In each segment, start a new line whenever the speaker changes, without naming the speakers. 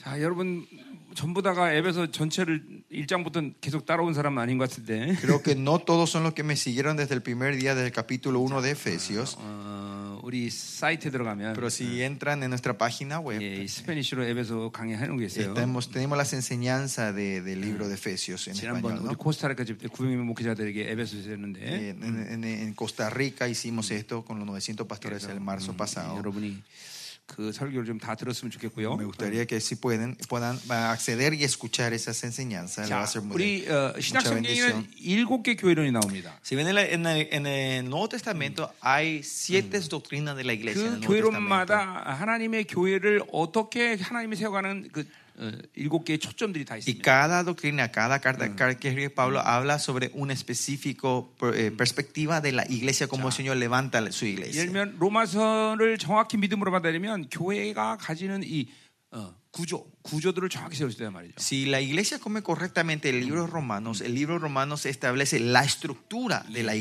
자, 여러분 전부 다가 앱에서 전체를 일장부터 계속 따라온 사람은 아닌 것 같은데.
Creo que no todos son los que me siguieron desde el primer día, desde el capítulo 1 de Efesios,
어, 우리 사이트에 들어가면
pero si
Ah.
entran en nuestra página web, eh,
예, 이 스페니쉬로 앱에서 강의해 놓은 게 있어요.
tenemos, tenemos las enseñanzas de- del
Ah.
libro de Efesios en
지난번
español.
우리
¿no? Eh,
코스타리카 집때 900명 목회자들에게 앱에서
¿eh?
했는데
En, en- en Costa Rica hicimos esto con los 900 pastores el marzo pasado.
음, 여러분이 그 설교를 좀 다 들었으면 좋겠고요.
Me gustaría que si pueden puedan acceder y escuchar esas enseñanzas. Le va
자,
a ser muy-
우리 어, 신약
mucha bendición.
성경에는 일곱 개 교회론이 나옵니다.
Si ven en, la- en el, en el Nuevo Testamento, hay siete
Mm.
doctrinas de la iglesia. en
그
el Nuevo Testamento.
교회론마다 하나님의 교회를 어떻게 하나님이 세워가는 그 어, 일곱 개의 초점들이 다
Y
있습니다.
cada doctrina, cada carta car- que escribe Pablo habla sobre una específico per- eh, perspectiva de la iglesia, como el Señor levanta su
예를
iglesia.
들면 로마서를 정확히 믿음으로 받아들이면 교회가 가지는 이 어, 구조, 구조들을 정확히 세울 수 있단 말이죠.
Si la iglesia come correctamente el libro de Romanos, el libro de Romanos establece la estructura de la
예,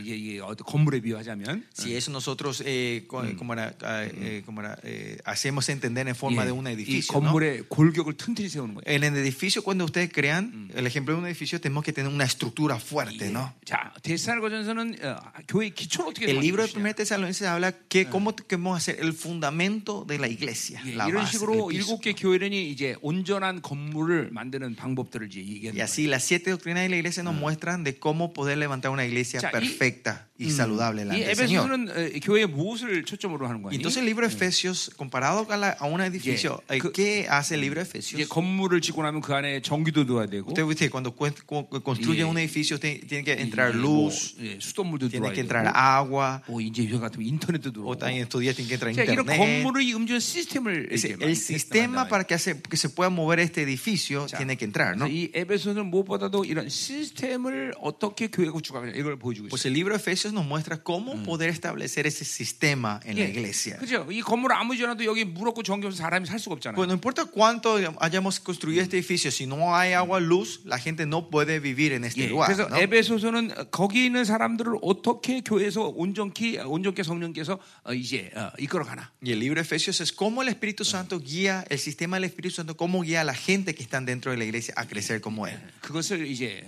예, 예, 어떤 건물에 비유하자면
Si eso nosotros eh, co- como era, ah, eh, como era, eh, hacemos entender en forma
예,
de un
이
edificio. ¿no?
건물의 골격을 튼튼히 세우는 거예요.
En el edificio, cuando ustedes crean el ejemplo de un edificio, tenemos que tener una estructura fuerte, ¿no?
자, 데살로전서는 어, 교회 의 기초를 어떻게
El libro de
세우는
1 Tesalonicenses habla que cómo queremos hacer el fundamento de la iglesia.
예,
la
이런
base,
식으로
el piso.
일곱 개 교회론이 이제 온전한 건물을 만드는 방법들을 이제 얘기하는
Y
거예요.
así las siete doctrinas de la iglesia nos muestran de cómo poder levantar una iglesia
Ya, y-
perfecta Mm. y saludable
이
delante del Señor.
에베소서는 어, 교회의 무엇을 초점으로 하는
Y
거예요?
entonces el libro de Efesios, comparado a, la- a un edificio,
Yeah.
eh,
Que-
¿qué hace Mm. el libro de
이제
Efesios?
건물을 짓고 나면 그 안에 전기도 넣어야 되고
Usted, usted, cuando cuen- cu- construye
Yeah.
un edificio, usted tiene que
이-
entrar
뭐,
luz,
예, 수돗물도
tiene
들어와야
que entrar
되고
agua,
뭐 이제 요새 같으면 인터넷도
o
들어오고
también estos días tiene que entrar
자, 이런
internet.
건물의 음주 시스템을
Dice,
이제
el
많이
sistema
테스트한다
para que, hace- que se pueda mover este edificio tiene que entrar,
그래서
¿no?
이 에베소는 무엇보다도 이런 시스템을 어떻게 교회가 구축하느냐 이걸 보여주고
Pues
있어요.
el libro de Efesios nos muestra cómo poder establecer ese sistema en la iglesia.
예. 그죠? 이 건물 아무리 지어놔도 여기 물 없고 전기 없으면 사람이 살 수가 없잖아요.
Pues no importa cuánto hayamos construido este edificio, si no hay agua, luz, la gente no puede vivir en este
예,
lugar.
그래서
¿no?
에베소서는 거기 있는 사람들을 어떻게 교회에서 온전히 온전히 성령께서 어, 이제 어, 이끌어 가나.
Y el libro de Efesios es cómo el Espíritu Santo guía, el sistema del Espíritu Santo, cómo guía a la gente que están dentro de la iglesia a crecer como Él.
그것을 이제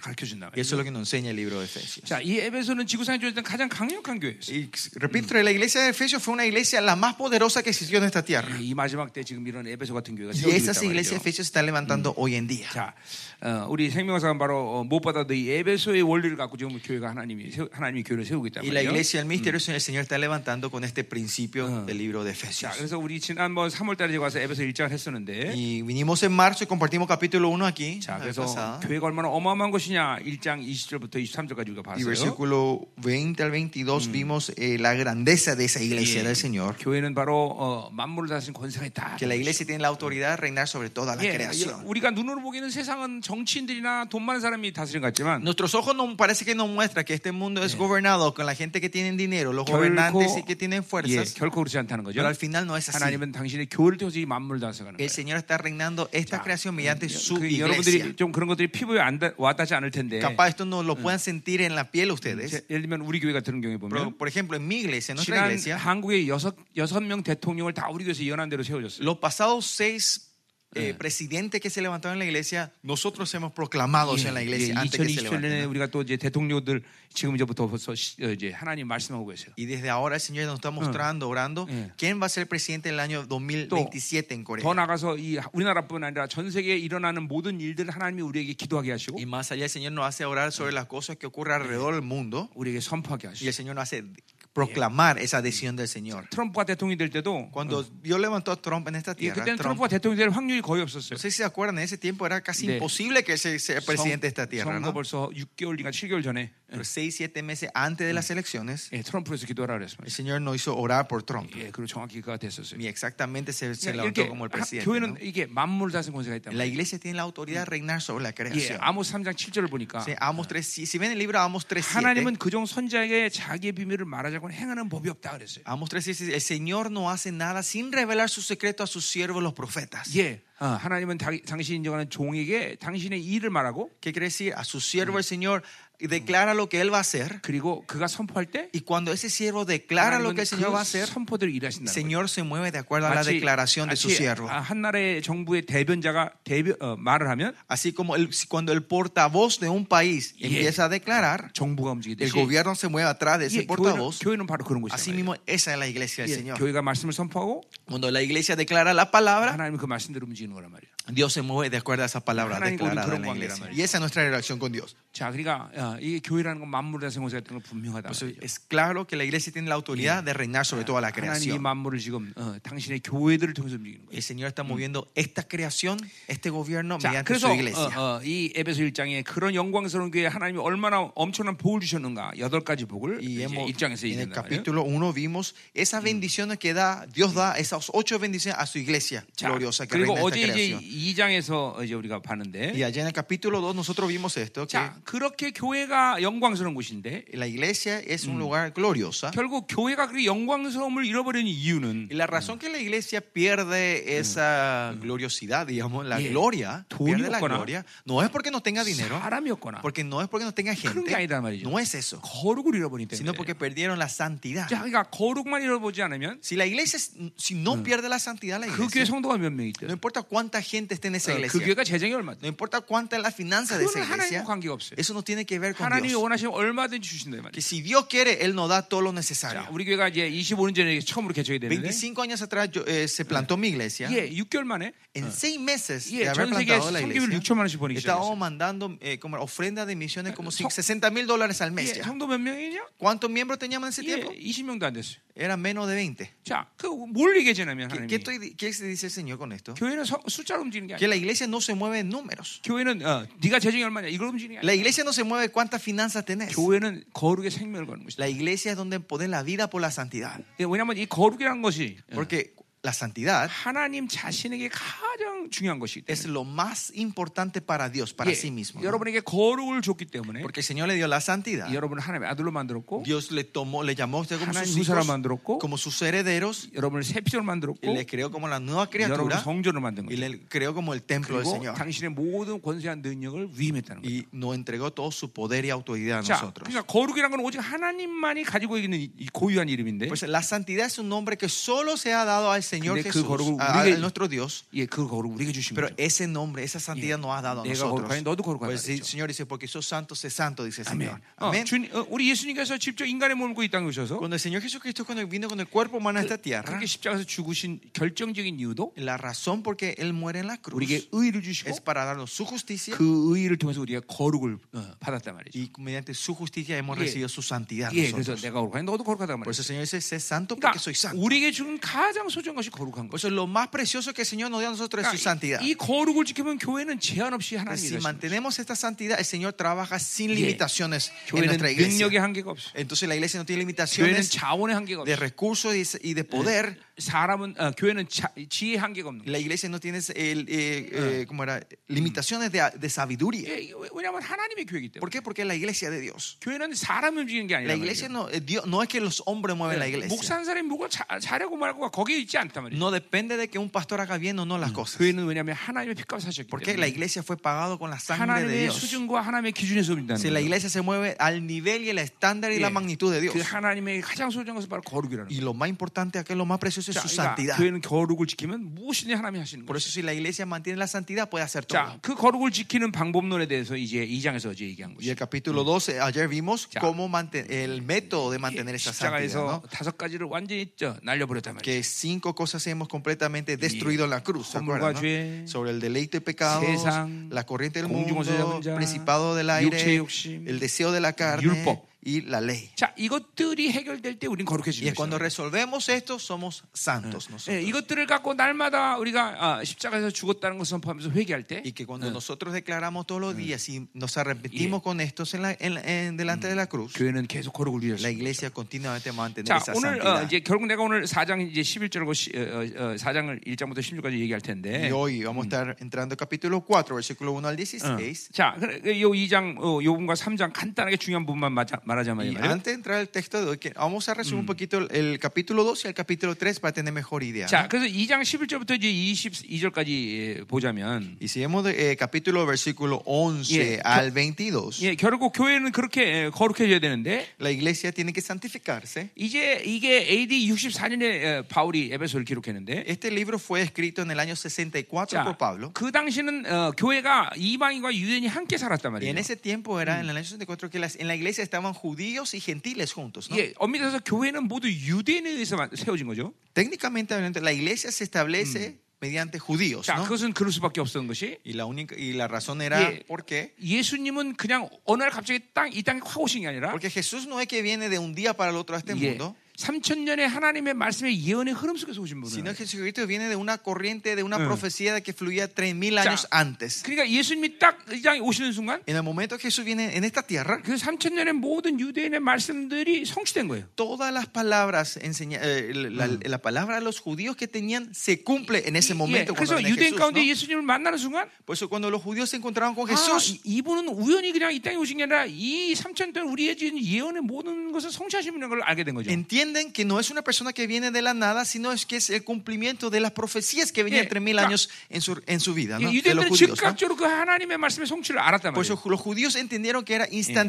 가르쳐 준다
Y
말이에요.
eso es lo que nos enseña el libro de Efesios.
자, 이 에베소는 지구상에 존재했던 가장 강력한 교회였어요.
Y repito, la iglesia de Efesios fue una iglesia la más poderosa que existió en esta tierra.
예, 이 마지막 때 지금 이런 에베소 같은 교회가
Y
세워지고 있단
esas
말이죠.
iglesias de Efesios se están levantando hoy en día.
자, 어, 우리 생명사는 바로 어, 무엇보다도 이 에베소의 원리를 갖고 지금 교회가 하나님이 세우, 하나님이 교회를 세우고 있단
Y la
말이에요.
iglesia del misterio el Señor está levantando con este principio del libro de
자,
Efesios.
그래서 우리 지난번 뭐 3월달에 와서 에베소 1장을 했었는데,
Y vinimos en marzo y compartimos capítulo 1 aquí.
자,
la vez
그래서
pasada.
교회가 얼마나 어마어마한 것이냐 1장 20절부터 23절까지 우리가
Y
봤어요.
versículo 20 al 22 vimos eh, la grandeza de esa iglesia del Señor.
예. 교회는 바로 어, 만물을 다스린 권세가 있다.
Que la iglesia tiene la autoridad de reinar sobre toda la
예,
creación.
우리가 눈으로 보기에는 세상은 정치인들이나 돈 많은 사람이 다스린 것 같지만
Nuestros ojos no, parece que nos muestra que este mundo es gobernado con la gente que tiene dinero, los
결코,
gobernantes y que tienen
예,
fuerzas.
결코 그렇지 않다는 거죠.
Pero al final no es así.
하나님은 당신의 교회를 통해서 이 만물을 다스려가는 거예요.
El Señor está reinando esta creación mediante su
그
iglesia.
여러분들이 좀 그런 것들이 피부에 안 닿- 와닿지 않을 텐데
Capaz esto no lo puedan sentir en la piel
제-
ustedes.
예를 들면 우리 교회 같은 경우에
Pero,
보면
por ejemplo, en mi iglesia, en nuestra
지난
iglesia,
한국의 여섯 여섯 명 대통령을 다 우리 교회에서 연한대로 세워줬어요.
Los pasados seis eh, presidentes que se levantaron en la iglesia, nosotros hemos proclamado en la iglesia antes que se
2027년에
levanten.
예, 우리가 또 이제 대통령들 지금 이제부터 벌써 시- 어, 이제 하나님 말씀하고 계세요.
Y desde ahora el Señor nos está mostrando, orando,
Yeah.
quién va a ser presidente en el año 2027 en
더
Corea.
나가서 이 우리나라뿐 아니라 전 세계에 일어나는 모든 일들을 하나님이 우리에게 기도하게 하시고
Y más allá, el Señor nos hace orar sobre las cosas que ocurren alrededor del mundo.
우리에게 선포하게
Y
하시고
el Señor nos hace proclamar esa decisión del Señor.
트럼프가 대통령이 될 때도 어,
Cuando Dios levantó a Trump en esta
예,
tierra,
그때는
Trump-
트럼프가 대통령이 될 확률이 거의 없었어요.
no sé si se acuerdan, en ese tiempo era casi
Yeah.
imposible que se sea presidente de esta tierra.
선거
¿no?
벌써 6개월인가 7개월 전에
Pero seis, siete meses antes de las elecciones,
예, 트럼프에서 기도하라
el
그랬습니다.
Señor nos hizo orar por Trump.
예, 그리고 정확히 그가 됐었어요.
Y exactamente se, se
그러니까
levantó
이렇게
como el
하-
presidente.
교회는
¿no?
이게 만물 다스린 권세가 있다.
La iglesia tiene la autoridad de reinar sobre la
예,
creación.
아모스 3장 7절을 보니까
Sí, Amos 3, si, si ven el libro Amos 3.7,
하나님은 그종 선자에게 자기의 비밀을 말하자고 행하는 법이 없다 그랬어요.
Amos 3.7 dice, el Señor no hace nada sin revelar su secreto a sus siervos los profetas.
예, 어, 하나님은 당- 당신이 인정하는 종에게 당신의 일을 말하고
¿Qué quiere decir? A su siervo el Señor declara lo que él va a hacer.
그리고 그가 선포할 때
Y cuando ese siervo declara lo
하나님은
que el Señor va a
그
hacer,
선포대로
el
일하신다는 거예요.
Señor se mueve de acuerdo a la 그 declaración de su
마치
siervo.
아, 한 나라의 정부의 대변자가 대변- 어, 말을 하면
Así como el- cuando el portavoz de un país
Yeah.
empieza a declarar,
정부가
el
움직이듯이
gobierno se mueve atrás de
이게
ese
교회는,
portavoz.
교회는 바로 그런 곳이에요. 예,
Asimismo, esa es la iglesia del Señor.
교회가 말씀을 선포하고
Cuando la iglesia declara la palabra,
하나님 그 말씀대로 움직이는 거란 말이에요.
Dios se mueve de acuerdo a esa palabra
하나님
declarada
그런
en la
관계란
iglesia.
말이죠.
Y esa es nuestra relación con Dios.
자, 그러니까 어, 이게 교회라는 건 만물의 생명사 같은 걸 분명하다.
Entonces, es claro que la iglesia tiene la autoridad de reinar sobre toda la
하나님 이
creación.
만물을 지금 어, 당신의 교회들을 통해서 움직이는 거예요.
El Señor está moviendo esta creación, este gobierno,
자,
mediante su
그래서
iglesia.
어, 어, 이 에베소 1장에 그런 영광스러운 교회에 하나님이 얼마나 엄청난 복을 주셨는가 여덟 가지 복을
Y
이제
hemos-
1장에서
en el
얘기한다 말이에요.
capítulo 1 vimos esas bendiciones que da, Dios da esas ocho bendiciones a su iglesia
자,
gloriosa que
그리고
reina esta
어제 이제
creación.
2장에서 이제 우리가 봤는데
Y allá en el capítulo 2 nosotros vimos esto, que
자, 그렇게 교회가 영광스러운 곳인데
la iglesia es un lugar gloriosa.
결국 교회가 그 영광스러움을 잃어버리는 이유는
Y la razón que la iglesia pierde esa gloriosidad, digamos, la
Yeah.
gloria,
돈이
pierde la
없거나,
gloria, no es porque no tenga dinero,
사람이었거나
porque no es porque no tenga
그런 게
gente,
아니단 말이죠.
no es eso,
거룩을 잃어버리기
sino
때문에
porque perdieron la santidad.
자, 그러니까 거룩만 잃어보지 않으면
Si la iglesia, si no pierde la santidad, la
그 교회
iglesia,
성도가 몇 명이
no
있든
importa cuánta gente esté en esa
어, 그
iglesia,
교회가 재정이 얼마
no
든
importa cuánta es la finanza de esa
그거는 하나님과
iglesia,
관계가 없어요.
eso no tiene que ver con
하나님이
Dios.
원하시면 얼마든지 주신다 이
Que
말이에요.
si Dios quiere, Él nos da todo lo
자,
necesario.
우리 교회가 이제 25년 전에 처음으로 개척이 됐는데
25 años atrás yo, eh, se plantó mi iglesia.
예, 6개월 만에
En seis meses
예,
de haber
전 세계에
plantado la
성교비를
iglesia,
6천만 원씩 버리기
estábamos
시작했어요.
mandando eh, como ofrenda de misiones como
Son-
60 mil dólares al mes.
예,
ya.
성도 몇 명이냐?
¿Cuántos miembros teníamos en ese
예,
tiempo?
20명도 안 됐어요.
Era menos de 20.
자, 그 뭘 얘기하냐면
¿Qué,
하나님이
qué estoy- qué se dice el Señor con esto?
교회는 서- 숫자로 움직이는 게
Que
아니야.
la iglesia no se mueve en números.
교회는 어, 네가 재정이 얼마냐 이걸 움직이는 게
La
아니야.
iglesia no se mueve cuántas finanzas tenés.
교회는 거룩의 생명을 거는 것이다.
La iglesia es donde pones la vida por la santidad.
예, 왜냐하면 이 거룩이라는 것이 어,
Porque la santidad
하나님 자신에게 가장 중요한 것이기 때문에
es lo más importante para Dios, para sí mismo.
예,
¿no?
여러분에게 거룩을 줬기 때문에
Porque el Señor le dio la santidad.
여러분을 하나님의 아들로 만들었고
Dios le tomó, le llamó a usted como
하나님
sus
두
hijos,
사람 만들었고
como sus herederos,
여러분을 새 피조로
y
만들었고
le creó como la nueva
여러분을
criatura
성전으로 만든
y
거예요.
le creó como el templo del
그리고
Señor.
당신의 모든 권세한 능력을 위임했다는 거예요.
Y nos entregó todo su poder y autoridad a
자,
nosotros.
그러니까 거룩이란 건 오직 하나님만이 가지고 있는 이- 이 고유한 이름인데
Pues la santidad es un nombre que solo se ha dado al Señor
근데 그
Jesús,
거룩을
a, a
우리에게-
nuestro Dios.
예, 그 거룩 우리에게 주신
Pero
거죠.
ese nombre, esa
Yeah.
santidad nos ha dado a
내가
nosotros.
거룩하니 너도 거룩하다
Pues el
그랬죠.
Señor dice, porque sos santo, sé santo, dice el
아멘.
Señor.
어,
Amén.
주님, 어, 우리 예수님께서 직접 인간의 몸을 입고 이 땅에 오셔서
Cuando el Señor Jesucristo cuando vino con el cuerpo humano a esta tierra,
그렇게 십자가에서 죽으신 결정적인 이유도
la razón por qué Él muere en la cruz
우리에게 의를 주시고
es para darnos su justicia
그 의를 통해서 우리가 거룩을 어, 받았단 말이죠.
y mediante su justicia hemos
Yeah.
recibido su santidad.
예,
nosotros.
그래서 내가 거룩하니 너도 거룩하다
Por eso
말이죠.
el Señor dice, sé santo porque
그러니까
soy santo.
우리에게 준 가장 소중한 것이 거룩한
Por
거죠.
eso lo más precioso que el Señor nos dio a nosotros es su santidad.
그러니까 이 거룩을 지키면 교회는 제한 없이 하나님이
Si
일하시는 거죠.
mantenemos esta santidad, el Señor trabaja sin
Yeah.
limitaciones en
교회는
nuestra
능력의
iglesia.
한계가 없어.
Entonces la iglesia no tiene
교회는
limitaciones
자원의 한계가
de
없어.
recursos y- y de poder.
사람은 어, 교회는 자, 지혜의 한계가 없는 거예요.
La iglesia no tiene el, eh, eh, ¿cómo era? limitaciones de, de sabiduría.
예, 이게 왜- 왜냐하면 하나님의 교회이기 때문에.
¿Por qué? Porque es la iglesia de Dios.
교회는 사람이 움직이는 게 아니라
La iglesia no, eh, Dios, no es que los hombres mueven la iglesia.
목사한 사람이 뭐가 자, 잘하고 말고가 거기에 있지 않단 말이에요.
No depende de que un pastor haga bien o no las cosas.
교회는 왜냐하면 하나님의 핏값 사셨기
Porque la
때문에
iglesia fue pagado con la sangre de
하나님의
Dios.
수준과 하나님의 기준에서 움직인다는
Si la
거예요.
iglesia se mueve al nivel y el estándar y
예.
la magnitud de Dios.
그 하나님의 가장 소중한 것은 바로 거룩이라는
Y
거예요.
lo más importante, acá lo más precioso es
자,
su
그러니까
santidad.
교회는 거룩을 지키면 무엇이든 하나님이 하시는
Por
거예요.
eso si la iglesia mantiene la santidad puede hacer
자,
todo.
그 거룩을 지키는 방법론에 대해서 이제 2장에서 어제 얘기한
Y
것이죠.
el capítulo 12, ayer vimos
Ya.
cómo manten- el método de mantener esa santidad,
예, 십자가에서
¿no?
다섯 가지를 완전히 저, 날려버렸단 말이에요.
Que cinco cosas hemos completamente destruido en la cruz, ¿se acuerdan, no?
Hombre,
Sobre el deleite y pecado,
세상,
la corriente del
공중을
mundo,
세우는 자,
principado del
육체의
aire,
욕심,
el deseo de la carne
율법.
y la ley.
자, 이것들이 해결될 때 우리는
Y
거룩해지는
es cuando
거죠.
resolvemos esto, somos santos
예,
nosotros.
이것들을 갖고 날마다 우리가 아, 십자가에서 죽었다는 것을 선포하면서 회개할 때
Y que cuando nosotros declaramos todos
Eh.
los días y nos arrepentimos con estos en la- en- en-
Mm.
delante de la cruz,
교회는 계속 거룩을
la
유지했습니다.
iglesia continuamente mantener
자,
esa
오늘 어,
santidad.
이제 결국 내가 오늘 4장 이제 11절하고 시, 어, 어, 4장을 1장부터 16까지 얘기할 텐데.
Y hoy vamos a estar entrando al capítulo 4, versículo 1 al
어.
16.
자, 그래, 요 2장, 어, 요 부분과 3장 간단하게 중요한 부분만 마자- 말하자면
Y
말이에요.
antes de entrar al texto de hoy, que vamos a resumir un poquito el, el capítulo 2 y el capítulo 3 para tener mejor idea.
자, 그래서 2장 11절부터 이제 22절까지 예, 보자면
Y si vemos de, eh, capítulo versículo 11
Yeah.
al 22,
예, 결국 교회는 그렇게 예, 거룩해져야 되는데
la iglesia tiene que santificarse.
이제 이게 AD 64년에 예, 바울이 에베소를 기록했는데
Este libro fue escrito en el año 64
자,
por Pablo.
그 당시는 어, 교회가 이방인과 유대인이 함께 살았단
Y en
말이에요.
ese tiempo era en el año 64 que las- en la iglesia estaban judíos y gentiles juntos. ¿no?
예, 엄밀해서 교회는 모두 유대인에 의해서 만- 세워진 거죠.
Técnicamente hablando, la iglesia se establece mediante judíos.
자,
¿no?
그것은 그럴 수밖에 없었던 것이
Y, la única, y la razón era
Yeah.
porque,
예수님은 그냥 어느 날 갑자기 땅 이 땅에 확 오신 게 아니라
porque Jesús no es que viene de un día para el otro a este
예,
mundo.
3000년의 하나님의 말씀의 예언의 흐름 속에서 오신 분은
Sino que Jesucristo viene de una corriente, de una
Mm.
profecía que fluía 3.000
Ya.
años antes.
그러니까 예수님이 딱 이 땅에 오시는 순간
En el momento que Jesús viene en esta tierra,
그 3000년의 모든 유대인의 말씀들이 성취된 거예요.
todas las palabras, enseña- eh, la, la palabra de los judíos que tenían se cumple en ese
예,
momento.
그래서
cuando viene
유대인
Jesús, ¿no?
가운데 예수님을 만나는 순간
Por eso cuando los judíos se encontraron con
아,
Jesús,
이- 이분은 우연히 그냥 이 땅에 오신 게 아니라 이 3000년 동안 우리의 지은 예언의 모든 것을 성취하시는 걸 알게 된 거죠.
entienden que no es una persona que viene de la nada, sino es que es el cumplimiento de las profecías que venían
Yeah,
3.000
claro.
años en su, en su vida. ¿no?
예,
De los
유대인들은
judíos, ¿no?
즉각적으로 그 하나님의 말씀의 성취를 알았단
Por
말이에요.
eso Pues los judíos entendieron que era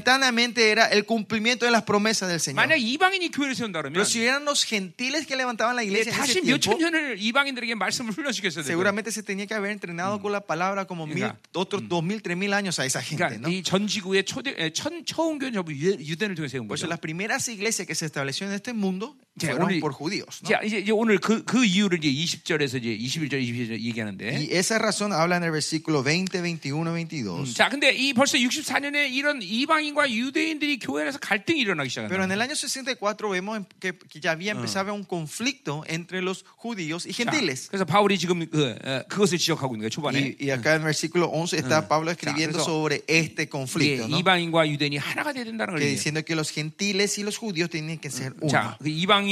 instantáneamente era el cumplimiento de las promesas del Señor.
만약 이방인이 교회를 세운다 그러면
Pero si eran los gentiles que levantaban la
예,
iglesia, en ese
다시
tiempo,
몇천 년을 이방인들에게 말씀을 훈련시켰어야 돼요.
seguramente se tenía que haber entrenado con la palabra como mil,
Venga.
otros dos mil, tres mil años a esa gente.
그러니까
¿no?
이 전 지구의 초대 에, 천, 처음 교회는 전부 유- 유대인을 통해 세운
Por eso
거죠.
Pues las primeras iglesias que se establecieron en este mundo
Ya,
fueron
only-
por judíos. ¿no?
자, 이제, 이제 오늘 그, 그 이유를 이제 20절에서 이제 21절, 22절 얘기하는데.
Y esa razón habla en el versículo 20, 21, 22.
음, 자, 근데 이 벌써 64년에 이런 이방인과 유대인들이 교회 안에서 갈등이 일어나기
Pero en
시작한다.
el año 64 vemos en- que, que ya había empezado a haber un conflicto entre los judíos y
자,
gentiles.
그래서 바울이 지금 그, 에, 그것을 지적하고 있는 거예요, 초반에.
Y, y acá en el versículo 11 está Pablo escribiendo
Ah. Ya, eso-
sobre este
예,
conflicto, ¿no?
이방인과 유대인이 하나가 돼야 된다는 걸
Que
얘기해요.
diciendo que los gentiles y los judíos tienen que ser uno.
자, 그 이방인이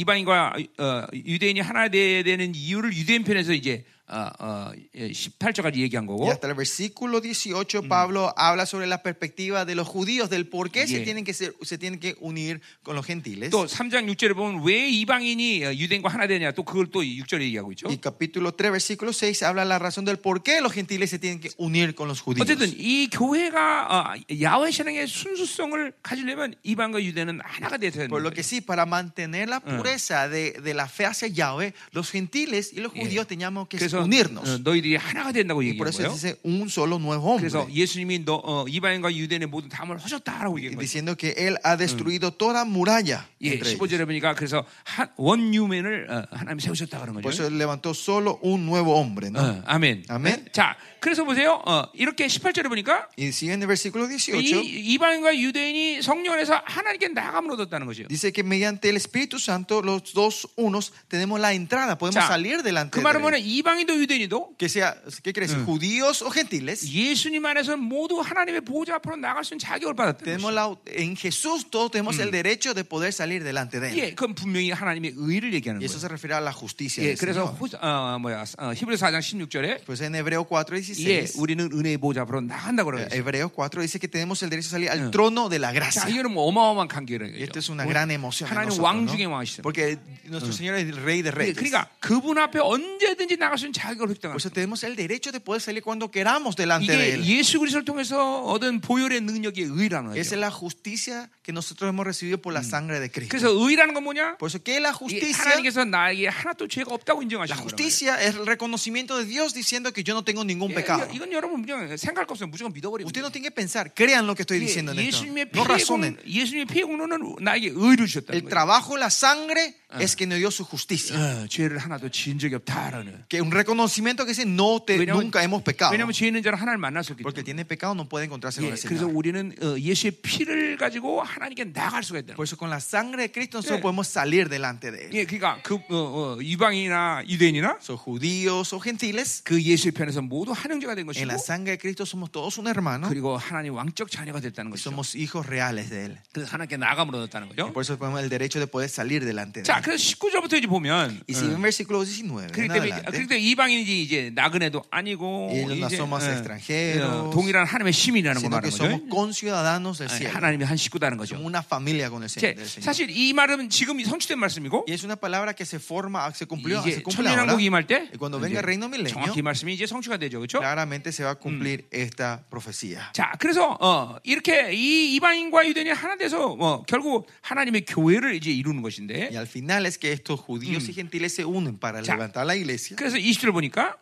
이방인과 어, 유대인이 하나 돼야 되는 이유를 유대인 편에서 이제 어, 어, 18절까지 얘기한
Y
거고.
hasta el versículo 18
Mm.
Pablo habla sobre la perspectiva de los judíos, del por qué se
Yeah.
tienen que ser- se tienen que unir con los gentiles.
또 3장 6절에 보면 왜 이방인이 어, 유대인과 하나 되냐 또 그걸 또 6절에 얘기하고 있죠.
Y capítulo 3, versículo 6 habla la razón del por qué los gentiles se tienen que unir con los judíos.
어쨌든 이 교회가 어, 야외 신앙의 순수성을 가지려면 이방과 유대는 하나가 돼야 되는
Por lo que
거예요.
sí, para mantener la
Ah.
pureza de, de la fe hacia Yahweh, los gentiles y los judíos teníamos que
그래서 어,
unirnos.
너희들이 하나가 된다고
Y por
얘기한
eso
거예요.
dice un solo nuevo hombre.
그래서 예수님이 너 어, 이방인과 유대인의 모든 담을 허셨다라고 얘기한 거예요.
Diciendo que él ha destruido toda muralla.
예,
entre ellos.
15절에 보니까 그래서 한, 원유맨을 어, 하나님이 세우셨다 그런
Por
거죠.
eso él levantó solo un nuevo hombre. ¿no?
어, 아멘.
아멘.
네? 자, 그래서 보세요. 어, 이렇게 18절에 보니까
Y sigue en el versículo 18.
이, 이방인과 유대인이 성령 안에서 하나님께 나감을 얻었다는 것이요.
Dice que mediante el Espíritu Santo, los dos unos tenemos la entrada, podemos
자,
salir delante
그
de
말은
él.
뭐냐? 이방인도 유대인도
Que sea, ¿qué crees? Judíos o gentiles.
예수님 안에서 모두 하나님의 보좌 앞으로 나갈 수 있는 자격을 받았다는
Tenemos
것이요.
la, en Jesús todos tenemos el derecho de poder salir delante de él.
예, 그건 분명히 하나님의 의를 얘기하는
Y eso
거예요.
se refiere a la justicia.
예,
del
그래서
Señor.
호, 어, 뭐야? 어, 히브리서 4장 16절에
Pues en Hebreo 4,
예,
16.
우리는 은혜의 보좌 앞으로 나간다고 그러고 있어요.
Hebreos 4 dice que tenemos el derecho a salir al trono de la
자,
gracia.
이거는 뭐 어마어마한
Y
관계라는
esto es
거죠.
una gran emoción. en
하나님
nosotros,
왕
¿no?
중의 왕이시죠.
Porque nuestro Señor es el Rey de
예,
Reyes.
그러니까 그분 앞에 언제든지 나갈 수 있는 자격을 획득하는
Por eso tenemos el derecho de poder salir cuando queramos delante
이게
de Él.
예수 그리스도를 통해서 얻은 보혈의 능력이 의라는
Esa es
거죠.
la justicia que nosotros hemos recibido por la sangre de Cristo.
그래서 의라는 건 뭐냐?
Por eso, ¿qué es la
이
justicia?
하나님께서 나에게 하나도 죄가 없다고
La
인정하시는 거예요.
justicia es el reconocimiento de Dios diciendo que yo no tengo ningún pecado.
예, 이건 여러분 그냥 생각할 거 없어요. 무조건 믿어버리고.
Usted no tiene que pensar, crean lo que estoy diciendo en esto.
예수님의
No
피해공,
razonen.
예수님의 피해공로는 나에게 의를 주셨다는
El
거예요.
trabajo, la sangre, es que nos dio su justicia.
어, 죄를 하나도 지은 적이 없다라는.
Que un reconocimiento que dice, no te,
왜냐면-
nunca hemos pecado.
왜냐하면 죄 있는 자는 하나님 만났었기
Porque
때문에.
el tiene pecado no puede encontrarse
예,
con el
그래서
Señor.
우리는 어, 예수의 피를 가지고 하나님께 나갈 수가 있다는 거예요.
Por eso con la sangre de Cristo nosotros
Yeah.
podemos salir delante de Él.
예, 그러니까 그 어, 어, 이방이나 유대인이나
Son judíos o gentiles.
그 예수의 편에서 모두 한영제가 된 것이고
En la sangre de Cristo somos todos un hermano.
그리고 하나님 왕적 자녀가 됐다는 것이죠.
Somos hijos reales de Él.
그래서 하나님께 나감을 얻었다는 거죠.
Por eso tenemos el derecho de poder salir delante de
자,
Él.
그래서 19절부터 이제 보면 어,
Y si en versículo 19, en
그렇기 때문에
adelante,
그렇기 때문에 이방인인지 이제 나그네도 아니고
Y ellos no somos
예,
extranjeros,
예, 동일한 하나님의 시민이라는 걸
sino que
말하는 거죠.
somos conciudadanos del
예,
cielo.
하나님의 한 식구다는
Somos
거죠.
una familia con el
제-
Señor. del Señor.
사실 이 말은 지금 성취된 말씀이고
Y es una palabra que se forma, se cumplió, se
이제
cumple ahora.
천년왕국이 임할 때
Y cuando venga el reino milenio,
정확히 이 말씀이 이제 성취가 되죠, 그렇죠?
claramente se va a cumplir esta profecía.
자, 그래서 어, 이렇게 이 이방인과 유대인이 하나 돼서 어, 결국 하나님의 교회를 이제 이루는 것인데.
Y al final es que estos judíos y gentiles se unen para
Ya.
levantar la iglesia.
그래서 20절 보니까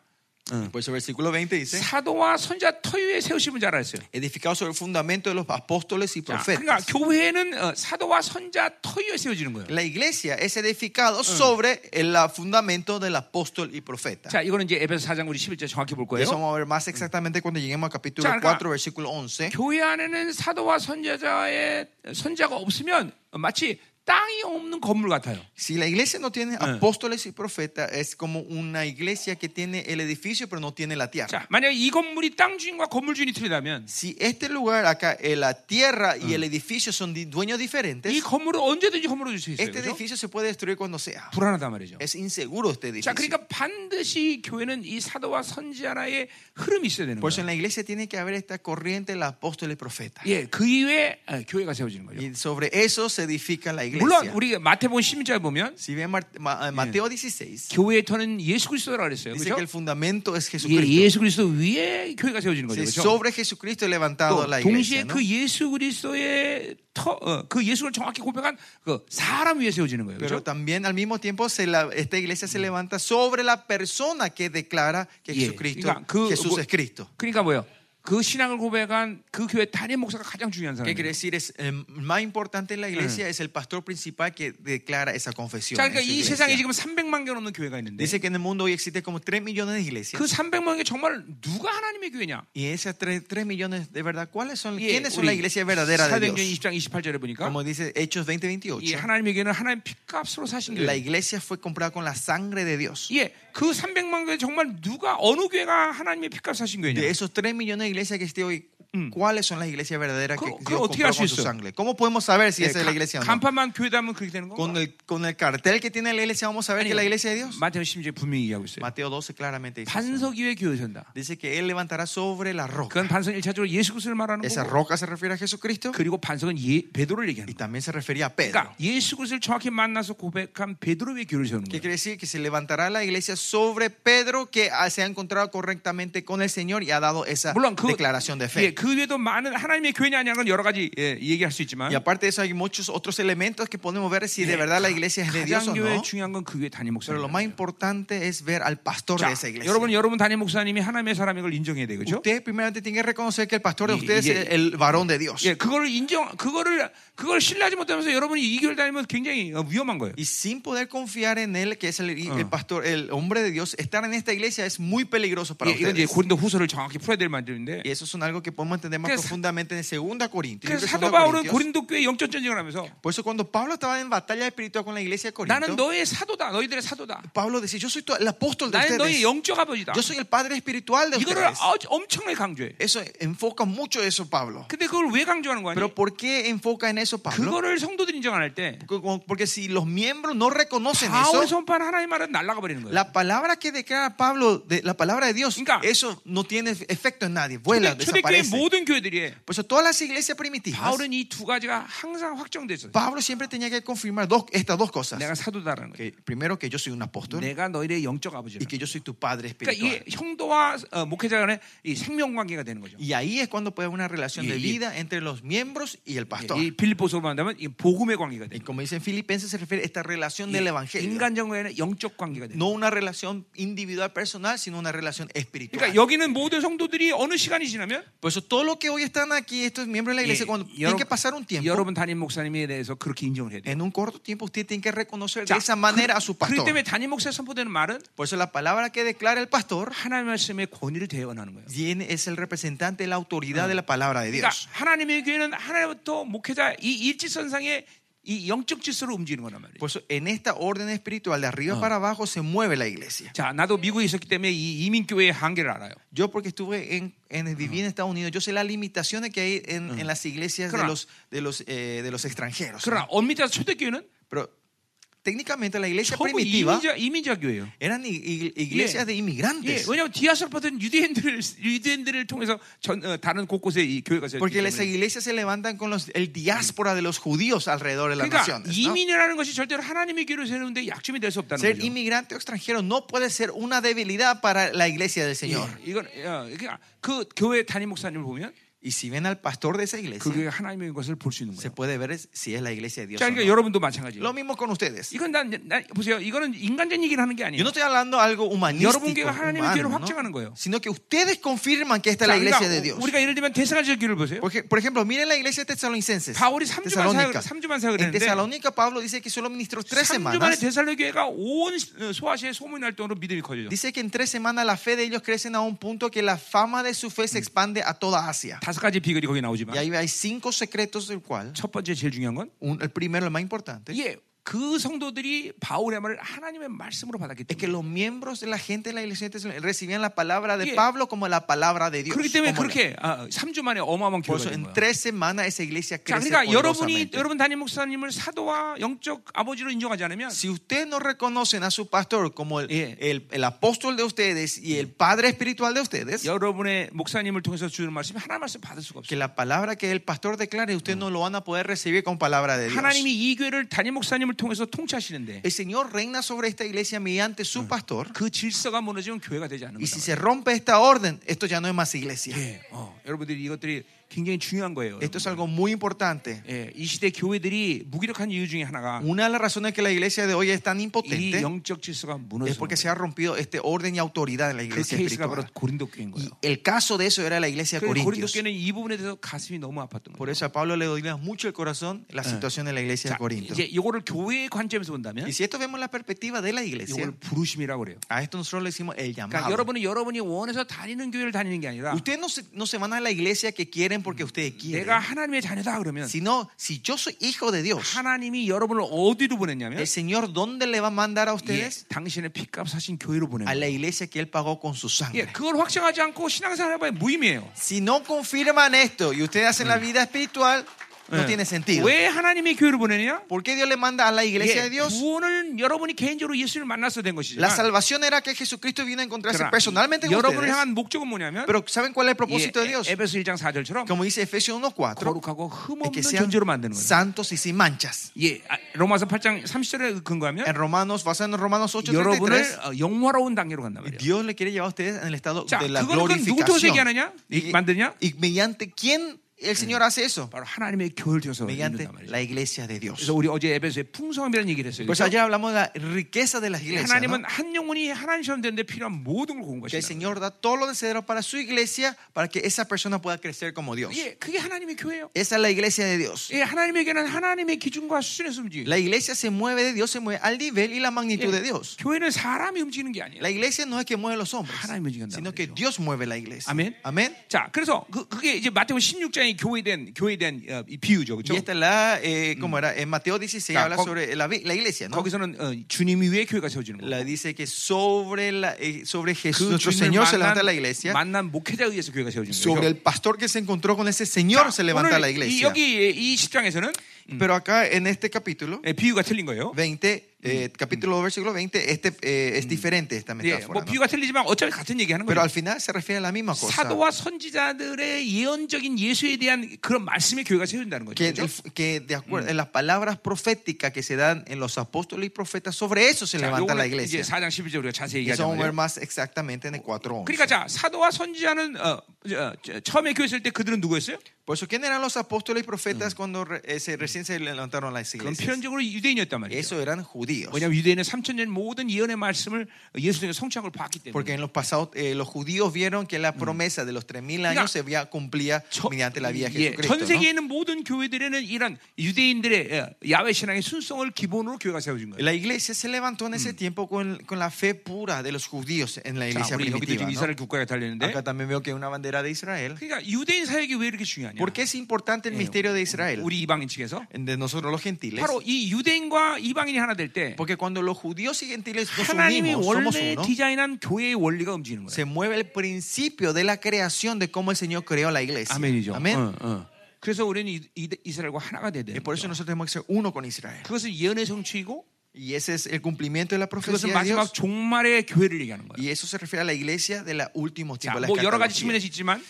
Por eso el versículo 20 dice,
사도와 선자 터위에 세우심을 자라 했어요.
edificado sobre el fundamento de los apóstoles y
자, 그러니까
profetas.
교회는 어, 사도와 선자 터위에 세워지는 거예요.
La iglesia es edificado sobre el ah, fundamento del apóstol y profeta.
자, 이거는 이제 에베소 4장 우리 11절 정확히 볼
Y Eso
거예요.
vamos a ver más exactamente cuando lleguemos al capítulo
Ya, acá.
4, versículo 11.
교회 안에는 사도와 선자자의 선자가 없으면 마치 땅이 없는 건물 같아요.
Si la iglesia no tiene apóstoles y profetas, es como una iglesia que tiene el edificio pero no tiene la tierra.
자, 만약 이 건물이 땅 주인과 건물 주인이 틀리다면
Si este lugar acá, eh, la tierra y el edificio son di- dueños diferentes,
이 건물을 언제든지 건물로 줄 수 있어요.
este
그죠?
edificio se puede destruir cuando sea.
불안하단 말이죠.
Es inseguro este
자,
edificio.
그러니까 반드시 교회는 이 사도와 선지자라의 흐름이 있어야 되는
Por eso
거예요.
en la iglesia tiene que haber esta corriente del apóstol y profeta.
예, 그 이외에 어, 교회가 세워지는 거죠.
Y sobre eso se edifica la
물론
iglesia.
우리 마태복음 16절 보면
Si bien Mar- Ma- eh, Mateo 16
교회의 터는 예수 그리스도라고 그랬어요.
dice
그죠?
que el fundamento es
예,
Jesucristo.
예수 그리스도 위에 교회가 세워지는 거죠.
Sí,
그렇죠?
sobre Jesucristo he levantado la
또 동시에
iglesia. ¿no?
그 예수 그리스도의 터, 어, 그 예수를 정확히 고백한 그 사람 위에 세워지는 거예요.
Pero
그렇죠?
también al mismo tiempo se la- esta iglesia se levanta sobre la persona que declara que
예,
Jesucristo,
그러니까 그
Jesús
뭐-
es Cristo.
그러니까 뭐예요? 그 신앙을 고백한 그 교회 단임 목사가 가장 중요한
¿Qué
사람이에요.
quiere decir? Es, eh, más importante en la iglesia es el pastor principal que declara esa confesión.
자,
en
그러니까
su
이
iglesia.
세상에 지금 300만 개 넘는 교회가 있는데
Dice que en el mundo hoy existe como 3 millones de iglesias.
그 300만 개 정말 누가 하나님의 교회냐?
Y esas 3, millones de verdad, ¿cuáles son?
예,
¿Quiénes son
우리
la iglesia verdadera de
사도행전
Dios?
20장 28절에 보니까
Como dice Hechos 20,
이
28.
하나님의 교회는 하나님 핏값으로 사신
La
교회.
iglesia fue comprada con la sangre de Dios.
예, 그 300만 교회 정말 누가 어느 교회가 하나님의 핏값 사신 교회냐?
De esos 3 millones de iglesias que existen hoy, ¿cuáles son las iglesias verdaderas que
Mm. ¿Cómo-
Dios
cómo
compró
tiene
con su
eso? Eh,
sangre? ¿Cómo podemos saber si
예,
esa es la iglesia o
가-
no?
간판만 교회다면 그렇게 되는 건가?
Con el, con el cartel que tiene la iglesia, ¿vamos a ver que es la iglesia de Dios?
마태복음 16에 분명히 얘기하고 있어요.
Mateo 12 claramente dice. eso.
반석 위에 교회 선다.
Dice que Él levantará sobre la roca.
그건 반석 1차적으로 예수 그리스도를 말하는
Esa
거고
roca se refiere a Jesucristo
그리고 반석은 예, 베드로를
y
얘기하는 거예요.
también se refería a Pedro.
그러니까 예수 그리스도를 정확히 만나서 고백한 베드로 위에 교회를 세우는 거예요.
¿Qué quiere decir? Que se levantará la iglesia sobre Pedro que ah, se ha encontrado correctamente con el Señor y ha dado esa
물론 그,
declaración de
예,
fe.
그 외에도 많은 하나님의 교회냐 아니냐는 건 여러 가지 예, 얘기할 수 있지만
Y aparte de eso hay muchos otros elementos que podemos ver si de
예,
verdad la iglesia es de Dios
가장
o
교회
no.
중요한 건 그 위에 단임
Pero lo más
목사입니다.
importante es ver al pastor de esa iglesia.
여러분 여러분 단임 목사님이 하나님의 사람인 걸 인정해야 돼요. 그렇죠?
Usted primeramente tiene que reconocer que el pastor de
Y-
ustedes
y-
es el varón de Dios.
예, 그거를 인정 그거를 그걸 신뢰하지 못하면서 여러분이 이 교회 다니면 굉장히 어, 위험한 거예요.
Y sin poder confiar en él, que es el, el pastor, el hombre de Dios, estar en esta iglesia es muy peligroso para
예, 이건 이제
ustedes. 예,
고린도 후서를 정확히 풀어야 될 말들인데
Y eso es un algo que podemos entender más
그래서-
profundamente en 2 Corintios. Yo
그래서
creo que
사도
2
바울은
Corintios-
고린도 교회 영적 전쟁을 하면서
Por eso cuando Pablo estaba en batalla espiritual con la iglesia de
나는
Corinto,
너의 사도다. 너희들의 사도다.
Pablo decía, yo soy tu- el apóstol de
나는 너의
ustedes.
영적 아버지다.
Yo soy el padre espiritual de
이거를
ustedes.
아주 엄청나게 강조해.
Eso enfoca mucho eso Pablo.
근데 그걸 왜 강조하는 거야?
Pero ¿por qué enfoca en eso Pablo?
그거를 성도들이 인정 안 할 때
Porque- Porque si los miembros no reconocen
바울
eso,
선판 하나님 말은 날아가 버리는 거예요.
la palabra que declara Pablo, de, la palabra de Dios,
그러니까
eso no tiene efecto en nadie, vuela,
근데 초대교회
desaparece.
모든 교회들이
Por eso todas las iglesias primitivas,
바울은 이 두 가지가 항상 확정됐어요.
Pablo siempre tenía que confirmar dos, estas dos cosas.
내가 사도다라는 거예요.
Que, primero que yo soy un apóstol
내가 너희의 영적
y
아버지라는
que
거예요.
yo soy tu padre
그러니까
espiritual.
이게 형도와 어, 목회자 간의 이 생명 관계가 되는 거죠.
Y ahí es cuando puede haber una relación
Y-
de
y-
vida entre los miembros y el pastor.
이 빌립보서 만나면 이 복음의 관계가
Y
되는
como dicen Filipenses, se refiere a esta relación del
거예요. 이
evangelio.
인간적 관계는 영적 관계가 되는 거예요.
No una relación individual personal, sino una relación espiritual.
그러니까 여기는 모든 성도들이 어느 시간이 지나면
Por eso, todo lo que hoy están aquí, estos miembros de la iglesia,
예,
cuando tienen
여러분-
que pasar un tiempo,
여러분 담임 목사님에 대해서 그렇게 인정을 해야 돼요.
en un corto tiempo, usted tiene que reconocer de
자,
esa manera a su
그렇기 때문에
pastor.
담임 목사 선포되는 말은
Por eso, la palabra que declara el pastor
하나님의 말씀의 권위를 대언하는 거예요.
tiene- es el representante de la autoridad de la palabra de
그러니까
Dios.
하나님의 교회는 하나님부터 목회자 이 일지선상의 이 영적 질서로 움직이는 거란 말이에요.
Por eso, en esta orden espiritual, de arriba para abajo, se mueve la iglesia.
자, 나도 미국에 있었기 때문에 이 이민교회의 한계를 알아요.
Yo porque estuve en, en viví en Estados Unidos, yo sé las limitaciones que hay en, en las iglesias de
Claro.
los de los eh, de los extranjeros.
그러나 엄밀히 따서 초대교회는
Pero técnicamente la iglesia
전부
primitiva
이민자, 이민자 교회예요.
eran i- i- iglesias
예.
de
예,
inmigrantes.
왜냐하면 디아스포라는 유대인들을 유대인들을 통해서 전, 어, 다른 곳곳에 이 교회가 세워지기
Porque las
때문에.
iglesias se levantan con los, el diáspora de los judíos alrededor de las
그러니까
naciones. ¿no?
이민이라는 것이 절대로 하나님의 교회를 세우는데 약점이 될 수 없다는
Ser
거죠.
inmigrante o extranjero no puede ser una debilidad para la iglesia del Señor.
예, 이건 어, 그러니까 그 교회 담임 목사님을 보면
Y si ven al pastor de esa iglesia,
그게 하나님의 것을 볼 수 있는
se
거예요.
puede ver es- si es la iglesia de Dios.
자,
o
그러니까
no.
여러분도 마찬가지예요.
Lo mismo con ustedes.
이건 난, 난 보세요. 이거는 인간적인 얘기를 하는 게
Yo no
아니에요.
estoy hablando algo humanístico,
여러분께가 하나님의 교회를
humano,
확증하는
¿no?
거예요.
sino que ustedes confirman que esta es
자,
la iglesia de
그러니까
Dios.
우리가 예를 들면 대사가지의 교회를 보세요.
Porque, por ejemplo, miren la iglesia de Tesalonicenses.
바울이 3주만
Tesalónica.
사역, 3주만 사역을
En
했는데
Tesalónica Pablo dice que solo ministró tres
3주 만에
semanas.
대살로 교회가 온 소아시아의 소문 활동으로 믿음이 커져요.
Dice que en tres semanas la fe de ellos crecen a un punto que la fama de su
Mm.
fe se expande a toda Asia.
다섯 가지 비결이 거기
Y
나오지만
ahí hay cinco secretos del cual
첫 번째 제일 중요한 건
un- el primero, el más importante,
예, 그 성도들이 바울의 말을 하나님의 말씀으로 받았기
es que
때문에
los miembros de la gente de la iglesia de Tesalónica recibían la palabra de
Yeah.
Pablo como la palabra de Dios.
그렇기 때문에
como ley.
그렇게 아, 3주 만에 어마어마한 교회가
Por eso
된
en
거예요.
tres semanas esa iglesia
자,
crece
그러니까 여러분이
poderosamente.
여러분 담임 목사님을 사도와 영적 아버지로 인정하지 않으면
Si ustedes no reconocen a su pastor como el,
Yeah.
el- el apóstol de ustedes y el padre espiritual de ustedes,
여러분의 목사님을 통해서 주는 말씀 하나 말씀 받을 수가 없어요.
que la palabra que el pastor declare, ustedes no lo van a poder recibir con palabra de Dios.
하나님이 이 교회를 담임 목사님을 통해서 통치하시는데
El Señor reina sobre esta iglesia mediante su pastor.
그 질서가 무너지면 교회가 되지 않는
Y si
거예요.
se rompe esta orden, esto ya no es más iglesia.
예, 어, 여러분들이 이것들이 굉장히 중요한 거예요.
Esto es
여러분들.
algo muy importante.
예, 이 시대 교회들이 무기력한 이유 중에 하나가
Una de las razones que la iglesia de hoy es tan
이
impotente
영적 질서가
es
무너져서
porque se ha rompido este orden y autoridad en la
그
iglesia
케이스가 바로
espiritual.
고린도 교회인
Y
거예요.
el caso de eso era la iglesia de
그래서 고린도
Corintios.
교회는 이 부분에 대해서 가슴이 너무 아팠던
예, Por
거예요.
eso a Pablo le dolía mucho el corazón la situación en la iglesia
자,
de Corinto.
이제 이거를 교회의 관점에서 본다면
Y si esto vemos la perspectiva de la iglesia,
이걸 부르심이라고 그래요.
a esto nosotros le decimos el
그러니까
llamado.
여러분은 여러분이 원해서 다니는 교회를 다니는 게 아니라
Ustedes no se, no se van a la iglesia que quieren porque ustedes
내가
quieren,
하나님의 자녀다 그러면
sino si yo soy hijo de Dios,
하나님이 여러분을 어디로 보냈냐면
el Señor, ¿dónde le va a mandar a
예,
ustedes?
당신의 피값 사신 교회로 보낸
A la
거예요.
iglesia que Él pagó con su
예,
sangre.
그걸 확증하지 않고 신앙생활 해봐야 무의미해요.
Si no confirman esto y ustedes hacen la vida espiritual, no
예.
tiene sentido.
왜 하나님이 교회를 보내냐?
¿Por qué Dios le manda a la iglesia de
예,
Dios?
구원은 여러분이 개인적으로 예수를 만나서 된
La
것이지만
salvación era que Jesucristo vino a encontrarse
그러나
personalmente con
여러분을
ustedes.
향한 목적은 뭐냐면
Pero ¿saben cuál es el
예,
propósito de Dios?
에- 에베소 1장 4절처럼
Como dice Efesios 1.4,
거룩하고
es que
흠없는
sean
존재로 만드는 거예요.
santos y sin manchas.
예, 아, 로마서 8장 30절에 근거하면
En Romanos, basado en Romanos
여러분을
8.33,
어, 영화로운 단계로 간단 말이에요.
Dios le quiere llevar a ustedes en el estado
자,
de la
그거는 그건 누구 통해서 얘기하느냐?
glorificación.
이- 만드냐?
y mediante quién el Señor hace eso?
바로 하나님의 교회를 통해서
Mediante
만든단 말이죠.
la iglesia de Dios.
그래서 우리 어제 에베소의 풍성함이라는 얘기를 했어요.
Pues
그렇죠?
ayer hablamos de la riqueza de las iglesias. ¿no?
하나님은 한 영혼이 하나님처럼 되는데 필요한 모든 걸 공부하시는
Que el Señor da todo lo deseado para su iglesia para que esa persona pueda crecer como Dios.
예, 그게 하나님의 교회예요.
Esa es la iglesia de Dios.
예, 하나님에게는 하나님의 기준과 수준에서 움직여요. 예,
La iglesia se mueve de Dios, se mueve al nivel y la magnitud de Dios.
교회는 사람이 움직이는 게 아니에요.
La iglesia no es que mueve los hombres,
하나님이 움직인단
sino que
말이죠.
Dios mueve la iglesia.
아멘.
Amén.
자, 그래서 그, 그게 이제 마태복음 16장의 교회에 대한 교회에 대한 어, 이 비유죠.
Y
그렇죠?
esta es la, eh, ¿cómo era? En Mateo 16
Ah,
habla
co-
sobre la, vi- la iglesia, ¿no?
거기서는 어, 주님 위에 교회가 세워지는 거예요.
La dice que sobre, la, eh, sobre Jesús,
그
nuestro
주님을
Señor se levanta la
만난,
iglesia.
만난 목회자에 의해서 교회가 세워지는
Sobre
거죠.
el pastor que se encontró con ese
자,
Señor se levanta la
오늘 이,
iglesia.
여기 이 10장에서는
Pero acá en este capítulo
비유가 틀린 거예요.
20, eh, capítulo 2, versículo 20, este, eh, es diferente esta
예, 뭐
metáfora. ¿no?
비유가 틀리지만 어차피 같은 얘기하는
Pero
거예요.
al final se refiere a la misma cosa.
사도와 선지자들의 예언적인 예수에 대한 그런 말씀의 교회가 세워진다는 거죠.
Que,
그렇죠?
que de acuerdo en las palabras proféticas que se dan en los apóstoles y profetas, sobre eso se
자,
levanta la
요거는 이제
iglesia.
4장 11절 우리가 자세히
Eso vamos a ver
얘기하자면
más exactamente en el 4.11.
그러니까 자 사도와 선지자는 어, 어, 저, 처음에 교회 있을 때 그들은 누구였어요?
Por eso, ¿quién eran los apóstoles y profetas cuando re- eh, se- recién se levantaron las
그건
iglesias?
표현적으로 유대인이었단 말이죠.
Eso eran judíos.
왜냐하면 유대인은 3천 년 모든 예언의 말씀을 예수 통해 성취한 걸 봤기 때문에.
Porque en los pasados eh, los judíos vieron que la promesa de los 3.000
Mira.
años se vía- cumplía
저-
mediante la vida
예,
de Jesucristo.
전
¿no?
세계에 있는 모든 교회들에는 이런 유대인들의 예, 야외 신앙의 순성을 기본으로 교회가 세워진 거예요.
La iglesia se levantó en ese tiempo con, con la fe pura de los judíos en la
자,
iglesia
우리 여기도
primitiva.
지금
¿no?
이스라엘 국가가 달렸는데,
Acá también veo que hay una bandera de Israel.
그러니까 유대인 사역이 왜 이렇게 중요하냐?
¿Por qué es importante el misterio de Israel?
우리 이방인 측에서
De nosotros los gentiles.
바로 이 유대인과 이방인이 하나 될 때
Porque cuando los judíos y gentiles nos
하나님이
unimos, somos
원래
uno,
디자인한 교회의 원리가 움직이는 거예요.
se mueve el principio de la creación de cómo el Señor creó la iglesia.
아멘이죠.
Amén. Ah,
응, 응. 그래서 우리는 이, 이, 이스라엘과 하나가 돼야
Y
되는
por
거죠.
eso nosotros tenemos que ser uno con Israel.
그것은 예언의 성취이고
Y ese es el cumplimiento de la
그것은
profecía de
마지막
Dios.
종말의 교회를 얘기하는 거예요.
Y eso se refiere a la iglesia de los últimos
자,
tiempos. la
뭐 여러 가지
escatología.
측면에서 있지만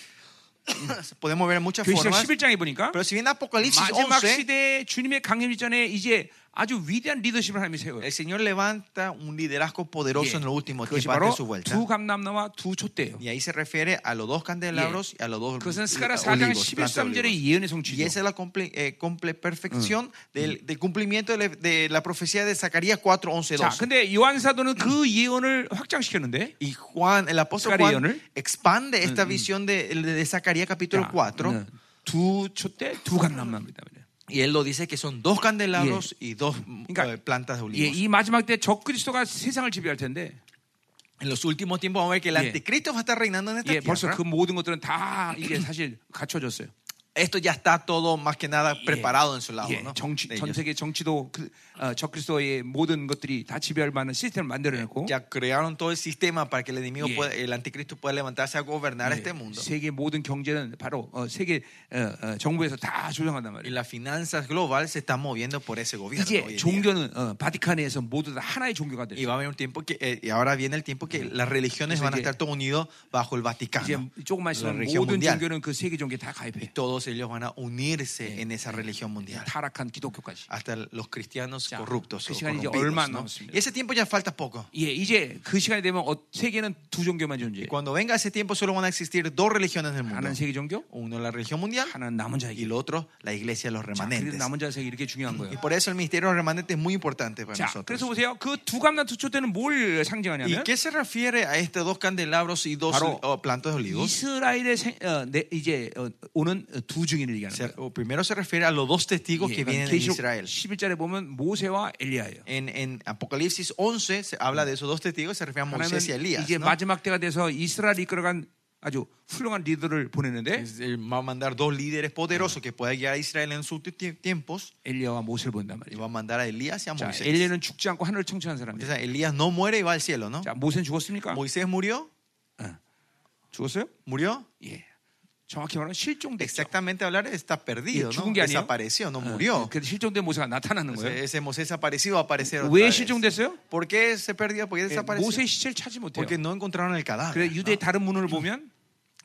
Podemos ver muchas
교시작
formas.
11장에 보니까
Pero si bien Apocalipsis
마지막
11,
시대에 주님의 강림 전에 이제 아주 위대한 리더십을 하나님이 세워요. 예.
el Señor levanta un liderazgo poderoso en los últimos
그것이
tiempos antes
바로
de su vuelta.
두 감남나와 두 촛대예요. 예. 그러니까
Y ahí se refiere a los dos candelabros y a los dos
그것은 스가라
olivos,
4장
plantas
11,
de
3절의
olivos.
예언의
Y esa
성취죠.
es la comple- eh, comple- perfección del, del cumplimiento de la, de la profecía de Zacarías 4, 11,
자,
12.
근데 요한사도는 그 예언을 확장시켰는데
Y Juan, el apóstol
Zacarías,
Juan,
¿no?
expande esta visión de, de Zacarías capítulo
자,
4
네, 두 촛대, 두 감남나입니다.
y él lo dice que son dos candelabros y dos mm,
Venga.
eh, plantas de
예,
olivos.
이 마지막 때 적그리스도가 세상을 지배할 텐데
en los últimos tiempos vamos a ver que el
예.
anticristo va a estar reinando en esta
예, 벌써
tierra.
그 모든 것들은 다 이게 사실 갖춰졌어요.
Esto ya está todo más que nada preparado en su lado.
예,
¿no?
정치,
De
전
ellos.
세계 정치도 그, 어, 적그리스도의 모든 것들이 다 지배할 만한 시스템을 만들어냈고
Ya crearon todo el sistema para que el enemigo,
Yeah.
pueda- el anticristo pueda levantarse a gobernar este mundo.
예, 세계 모든 경제는 바로 어, 세계 어, 어, 정부에서 다 조정한단
Y
말이에요.
las finanzas globales se están moviendo por ese gobierno. hoy en
이제
día.
종교는 어, 바티칸에서 모두 다 하나의 종교가
Y
돼요.
va a haber un tiempo que, eh, y ahora viene el tiempo que las religiones
Entonces,
van a
ya-
estar todos unidos bajo el
이제
Vaticano.
조금만 있으면
La religión
모든
mundial.
종교는 그 세계 종교에 다 가입해.
Todos ellos van a unirse en esa
네.
religión mundial.
타락한 기독교까지.
Hasta los cristianos
Ya,
corruptos. o
그 시간이 이제
corrompidos,
얼마
¿no?
남았습니다.
Y ese tiempo ya falta poco.
예, 이제 그 시간이 되면 어, 세계는 두 종교만
Y
존재해.
cuando venga ese tiempo solo van a existir dos religiones en el mundo.
하나는 세계 종교,
Uno la religión mundial
하나는 남은 자의 길.
y el otro la iglesia de los
자, 그래서
remanentes.
남은 자의 세계 음, 이렇게 중요한 거예요.
Y por eso el ministerio de los remanentes es muy importante para
자, 그래서
nosotros.
보세요. 그 두 감난 두초 때는 뭘
¿Y
상징하냐면
qué se refiere a estos dos candelabros y dos
Claro.
oh, plantas de olivos?
이스라엘의 생, 어, 내, 이제 어, 오는 어, 두 증인을 얘기하는
Se-
거예요. 예, 그러니까
o primero se refiere a los dos testigos que vienen de
계시록
Israel.
11절에 보면 모세와 네 엘리야예요.
En, en Apocalipsis 11 se habla de esos dos testigos, se refiere a
하나님은
Moisés y Elías.
이제
¿no?
마지막 때가 돼서 이스라엘 이끌어간 아주 훌륭한 리더를 보내는데
Es- eh, Va a mandar dos líderes poderosos que puedan guiar a Israel en sus tie- tiempos
엘리야와 모세를 본단
y
말이에요.
va a mandar a Elías y a
자,
Moisés.
엘리야는 죽지 않고 하늘을 청취한 사람이에요.
Entonces, Elías no muere y va al cielo, ¿no?
자, 모세는 죽었습니까?
Moisés murió,
죽었어요?
murió.
예. 정확히 말하면 실종됐죠.
Exactamente hablar está perdido,
예,
¿no?
죽은 게 아니에요.
Desapareció, no
어,
murió.
그래서 실종된 모세가 나타나는
Entonces,
거예요.
ese Moisés desaparecido va a aparecer otra
왜
vez.
실종됐어요?
¿Por qué se perdió? ¿Por qué
예, 모세의
desapareció?
시체를 찾지 못해요.
Porque no encontraron el
그래
cadáver.
유대 의 다른 문헌을 보면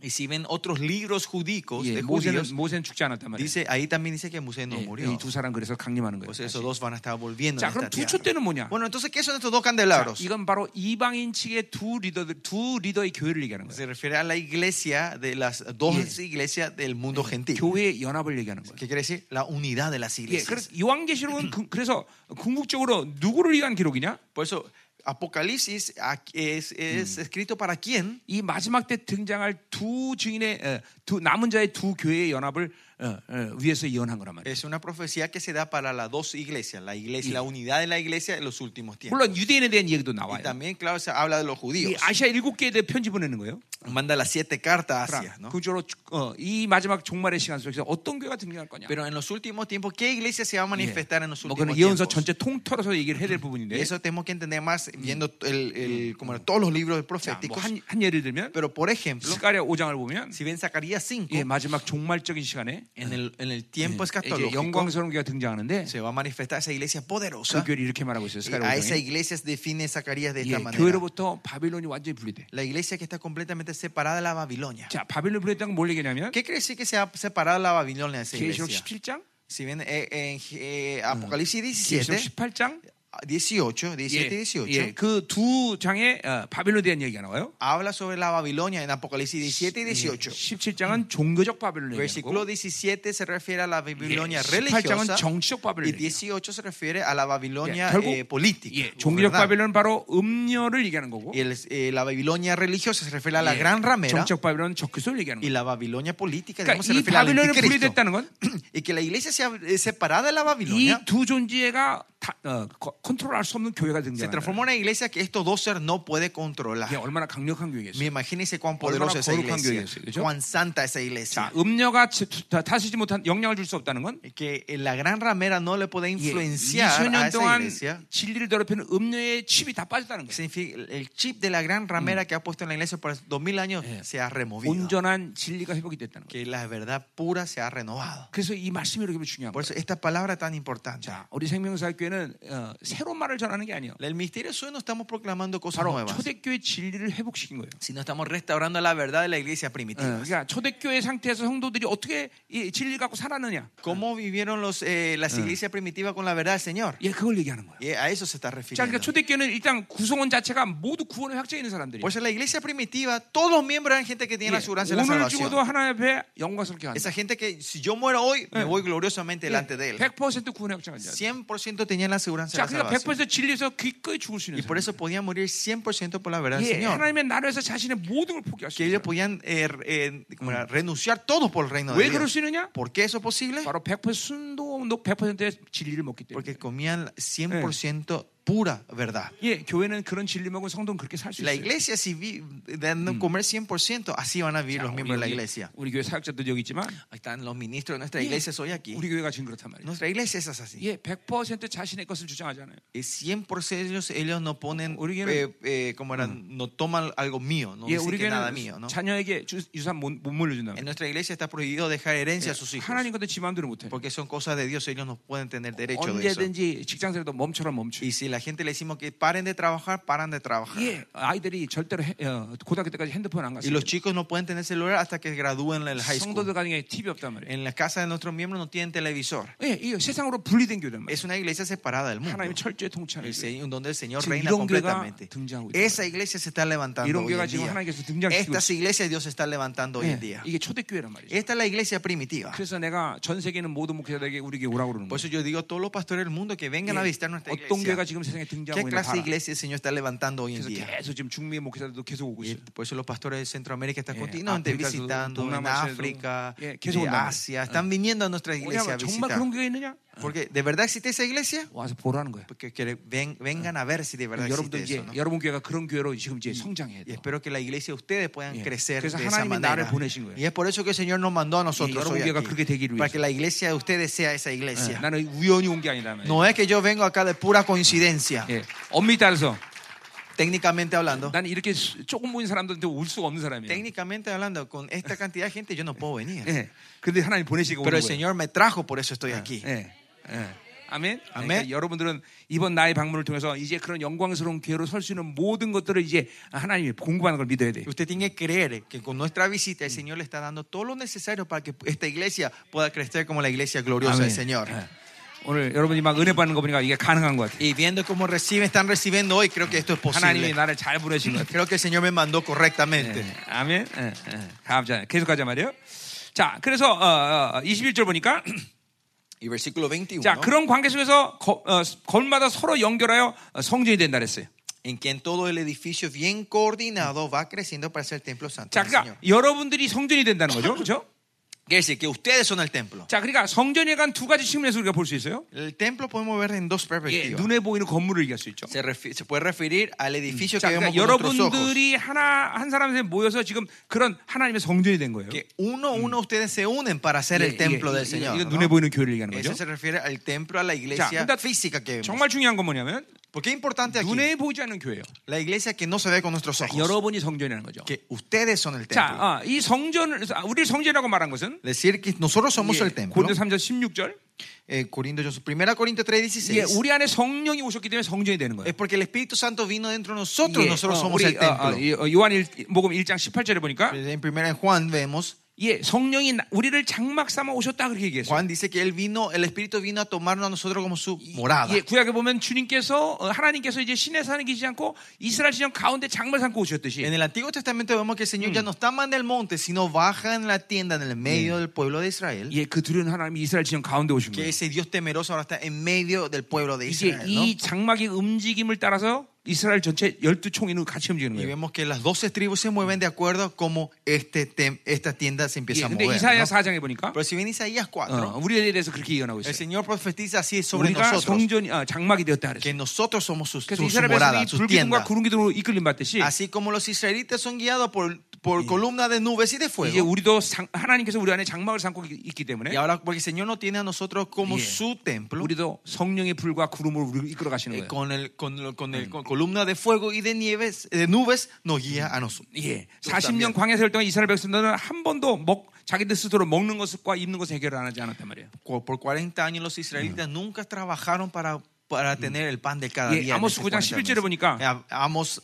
Y si ven otros libros judíos
예,
de judíos,
모세는 모세는 죽지 않았단 말이에요. 예,
dice, ahí también dice que Moisés
Eh,
no murió.
이두 사람 그래서 강림하는 거예요.
Pues esos dos van a estar volviendo.
자,
en esta
그럼
tierra.
두초 때는 뭐냐?
Bueno, entonces, ¿qué son estos dos
자,
candelabros?
이건 바로 이방인 측의 두 리더들 두 리더의 교회를 얘기하는 거예요.
Se refiere a la iglesia de las dos iglesias del mundo gentil.
교회의 연합을 얘기하는 거예요.
¿Qué quiere decir? La unidad de las
예,
iglesias.
그래서 요한계시록은 그, 그래서 궁극적으로 누구를 위한 기록이냐?
Por eso, Apocalipsis a- es, es escrito para quién?
이 마지막 때 등장할 두 증인의 에, 두 남은 자의 두 교회의 연합을 어, 어, 위해서 예언한 거란 말이에요.
Es una profecía que se da para las dos iglesias, la iglesia, la unidad de la iglesia en los últimos tiempos.
물론 유대인에 대한 얘기도 나와요.
Y también, claro, se habla de los
이
judíos.
아시아 일곱 개에 대해 편지 보내는 거예요.
Manda las siete cartas a Asia, ¿no?
그쪽으로 어, 이 마지막 종말의 시간 속에서 어떤 교회가 등장할 거냐?
Pero en los últimos tiempos, ¿qué iglesia se va a manifestar en los
뭐
últimos
그는 예언서
tiempos?
전체 통틀어서 얘기를 해야 될
Y
부분인데
eso tenemos que entender más viendo el, el- como todos los libros
자, 뭐
proféticos.
한, 한 예를 들면
Pero por ejemplo,
스가랴 5장을 보면
si ven Zacarías 5,
예, 마지막 종말적인 시간에 예,
en el, en el
Eh,
tiempo
이제
escatológico,
영광스러운 교회가 등장하는데
se va a manifestar esa iglesia
그
poderosa.
교회를 이렇게 말하고 있어요.
Y
스가랴
a esa
아, 5장에
iglesia se define Zacarías de
예,
esta manera.
교회로부터 바빌론이 완전히 분리돼.
La iglesia que está completamente separada de la Babilonia.
자, 바빌론 분리했다는 건 뭘 얘기냐면
¿Qué quiere decir que se ha separado la Babilonia de esa
계시록
iglesia?
17장,
Si ven eh, en eh, Apocalipsis
계시록
17,
18장, 예,
18, 17 y 18,
그 두 장에 어, 바빌론에 대한 얘기가 나와요. 예,
habla sobre la Babilonia en Apocalipsis 17 y 18.
17장은 종교적 바빌론 얘기하고 예,
Versículo 17 se refiere a la Babilonia
18장은
religiosa
정치적
y
바빌론. 얘기예요.
18 se refiere a la Babilonia
예, 결국-
eh, política.
예, 종교적
¿verdad?
바빌론은 바로 음녀를 얘기하는 거고
Y el- eh, la Babilonia religiosa se refiere a la
예,
gran ramera
정치적 바빌론은 적그리스도를 얘기하는
y
거예요.
la Babilonia política digamos,
그러니까
se
이
refiere al
바빌론은
anticristo.
분리됐다는 건 이
Y que la iglesia sea eh, separada de la Babilonia
두 존재가 다, 어, 거- 컨트롤할 수 없는 교회가
se
등장한다.
transforma en una iglesia que estos dos seres no puede
이게
controlar.
얼마나 강력한 교회겠어요.
Me imagínense cuán
얼마나
poderosa esa
거룩한
iglesia,
교회겠어요, 그죠?
cuán santa esa
자,
iglesia.
음녀가 지- 다- 다스리지 못한 영향을 줄 수 없다는 건
Y Que eh, la gran ramera no le
예,
puede influenciar a
20년
esa
동안
iglesia.
진리를 더럽히는 음녀의 칩이 다 빠졌다는 거예요.
Significa, el chip de la gran ramera que ha puesto en la iglesia por 2000 años se ha removido.
온전한 진리가 회복이 됐다는 거예요.
Que la verdad pura se ha renovado.
그래서 이 말씀이 이렇게 중요한
Por
거예요.
eso esta palabra tan importante.
자, 우리 생명사교회는 교회는 어, 새로운 말을 전하는 게 아니에요.
El misterio suyo no estamos proclamando cosas
바로
nuevas,
초대교회 진리를 회복시킨 거예요.
sino estamos restaurando la verdad de la iglesia
어,
primitiva.
그러니까 초대교회 상태에서 성도들이 어떻게 이 진리 갖고 살았느냐?
¿Cómo vivieron los, eh, las iglesias primitivas con la verdad del Señor?
예, 그걸 얘기하는 거예요.
Y a eso se está
자, 그러니까
refiriendo.
초대교회는 일단 구성원 자체가 모두 구원에 확정해 있는 사람들이에요.
Por eso pues la iglesia primitiva, todos los miembros eran gente que tenía la aseguranza de
예,
la
오늘 죽어도
salvación.
하나님 앞에 영광스럽게 가는
Esa gente que si yo muero hoy, me voy gloriosamente delante de él.
100% 구원에 확정한 자.
100% tenían la aseguranza de
자,
la
그러니까 100%
salvación.
진리에서 기꺼이 죽을 수 있는
Y por
사람.
eso podían morir 100% por la verdad del
예,
Señor.
하나님의 나라에서 자신의 모든 걸 포기할 수
Que
있는
ellos
사람.
podían eh, eh, como era, renunciar todos por el reino de
왜 그럴
Dios.
수 있느냐?
¿Por qué eso es posible?
바로 100% 순도덕 100%의 진리를 먹기 때문에.
Porque comían 100% pura verdad.
예, 교회는 그런 진리 먹은 성도는 그렇게 살 수
La
있어요.
iglesia, si vi- dan de comer 100%, así van a vivir
자,
los
우리,
miembros de la
우리,
iglesia.
우리 교회 사역자들도 여기 있지만
Ahí están los ministros de nuestra
예,
iglesia hoy aquí.
우리 교회가 지금 그렇단 말이에요.
Nuestra iglesia es así.
예, 100% 자신의 것을 주장하잖아요.
Es 100% ellos, ellos no ponen,
Origen-
eh, eh, como eran, no toman algo mío, no
예,
dicen
우리
que nada mío.
교회는
¿no?
자녀에게 주- 유산 못, 못 물려준다는 예,
En nuestra iglesia está prohibido dejar herencia a sus hijos.
하나님 것도 지 마음대로 못해.
Porque son cosas de Dios, ellos no pueden tener derecho de eso.
언제든지 직장생활도 멈춰라 멈춰.
Y si la gente le decimos que paren de trabajar, paran de trabajar.
예, 아이들이 절대로 해- 어, 고등학교 때까지 핸드폰 안
Y
갔어요.
los chicos no pueden tener celular hasta que gradúen en el high school.
성도들 가정에 TV 없단 말이에요.
En la casa de nuestros miembros no tienen televisor.
예, 이 세상으로 분리된 교회란 말이에요.
Es una iglesia separada del mundo.
하나님이 철저히 통치하는
El
교회.
se- donde el Señor
지금
reina
이런 교회가
completamente.
등장하고 있는
Esa iglesia se está levantando
이런
hoy
교회가
en
지금
día.
하나님께서 등장시키고
Estas iglesias Dios está levantando hoy en
예,
día.
이게 초대교회란 말이죠.
Esta es la iglesia primitiva.
그래서 내가 전 세계는 모든 목회자들에게 우리에게 오라고 그러는 거예요.
Por eso yo digo a todos los pastores del mundo que vengan a
예,
visitar nuestra
어떤 교회가
iglesia.
지금 세상에 등장하고
¿Qué
있는
clase de
가
iglesia el Señor está levantando hoy en
그래서
día?
계속 지금 중미의 목회자들도 계속 오고
Y
있어요.
por eso los pastores de Centroamérica están
예,
continuamente
아프리카에서도,
visitando en
동남아시아에도,
África,
예, 계속
en
온단
Asia. Están viniendo a nuestra iglesia a
왜냐하면 정말
visitar.
그런 교회 있느냐?
Porque ¿de verdad existe esa iglesia?
와서 보라는 거예요.
Porque que ven- vengan a ver si de verdad
여러분들
existe
이제
eso. ¿no?
여러분 교회가 그런 교회로 지금 이제 성장해야
Y
돼요.
espero que la iglesia de ustedes puedan
예.
crecer de
그래서
esa
하나님이
manera.
나를 보내신 거예요.
Y es por eso que el Señor nos mandó a nosotros
여러분
hoy
교회가
aquí,
그렇게 되기를
para
위해서.
que Ah, la iglesia de ustedes sea esa
예,
iglesia.
나는 우연히 온 게 아니다. 말이에요.
No es que yo vengo acá de pura coincidencia,
예, 엄밀히 따라서
técnicamente hablando.
나는 이렇게 수- 조금 모인 사람들한테 올 수가 없는 사람이에요.
Técnicamente hablando, con esta cantidad de gente yo no puedo venir.
예, 근데 하나님 보내시고
Pero
오는
el
거예요.
Señor me trajo, por eso estoy aquí.
예, 예. 아멘.
아멘.
그러니까 여러분들은 이번 나의 방문을 통해서 이제 그런 영광스러운 기회로 설 수 있는 모든 것들을 이제 하나님이 공급하는 걸 믿어야 돼. 요
Usted tiene que creer que con nuestra visita el Señor le está dando todo lo necesario para que esta iglesia pueda crecer como la iglesia gloriosa del Señor.
예. 오늘 여러분이 막 은혜 받는 거 보니까 이게 가능한 것 같아요.
Y viendo cómo reciben, están recibiendo hoy, creo que esto es
하나님이
posible.
나를 잘 보내신 것 같아요.
Creo que el Señor me mandó correctamente.
예, 아멘. 예, 예. 감사합니다. 계속 가자 말이에요. 자, 그래서 어, 어, 21절 보니까
Y versículo 21.
자, 그런 관계 속에서 거- 어, 걸마다 서로 연결하여 어, 성전이 된다 그랬어요.
En quien todo el edificio bien coordinado va creciendo para ser el templo santo.
자,
del
그러니까
Señor.
여러분들이 성전이 된다는 거죠. 그렇죠?
Quiere decir que ustedes son el templo.
자, 그러니까 성전에 간 두 가지 측면에서 우리가 볼 수 있어요.
El templo podemos ver en dos
예,
perspectivas.
눈에 보이는 건물을 얘기할 수 있죠.
Se, refi- se puede referir al edificio
자,
que
그러니까
vemos con nuestros ojos.
여러분들이 하나 한 사람한테 모여서 지금 그런 하나님의 성전이 된 거예요.
Que uno a uno ustedes se unen para ser
예,
el templo
예,
del
예,
Señor.
이거
¿no?
눈에 보이는 교회를 얘기하는
Eso
거죠.
se refiere al templo, a la iglesia
그러니까
física que vemos.
정말 중요한 건 뭐냐면
¿Por qué es importante aquí?
눈에 보이지 않는 교회예요.
La iglesia que no ah. se ve con nuestros ojos.
여러분이 성전이라는 거죠.
Que ustedes son el
자,
templo.
아, 이 성전을 아, 우리 성전이라고 말한 것은
Decir que nosotros somos el
예,
templo.
고린도 3장 16절.
Eh, Corintios, 1 Corintios 3, 16.
예, 우리 안에 성령이 오셨기 때문에 성전이 되는 거예요.
Es porque el Espíritu Santo vino dentro de nosotros,
예,
nosotros
어,
somos
우리
el templo.
어, 어, 이, 어, 요한 일, 복음 1장 18절에 보니까
en primera en Juan vemos,
예, 성령이 나- 우리를 장막 삼아 오셨다 그렇게 얘기했어요.
Juan dice que él vino, el Espíritu vino a tomarnos a nosotros como su morada.
예, 구약에 보면 주님께서 어, 하나님께서 이제 신의 산에 계시지 않고 이스라엘 지정 가운데 장막 삼고
En
오셨듯이
el Antiguo Testamento vemos que el Señor ya no está más en el monte, sino baja en la tienda en el medio del pueblo de Israel.
예, 그 두려운 하나님이 이스라엘 지정 가운데 오신
Que
거예요.
ese Dios temeroso ahora está en medio del pueblo de
이제
Israel. ¿no?
이 장막의 움직임을 따라서 이스라엘 전체 12총이는 같이 움직이는
Y
거예요.
vemos que las 12 tribus se mueven de acuerdo a cómo este tem- esta tienda se
예,
empieza a
근데
mover.
이사야
¿no?
4장에 보니까
Pero si bien Isaías 4,
어, 우리에 대해서 그렇게 예언하고
el
있어요.
Señor profetiza así sobre
우리가
nosotros,
성전이 아, 장막이 되었다 그랬어요.
que nosotros somos sus,
그래서
su- su
이스라엘
morada,
백성이
su
불기둥과
tienda.
구름기둥으로 이끌림 받듯이
Así como los israelitas son guiados por, por columna de nubes y de
이제
fuego.
우리도 상- 하나님께서 우리 안에 장막을 삼고 있- 있기
Y
때문에
ahora, porque el Señor no tiene a nosotros como
Yeah.
su templo,
우리도 성령의 불과 구름으로 우리를 이끌어 가시는
eh,
거예요.
con, el, con, lo- con el- con columna de fuego y de, nieves, de nubes nos guía a nosotros.
예. 40년
그렇다면.
광야 세월 동안 이스라엘 백성들은 한 번도 먹 자기들 스스로 먹는 것과 입는 것을 해결을 안 하지 않았단 말이에요.
Cu- Por 40 años los israelitas nunca trabajaron para para tener el pan de cada
예,
día. en
아모스
este
9장 11
40 meses.
절을 보니까-
예, 아- 아모스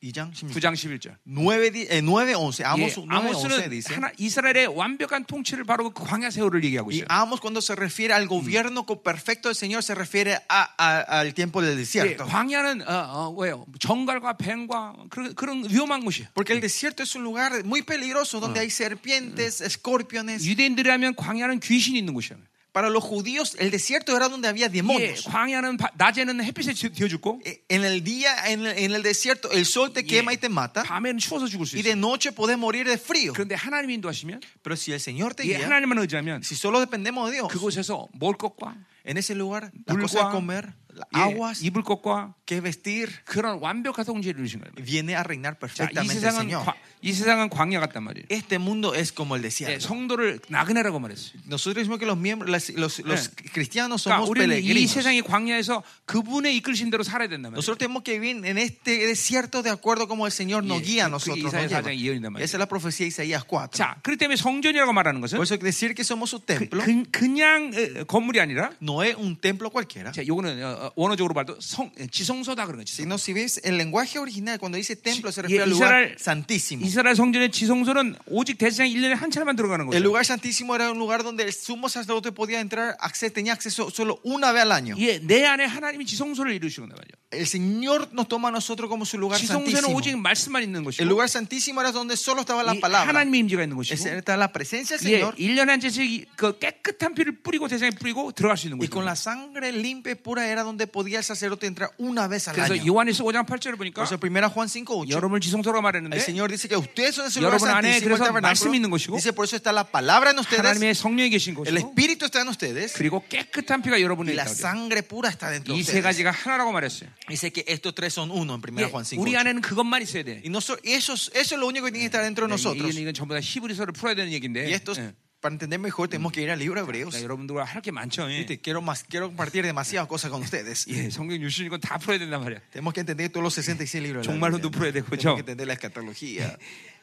2장 16.
9장 11절.
9, 11.
예,
eh, Amos 9, 11
아모스는
dice.
하나, 이스라엘의 완벽한 통치를 바로 그 광야 세월을 얘기하고
Y
있어요.
Amos cuando se refiere al gobierno co- perfecto del Señor se refiere a- a- al tiempo del
예,
desierto.
광야는 어, 어, 왜요? 정갈과 뱀과 그런, 그런 위험한 곳이에요.
Porque el desierto es un lugar muy peligroso donde hay serpientes, escorpiones.
유대인들이라면 광야는 귀신이 있는 곳이에요.
Para los judíos el desierto era donde había
예,
demonios.
광야는 바- 낮에는 햇빛에 지- 뒤어 죽고 예,
Eh, En el día, en el, en el desierto, el sol te quema y te mata.
밤에는 추워서 죽을 수
Y
있어요.
de noche podés morir de frío.
그런데 하나님이 인도하시면
Pero si el Señor te
예,
guía,
하나님만 의지하면
si solo dependemos de Dios,
그곳에서 먹을 것과
en ese lugar, las cosas
물과
de comer, las
예,
aguas,
입을 것과
que vestir,
그런 완벽한 통제를 이루신 거예요.
viene a reinar
자, 이
perfectamente el
세상은
Señor.
과- 이 세상은 광야 같단 말이에요.
Este mundo es como el
예,
desierto.
성도를 나그네라고 말했어요.
Nosotros decimos que los miembros, las- los, los
예.
cristianos
그러니까
somos
우리는 이
peregrinos.
세상의 광야에서 그분의 이끌신 대로 살아야 된다 말이에요.
Nosotros tenemos que vivir en este desierto de acuerdo como el Señor nos
예,
guía a
그게
nosotros. nos
이사야
lleva.
사장 예언이란 말이에요.
Esa es la profecía de Isaías 4.
자, 그렇기 때문에 성전이라고 말하는 것은
Por eso decir que somos su templo
그, 냥 건물이 아니라
no es un templo cualquiera.
자, 요거는 어, 어, 원어적으로 말도 성, 예, 지성소다 그런 거지.
Sino si ves el lenguaje original, cuando dice templo
Sí,
se
y
refiere al lugar
Israel-
santísimo.
이스라엘 성전의 지성소는 오직 대제사장 1년에 한 차례만 들어가는
El
거예요.
lugar santísimo era un lugar donde el sumo sacerdote podía entrar, acce- tenía acceso solo una vez al año.
예, 내 안에 하나님이 지성소를 이루시는 거예요.
El Señor nos toma a nosotros como su lugar
지성소는
santísimo.
오직 말씀만 있는
El
것이고
lugar santísimo era donde solo estaba la
이
palabra.
하나님의 임재가 있는
Es-
것이고
Estaba la presencia del
예,
Señor.
1년에 한 채씩 그 깨끗한 피를 뿌리고 대상에 뿌리고 들어갈 수 있는
Y con
거죠.
la sangre limpia y pura era donde podía el sacerdote entrar una vez al
그래서
año.
요한에서 5장 8절을 보니까
Por eso, primera Juan 5.8.
여러분을 지성소라고
El
말했는데
Señor dice que ustedes son el
여러분
lugar
안에
santísimo, el
그래서
tabernáculo.
말씀이 있는 것이고,
Dice, por eso está la palabra en ustedes,
하나님의 성령이 계신
el
것이고
Espíritu está en ustedes
그리고 깨끗한 피가
y
여러분에
la
있다고 그래요.
sangre pura está dentro de
이 세
ustedes.
가지가 하나라고 말했어요.
Dice que estos tres son uno en
예,
primera Juan 5.8.
우리 안에는 그것만 있어야 돼.
Y noso- eso, es- eso es lo único que tiene que estar dentro
이건,
de nosotros.
이건 전부 다 히브리서를 풀어야 되는 얘기인데.
Y esto, es-
예.
para entender mejor, tenemos que ir al libro de Hebreos.
그러니까 여러분들과 할 게 많죠. 예.
Viste, Quiero, más, quiero compartir demasiadas cosas con ustedes.
예, 성경 유신이건 다 풀어야 된단 말이야.
Tenemos que entender todos los 66 libros. de la
정말로 눈풀어야
Biblia.
되고,
Tenemos que
그렇죠?
entender la escatología.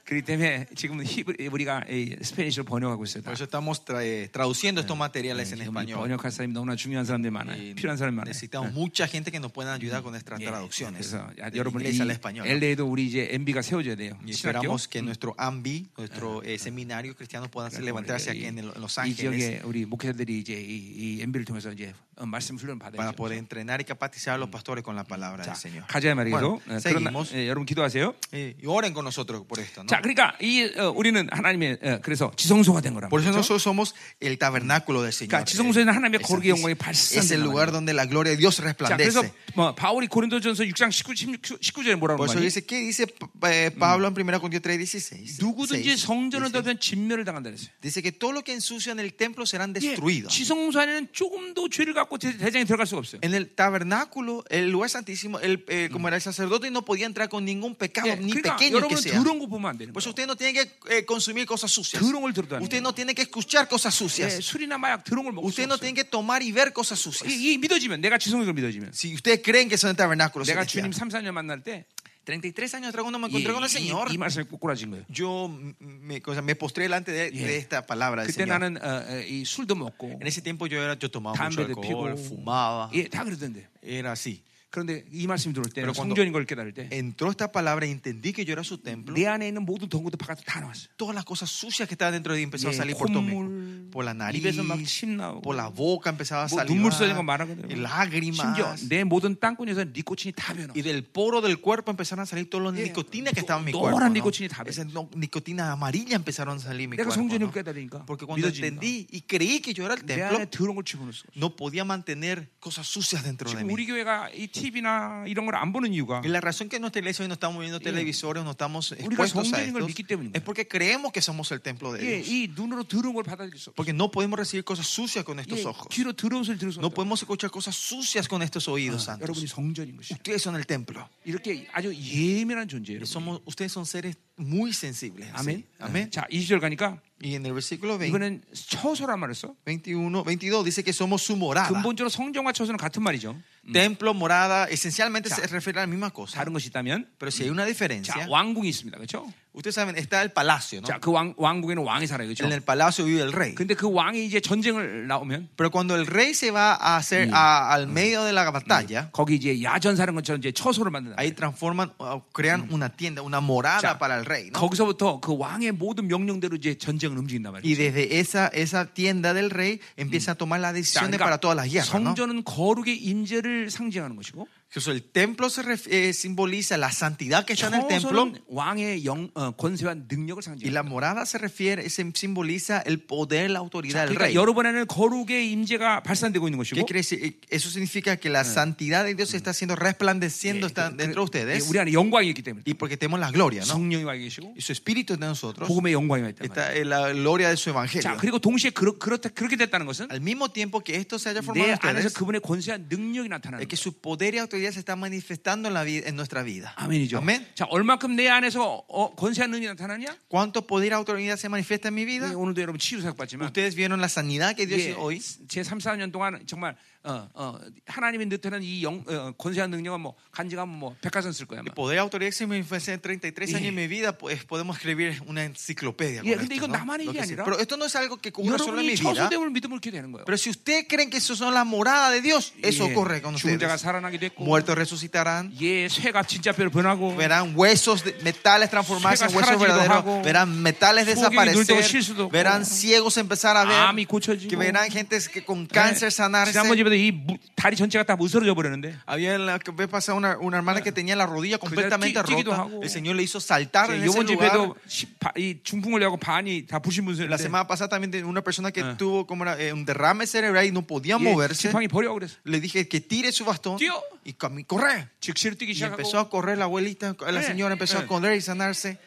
그렇기 때문에 지금 히브리 우리가 이 스페니쉬로 번역하고 있어요. 다.
Por eso estamos trae- traduciendo estos materiales en
지금
español.
번역할 사람이 너무나 중요한 사람들이 많아요.
Y
필요한 사람이 많아요.
necesitamos mucha gente que nos pueda ayudar con nuestras
예.
traducciones.
그래서 야,
del
여러분 이
inglés al español.
LA도 우리 이제 MB가 세워져야 돼요.
Y
신학교.
esperamos que nuestro AMBI, nuestro eh, seminario cristiano, pueda
그러니까
levantarse
우리가
aquí en el- en Los
이
Ángeles
지역에 우리 목회자들이 이제 이, 이 MB를 통해서 이제 어, 말씀 훈련
para
받아야죠.
poder entrenar y capacitar a los pastores con la palabra
자,
del Señor.
가자 말이죠. 예,
Bueno, seguimos.
여러분 기도하세요.
Eh, Y oren con nosotros por esto. ¿no?
자, 그러니까 이 어, 우리는 하나님의 어, 그래서 지성소가 된 거란
Por eso
말이죠.
nosotros somos el tabernáculo del Señor.
그러니까 지성소에는 하나님의
El
거룩의 영광이
Santísimo. es el
발산된단
lugar donde la gloria de Dios
자, 그래서
resplandece.
뭐, 바울이 고린도전서 6장 19, 16, 19절에 뭐라고
Por eso
말이에요?
dice, ¿qué dice eh, Pablo en 1 Corintios 3, 16?
누구든지 성전을
16.
더면 진멸을 당한다 그랬어요.
Dice que todo lo que ensucian el templo serán
예,
destruidos.
지성소 안에는 조금도 죄를 갖고 대- 대장에 들어갈 수가 없어요.
En el tabernáculo, el lugar santísimo, el, eh, como era el sacerdote, no podía entrar con ningún pecado,
예,
ni
그러니까
pequeño que
여러분
sea.
더러운 거 보면 안 되는
Por eso
거예요.
usted no tiene que eh, consumir cosas sucias.
더러운 걸 들어도 안
Usted
돼요.
no tiene que escuchar
예,
cosas sucias.
술이나 마약 더러운 걸 먹을 수
Usted no
없어요.
tiene que tomar y ver cosas sucias.
이, 이 믿어지면 내가 지성소를 믿어지면
Si ustedes creen que son el tabernáculo,
내가
celestial.
주님 3, 4년 만날 때
33 años atrás cuando me
이,
encontré con el Señor,
이, 이 말씀에 꼬꾸라진 거예요.
yo me, o sea, me postré delante de,
Yeah.
de esta palabra del
그때
Señor.
나는 어, 어, 이 술도 먹고
En ese tiempo yo, era, yo tomaba mucho
담배도
alcohol,
피고
fumaba,
예, 다 그러던데.
era así.
그런데 이 말씀 들을 때
Pero cuando-
성전인 걸 깨달을 때 내
Entró esta palabra y entendí que yo era su templo.
안에 있는 모든 덩어리도 바깥에 다 나왔어요.
Todas las cosas sucias que estaban dentro de mí empezaron
Yeah,
a salir por todo mi-
콧물,
por la nariz,
입에서 막 침 나오고.
por la boca empezaba a
뭐
salir
눈물 쏟아진 거 말하거든요. 심지어
lágrimas.
내 모든 땅콩에서 니코틴이 다 변화.
Y del poro del cuerpo empezaron a salir todas las
Yeah.
nicotinas que estaban en mi
Eh, Todas
cuerpo.
las
¿no?
nicotinas estaban.
Esas no- nicotinas amarillas empezaron a salir en mi
내가
cuerpo.
성전을
¿no?
깨달으니까
Porque cuando
믿어지니까
entendí y creí que yo era el
내
templo,
안에 더러운 걸 집어넣었어.
no podía mantener cosas sucias dentro de
지금
mí.
우리 교회가 이 TV나 이런 걸 안 보는 이유가
Y la razón que en nuestra iglesia hoy no estamos viendo televisores, no estamos expuestos a
성전인 걸
esto,
믿기 때문인
es
거예요.
porque creemos que somos el templo de
예,
Dios.
이 눈으로 더러운 걸 받아들일 수 없어.
Porque no podemos recibir cosas sucias con
예,
estos ojos.
귀로 더러운 소리 들을 수
No
없어.
podemos escuchar cosas sucias con estos oídos
여러분이
santos.
성전인 것이야.
Ustedes son el templo.
이렇게 아주 예민한 존재예요. 여러분.
Somos, ustedes son seres muy sensibles.
아멘. 네.
¿sí? Amén.
자, 20절 가니까
Y en el versículo 20,
이거는 처소란 말을 써.
21, 22 dice que somos su morada.
근본적으로 성전과 처소는 같은 말이죠.
Templo, morada, esencialmente se refiere a la misma cosa.
다른 것이 있다면
Pero si hay una
자
diferencia,
왕궁이 있습니다, 그렇죠?
ustedes saben, está el palacio, ¿no?
자 그 왕궁에는 왕이 살아요, 그렇죠?
En el palacio vive el rey.
근데 그 왕이 이제 전쟁을 나오면
Pero cuando el rey se va a hacer a- al medio de la batalla,
거기 이제 야전 사는 것처럼 이제 처소를 만든다.
ahí transforman, o crean una tienda, una morada
Ya.
para el rey, ¿no?
거기서부터 그 왕의 모든 명령대로 이제 전쟁을 움직인단 말이에요.
Y desde esa, esa tienda del rey empieza a tomar las
자,
decisiones
그러니까
para todas las guerras, ¿no?
성전은 거룩의 인재를 상징하는 것이고
Jesús, el templo se ref- eh, simboliza la santidad que está en el templo
처소는 왕의 영, 어, 권세와 능력을
y
상징합니다.
la morada se refiere, se simboliza el poder, la autoridad del
그러니까
rey.
여러분에는 거룩의 임재가 발산되고 있는
¿Qué
것이고
quiere decir? Eh, Eso significa que la santidad de Dios está siendo
Eh,
resplandeciendo está dentro
예,
de ustedes
우리 안에 영광이 있기 때문에
y porque tenemos la gloria, ¿no?
성령이 와 계시고
Y su espíritu es de nosotros.
복음의 영광이 와 있단 말이에요.
Está en la gloria de su
자
evangelio.
그리고 동시에 그렇, 그렇다, 그렇게 됐다는 것은
Al mismo tiempo que esto se haya formado
내
en
안에서
ustedes,
그분의 권세와 능력이 나타나는
es que
거예요.
su poder y autoridad se están manifestando en, la vida, en nuestra vida.
아멘이죠.
Amén.
자 얼마큼 내 안에서 어, 권세와 능력이 나타나냐?
¿Cuánto poder y autoridad se manifiesta en mi
예,
vida?
오늘도 여러분 치유사역 받지만
Ustedes vieron la sanidad que Dios
예,
hizo hoy.
제 3, 4년 동안 정말 어, 어, 하나님이 느타는 이 영, 어, 권세한 능력은 뭐 간지가면 뭐 백과선 쓸 거야. 아마.
El poder y autoridad que se manifiesta en 33 años en mi vida, pues podemos escribir una enciclopedia. con
Yeah, 근데
esto,
이건
¿no?
나만의
Lo que
일이
sea.
아니라
Pero esto no es algo que ocurre solo en mi
여러분이
vida.
처소됨을 믿음을 이렇게 되는 거예요.
Pero si ustedes creen que eso son las moradas de Dios, eso
예,
ocurre con
죽은 자가
ustedes.
살아나기도 했고,
Muertos resucitarán,
예, 쇠가 진짜 뼈로 변하고,
verán huesos, de- metales transformarse en
Sueca 사라지기도
huesos verdaderos,
하고,
verán metales
속이 눌리고
desaparecer,
실수도
verán
없고,
ciegos empezar a
암이
ver,
고쳐지고,
que verán gentes que con
예,
cáncer sanarse.
지난번 집에도 이 무- 다리 전체가 다 무서워져 버렸는데,
Había en la que ve pasar una, una hermana que tenía la rodilla completamente
뛰- 뛰기도
rota.
하고.
El Señor le hizo saltar en ese
이번
lugar.
예, 집에도 시- 바- 이 중풍을 내고 반이 다
La
부신분수였는데,
semana pasada también tenía una persona que
Ah.
tuvo como era, eh, un derrame cerebral y no podía moverse.
뭐, 예, 지팡이 버리고 그랬어.
Le dije que tire su bastón
Tío.
y cami- corre.
즉시로 뛰기
Y empezó
시작하고,
a correr la abuelita, la
Eh,
señora empezó
eh.
a correr y sanarse.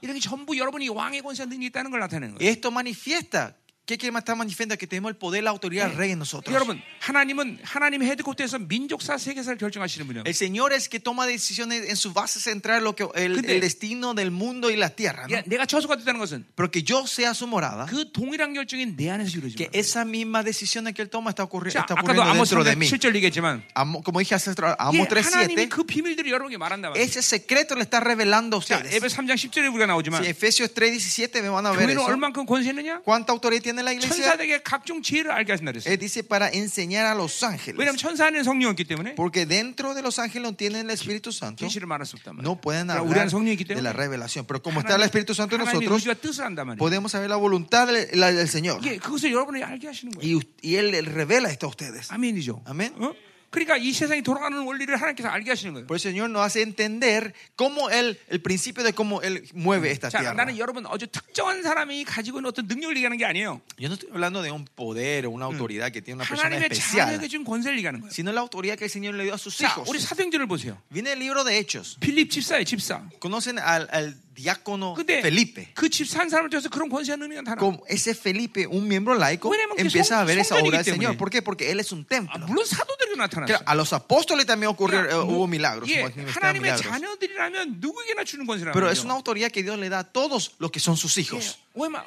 이런 게 전부 여러분이 왕의 권세 능력이 있다는 걸 나타내는 거예요.
Esto manifiesta. ¿Qué quiere más estar manifestando? Que tenemos el poder, la autoridad del rey en nosotros.
여러분 하나님은 하나님 의 헤드코트에서 민족사 세계사를 결정하시는 분이에요.
El Señor es que toma decisiones en su base central, lo que, el,
근데-
el destino del mundo y la tierra. ¿no?
야, 내가 처소가 됐다는 것은
Pero que yo sea su morada.
그 동일한 결정이 내 안에서 이루어지는
que
거예요.
esa misma decisión que él toma está, ocurri-
자,
está
아까도
ocurriendo
아모스
dentro de mí.
7절 얘기했지만
Amo- como dije hace otro-
예,
Amos
하나님이
3.7,
그 비밀들을 여러분에게 말한다 말이에요.
ese secreto le está revelando a
자,
ustedes.
에베 3장 10절에 우리가
Si
나오지만
Efesios 3.17 me van a ver
교회는
eso.
얼만큼 권세 있느냐?
¿Cuánta autoridad tiene la iglesia?
천사들에게 각종 지혜를 알게 하신다 그랬어요.
Él dice para enseñar a los ángeles.
왜냐하면 천사는 성령이기 때문에
Porque dentro de los ángeles no tienen el Espíritu Santo.
계시를 말할 수 없단 말이에요.
No pueden
그러니까 우리는
hablar
성령이기
de la
때문에
revelación. Pero como está el Espíritu Santo en
하나님의
nosotros,
의지와 뜻을 안단 말이에요.
podemos saber la voluntad del, la del Señor.
이게 그것을 여러분이 알게 하시는 거예요.
Y, us- y Él él revela esto a
Ah.
ustedes.
아멘이죠.
아멘.
어? 그러니까 이 세상이 돌아가는 원리를 하나님께서 알게 하시는 거예요.
Por eso el Señor nos hace entender cómo Él, el principio de cómo Él mueve esta
자,
tierra.
나는 여러분 아주 특정한 사람이 가지고 있는 어떤 능력을 얘기하는 게 아니에요.
Yo no estoy hablando de un poder o una
Mm.
autoridad que tiene una persona
하나님의 자녀에게
especial,
준 권세를 얘기하는 거예요.
sino la autoridad que el Señor le dio a sus
자,
hijos.
우리 사도행전을 보세요.
Viene el libro de Hechos.
필립 집사예요, 집사.
Conocen al, al diácono
근데
Felipe.
그 집사 한 사람을 통해서 그런 권세와 능력이 나타나.
Como ese Felipe, un miembro laico,
Bueno, porque
empieza
son-
a ver esa
son
obra del
benignos,
Señor.
¿no?
¿Por qué? Porque Él es un
아,
templo.
물론 사도들에도
Claro,
나타났어요.
a los apóstoles también ocurrió, eh,
그러니까 뭐,
hubo milagros.
예,
como manifestaban
하나님의
milagros.
자녀들이라면 누구에게나 주는 권세라는
Pero es una
거예요. 예,
autoridad que Dios le da a todos los que son sus hijos.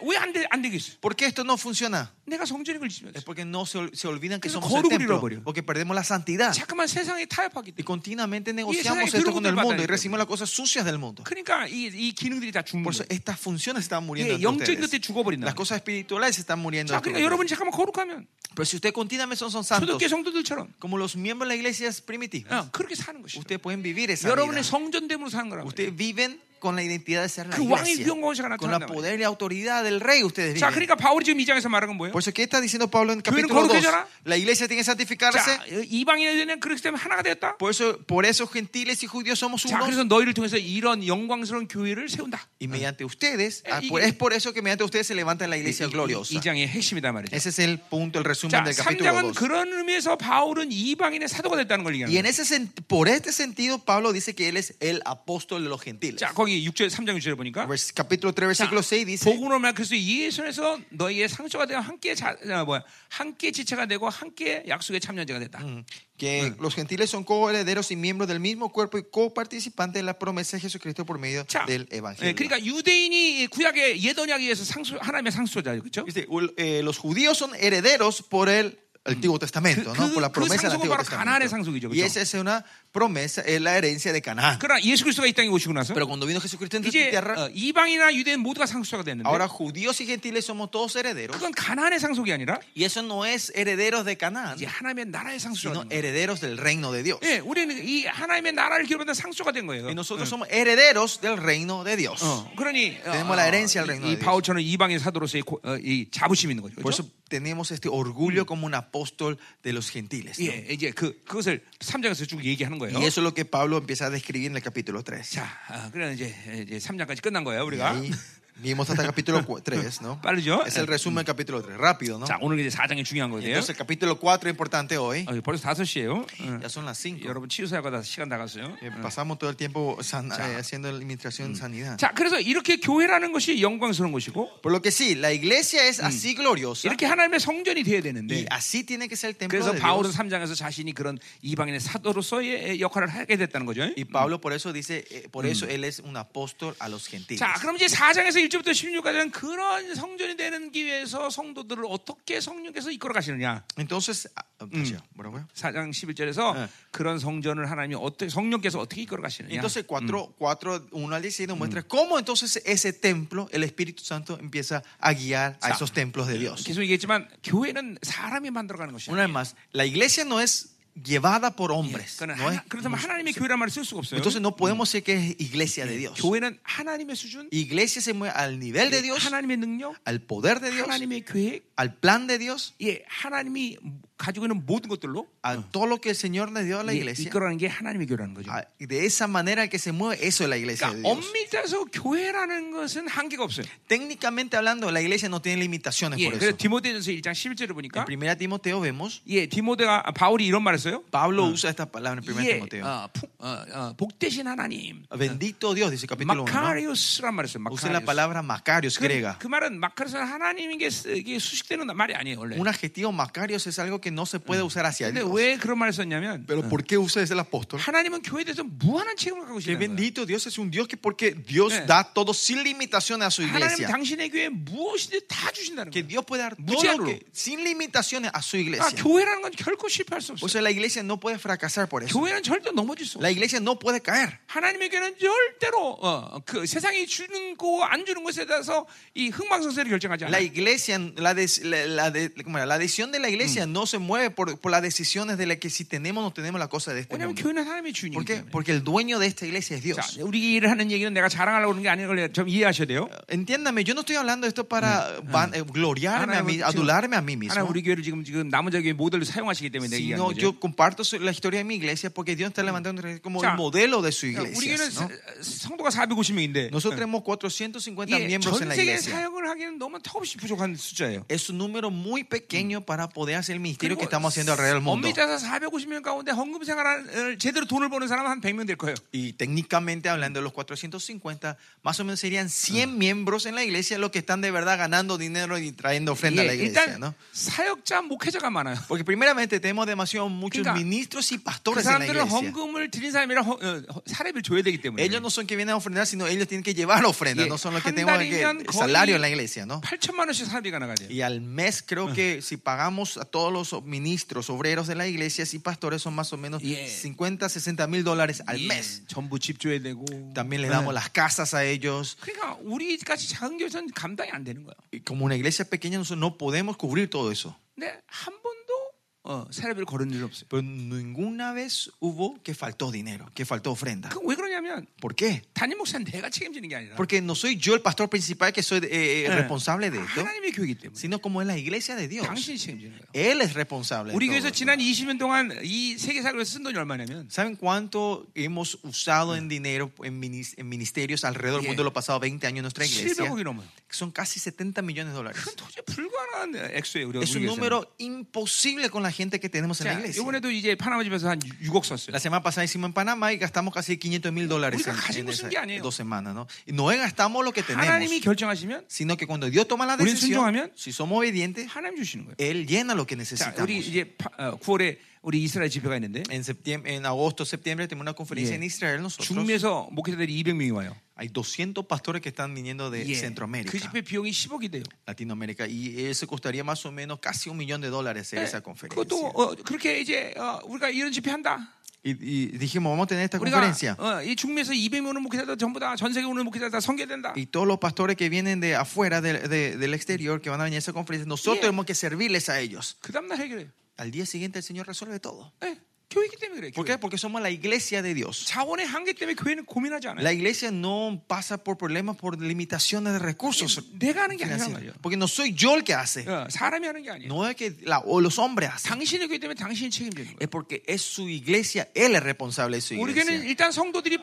왜안 안 되겠어?
¿Por qué esto no funciona?
내가 성전에 걸리면
Es porque no se, ol- se olvidan que
Entonces,
somos el
거룩을
templo
잃어버려.
o que perdemos la santidad.
잠깐만 세상에 타협하기
Y
때문에.
continuamente
Y
negociamos
esa-
esto con el
그런 것들
mundo y
받아야
recibimos las cosas sucias del mundo.
그러니까 이, 이 기능들이 다 죽는
Por eso
거예요.
estas funciones están muriendo.
예,
entre
영적인 것들이
ustedes.
죽어버린다.
Las cosas espirituales están muriendo.
자,
entre
그러니까
ustedes.
여러분이 잠깐만 거룩하면
Pero si ustedes continuamente son, son santos,
초대교 성도들처럼
como los miembros de la iglesia primitiva,
어, 그렇게 사는 것이죠.
ustedes pueden vivir esa vida.
여러분의 성전됨으로 사는 거라고.
Ustedes viven con la identidad de ser la
그 왕의
iglesia,
위엄 권세가
con la
나타난단
poder y autoridad del rey. Ustedes
자,
viven.
그러니까 바울이 지금 이 장에서 말하는 건 뭐예요?
Por eso, ¿qué está diciendo Pablo en
교회는
capítulo 2?
거룩해져라?
La iglesia tiene que santificarse.
자, 어, 이방인에게는 그렇기 때문에 하나가 되었다.
Por eso, por eso gentiles y judíos somos
자,
uno.
그래서 너희를 통해서 이런 영광스러운 교회를 세운다.
Y mediante ustedes, ah,
y-
por- es por eso que mediante ustedes se levanta la
이,
iglesia gloriosa.
이, 이 장의 핵심이다 말이죠.
Ese es el punto, el resumen
자,
del capítulo
3장은
2.
그런 의미에서 바울은 이방인의 사도가 됐다는 걸
Y en
얘기하는 거예요.
ese sen- por este sentido, Pablo dice que él es el apóstol de los gentiles.
자, 거기 6절, 3장 6절에 보니까
Vers- capítulo 3, versículo 6 dice:
복음으로 말 그리스도 예수에서 너희의 상처가 되어 함께 자, 아, 뭐야, 함께 지체가 되고 함께 약속의 참여자가 됐다.
음, que los gentiles son coherederos y miembros del mismo cuerpo y coparticipantes de la promesa de Jesucristo por medio
자,
del
예,
evangelio.
그러니까 유대인이 구약의 옛 언약에 의해서 상수, 하나님의 상수자죠, 그렇죠?
음. Dice, ul- eh, los judíos son herederos por el
Antiguo Testamento,
그-
¿no? Por la
그- 그
promesa del
상속은
Antiguo
바로 가나안의
Testamento.
상속이죠,
Y
그렇죠?
esa es una promesa, es la herencia de Canaán.
그러나 예수 그리스도가 이 땅에 오시고 나서
Pero cuando vino Jesucristo
그
en
이제
tierra,
어, 이방이나 유대인 모두가 상속자가 됐는데
ahora
judíos y gentiles somos todos herederos.
그건 가나안의 상속이 아니라
Y eso no es herederos de Canaán,
이제 하나님의 나라의 상속자가
sino
된 거예요.
herederos del reino de Dios.
예, 우리는 이 하나님의 나라를 기업받는 상속가 된 거예요.
Y
예.
nosotros somos herederos del reino de Dios.
어, 그러니 어,
Tenemos la herencia del reino
이,
de
이
Dios.
바울처럼 이방의 사도로서의 고- 어, 이 자부심 있는 거죠.
Por
그렇죠?
eso tenemos este orgullo como un apóstol de los gentiles. ¿no?
예, 이제 그 그것을 3장에서 쭉 얘기하는 거예요.
y eso es lo que Pablo empieza a describir en el capítulo 3.
자, 아, 그래 이제 이제 3장까지 끝난 거예요, 우리가.
Ahí vimos hasta el capítulo 3, ¿no?
빠르죠?
Es el resumen del capítulo 3, rápido, ¿no?
자, 오늘 이제 4장이 중요한
Y
거예요.
Entonces el capítulo 4 importante hoy,
어, 벌써 5시예요. 예.
Ya son las 5.
여러분 치유사가 다 시간 나갔어요.
eh, pasamos todo el tiempo san- eh, haciendo la administración sanidad.
자, 그래서 이렇게 교회라는 것이 영광스러운 것이고
Por lo que sí, la iglesia es así gloriosa
이렇게 하나님의 성전이 되어야 되는데
y así tiene que ser el templo
그래서
de
바울은
Dios.
3장에서 자신이 그런 이방인의 사도로서의 역할을 하게 됐다는 거죠.
Y Pablo por eso dice, eh, por eso él es un apóstol a los gentiles.
자, 그럼 이제 4장에서 1절부터 16까지는 그런 성전이 되는 기회에서 성도들을 어떻게 성령께서 이끌어 가시느냐.
Entonces, ah, 다시요. 뭐라고요?
4장 11절에서
네.
그런 성전을 하나님이 어떻게 성령께서 어떻게 이끌어 가시느냐.
Entonces 4, 4, 1 al 16 nos muestra cómo entonces ese templo, el Espíritu Santo empieza a guiar a
Sa-
esos templos de Dios.
계속 얘기했지만 교회는 사람이 만들어가는 것이야.
Una vez más, la iglesia no es llevada por hombres.
그는
no es-
하나, 그렇다면 하나님의 교회란 말을 쓸 수가 없어요.
entonces no podemos decir que es iglesia de Dios.
교회는 하나님의 수준, 예,
Iglesia se mueve al nivel de Dios,
하나님의 능력,
al poder de Dios,
하나님의 계획,
al plan de Dios,
예, 하나님이 가지고 있는 모든 것들로
a todo lo que el Señor le dio a la
예,
iglesia.
이끌어가는 게 하나님의 교회라는 거죠.
Ah, y De esa manera que se mueve, eso es la iglesia
그러니까
de Dios.
엄밀히 따서 교회라는 것은 한계가 없어요.
Técnicamente hablando, la iglesia no tiene limitaciones
예,
por
그래서
eso.
디모데전서 1장 11절을
En
보니까
1 Timoteo vemos,
예, 디모데가 아, 바울이 이런 말했어요.
Pablo usa esta palabra en 1
예,
Timoteo.
어, 푸- 어, 어, 복되신 하나님,
Bendito Dios, dice capítulo
아,
1.
그 마카리오스란 말했어요.
Usa la
마카리오스.
palabra macarios
그,
griega.
그 말은 마카리오스는 하나님에게 쓰- 이게 수식되는 말이 아니에요 원래.
Un adjetivo macarios es algo que no se puede usar hacia
근데
Dios.
왜 그런 말을 썼냐면
Pero ¿por qué usa ese el apóstol?
하나님은 교회에 대해서 무한한 책임을 갖고
Que
계시는 거예요.
bendito Dios es un Dios que porque Dios
Eh.
da todo sin limitaciones a su
하나님
iglesia.
당신의 교회 무엇이든 다 주신다는
Que
거예요.
Dios puede dar todo
Muchísimo.
lo que, sin limitaciones a su
아,
iglesia.
교회라는 건 결코 실패할 수
Por
없어요.
eso la iglesia no puede fracasar por eso.
교회는 절대 넘어질 수 없어요.
La iglesia no puede caer.
하나님의 교회는 절대로 어, 그 세상이 주는 거안 주는 것에 대해서 이 흥망성쇠를 결정하지 않아요.
La iglesia, la, des- la, la de- ¿cómo era? La decisión de la iglesia no se mueve por, por las decisiones de las que si tenemos o no tenemos la cosa de este
왜냐하면
mundo.
교회는 하나님의 주인이기
¿Por qué?
때문에.
Porque el dueño de esta iglesia es
자,
Dios.
우리 일을 하는 얘기는 내가 자랑하려고 하는 게 아니라는 걸 좀 이해하셔야 돼요.
Entiéndame, yo no estoy hablando de esto para van- eh, gloriarme a
하나님은
mí,
지금-
adularme a mí
하나님
mismo.
우리 교회를 지금 지금 남은 자교의 모델로 사용하시기 때문에 내가 얘기하는
Sino
거죠.
yo comparto su- la historia de mi iglesia porque Dios está levantando como el
자,
modelo de su
그러니까 우리
iglesia.
교회는
Mm. ¿no? eh,
사- 성도가 450명인데 예,
Nosotros tenemos
뭐
450 miembros en
전
la
세계
iglesia.
사역을 하기에는 너무 턱없이 부족한 숫자예요.
Es un número muy pequeño para poder hacer el ministerio que
그리고
estamos haciendo alrededor del mundo.
엄밀히 따서 450명 가운데 헌금 생활을 제대로 돈을 버는 사람은 한 100명 될 거예요.
Y técnicamente hablando, los 450, más o menos serían 100 miembros en la iglesia los que están de verdad ganando dinero y trayendo ofrenda a la
예,
iglesia, ¿no?
일단 사역자 목회자가 많아요. 그
Porque primeramente tenemos demasiado muchos
Kika,
ministros y
그
pastores en la
사람들은
iglesia.
헌금을 드린 사람이라 허- 어, 허- 사례비를 줘야 되기 때문에
Ellos no son que vienen a ofrendar, sino ellos tienen que llevar ofrenda,
예,
no son los que
한
tenemos que-
달이면
el
거의
salario en la iglesia, ¿no?
8천만 원씩 사례비가 나가요.
Y al mes creo que si pagamos a todos los ministros, obreros de la iglesia y pastores son más o menos
Yeah.
50, 60 mil dólares al mes.
예, 전부 집 줘야 되고. 어.
También le
Ah.
damos las casas a ellos.
그러니까 우리같이 작은 교회는 감당이 안 되는 거예요.
Y como una iglesia pequeña nosotros no podemos cubrir todo eso.
근데 한 번도 어, 사례비를 걸은 일 없어요.
Pero ninguna vez hubo que faltó dinero, que faltó ofrenda.
그 왜 그러냐면
¿Por qué?
담임 목사는 내가 책임지는 게 아니라
Porque no soy yo el pastor principal que soy eh, eh,
네.
responsable
Ah,
de esto,
하나님의 교회이기 때문에
sino como es la iglesia de Dios.
당신이 책임지는 거예요.
Él es responsable. de
우리
todo
교회에서
esto.
지난 20년 동안 이 세계사에서 쓴 돈이 얼마냐면
¿Saben cuánto hemos usado en dinero en, minis- en ministerios alrededor
Yeah.
del mundo los pasados 20 años en nuestra iglesia?
700억이 넘어요.
Son casi 70 millones de dólares.
그건 도저히 불가능한 액수예요. 우리가
Es un número imposible con la gente que tenemos en la iglesia.
이번에도 이제 파나마 집에서 한 6억 썼어요.
La semana pasada hicimos en Panamá y gastamos casi 500 mil dólares
우리가
en, en
가지고 쓴
esa-
게 아니에요.
dos semanas. ¿no? Y no gastamos lo que
Ah,
tenemos,
하나님이 결정하시면
sino que cuando Dios toma la
우리는
decisión,
순종하면
si somos obedientes,
하나님 주시는 거예요. 뭐
Él llena lo que
자,
necesitamos.
우리 이제 9월에 우리 이스라엘 집회가 있는데
En, septiembre, en agosto, septiembre tenemos una conferencia
Yeah.
en Israel nosotros.
중미에서 목회자들이 200명이 와요.
Hay 200 pastores que están viniendo de
예. 그
Centroamérica,
집회 비용이 10억이 돼요.
Latinoamérica, y eso costaría más o menos casi un millón de dólares
Eh,
hacer esa conferencia.
그것도 어, 그렇게 이제 어, 우리가 이런 집회 한다.
Y, y dijimos, vamos a tener esta
우리가
conferencia.
어, 이 중미에서 200명 오는 목회자들 전부 다 전 세계 오는 목회자들 다 성계된다.
Y todos los pastores que vienen de afuera, de- de- del exterior, que van a venir a esa conferencia, nosotros
Bien.
tenemos que servirles a ellos.
그 다음날 해결해요.
Al día siguiente el Señor resuelve todo.
예, 교회이기 때문에 그래.
¿Por
교회.
qué? Porque somos la iglesia de Dios.
자원의 한계 때문에 교회는 고민하지 않아요.
La iglesia no pasa por problemas, por limitaciones de recursos.
내가 하는 게 아니란 말이에요.
financieros. Porque no soy yo el que hace.
어, 사람이 하는 게 아니에요.
No es que la- o los hombres hacen.
당신의 교회 때문에 당신이 책임지는 거예요.
Es porque es su iglesia, él es responsable de su
우리 교회는
iglesia.
일단 성도들이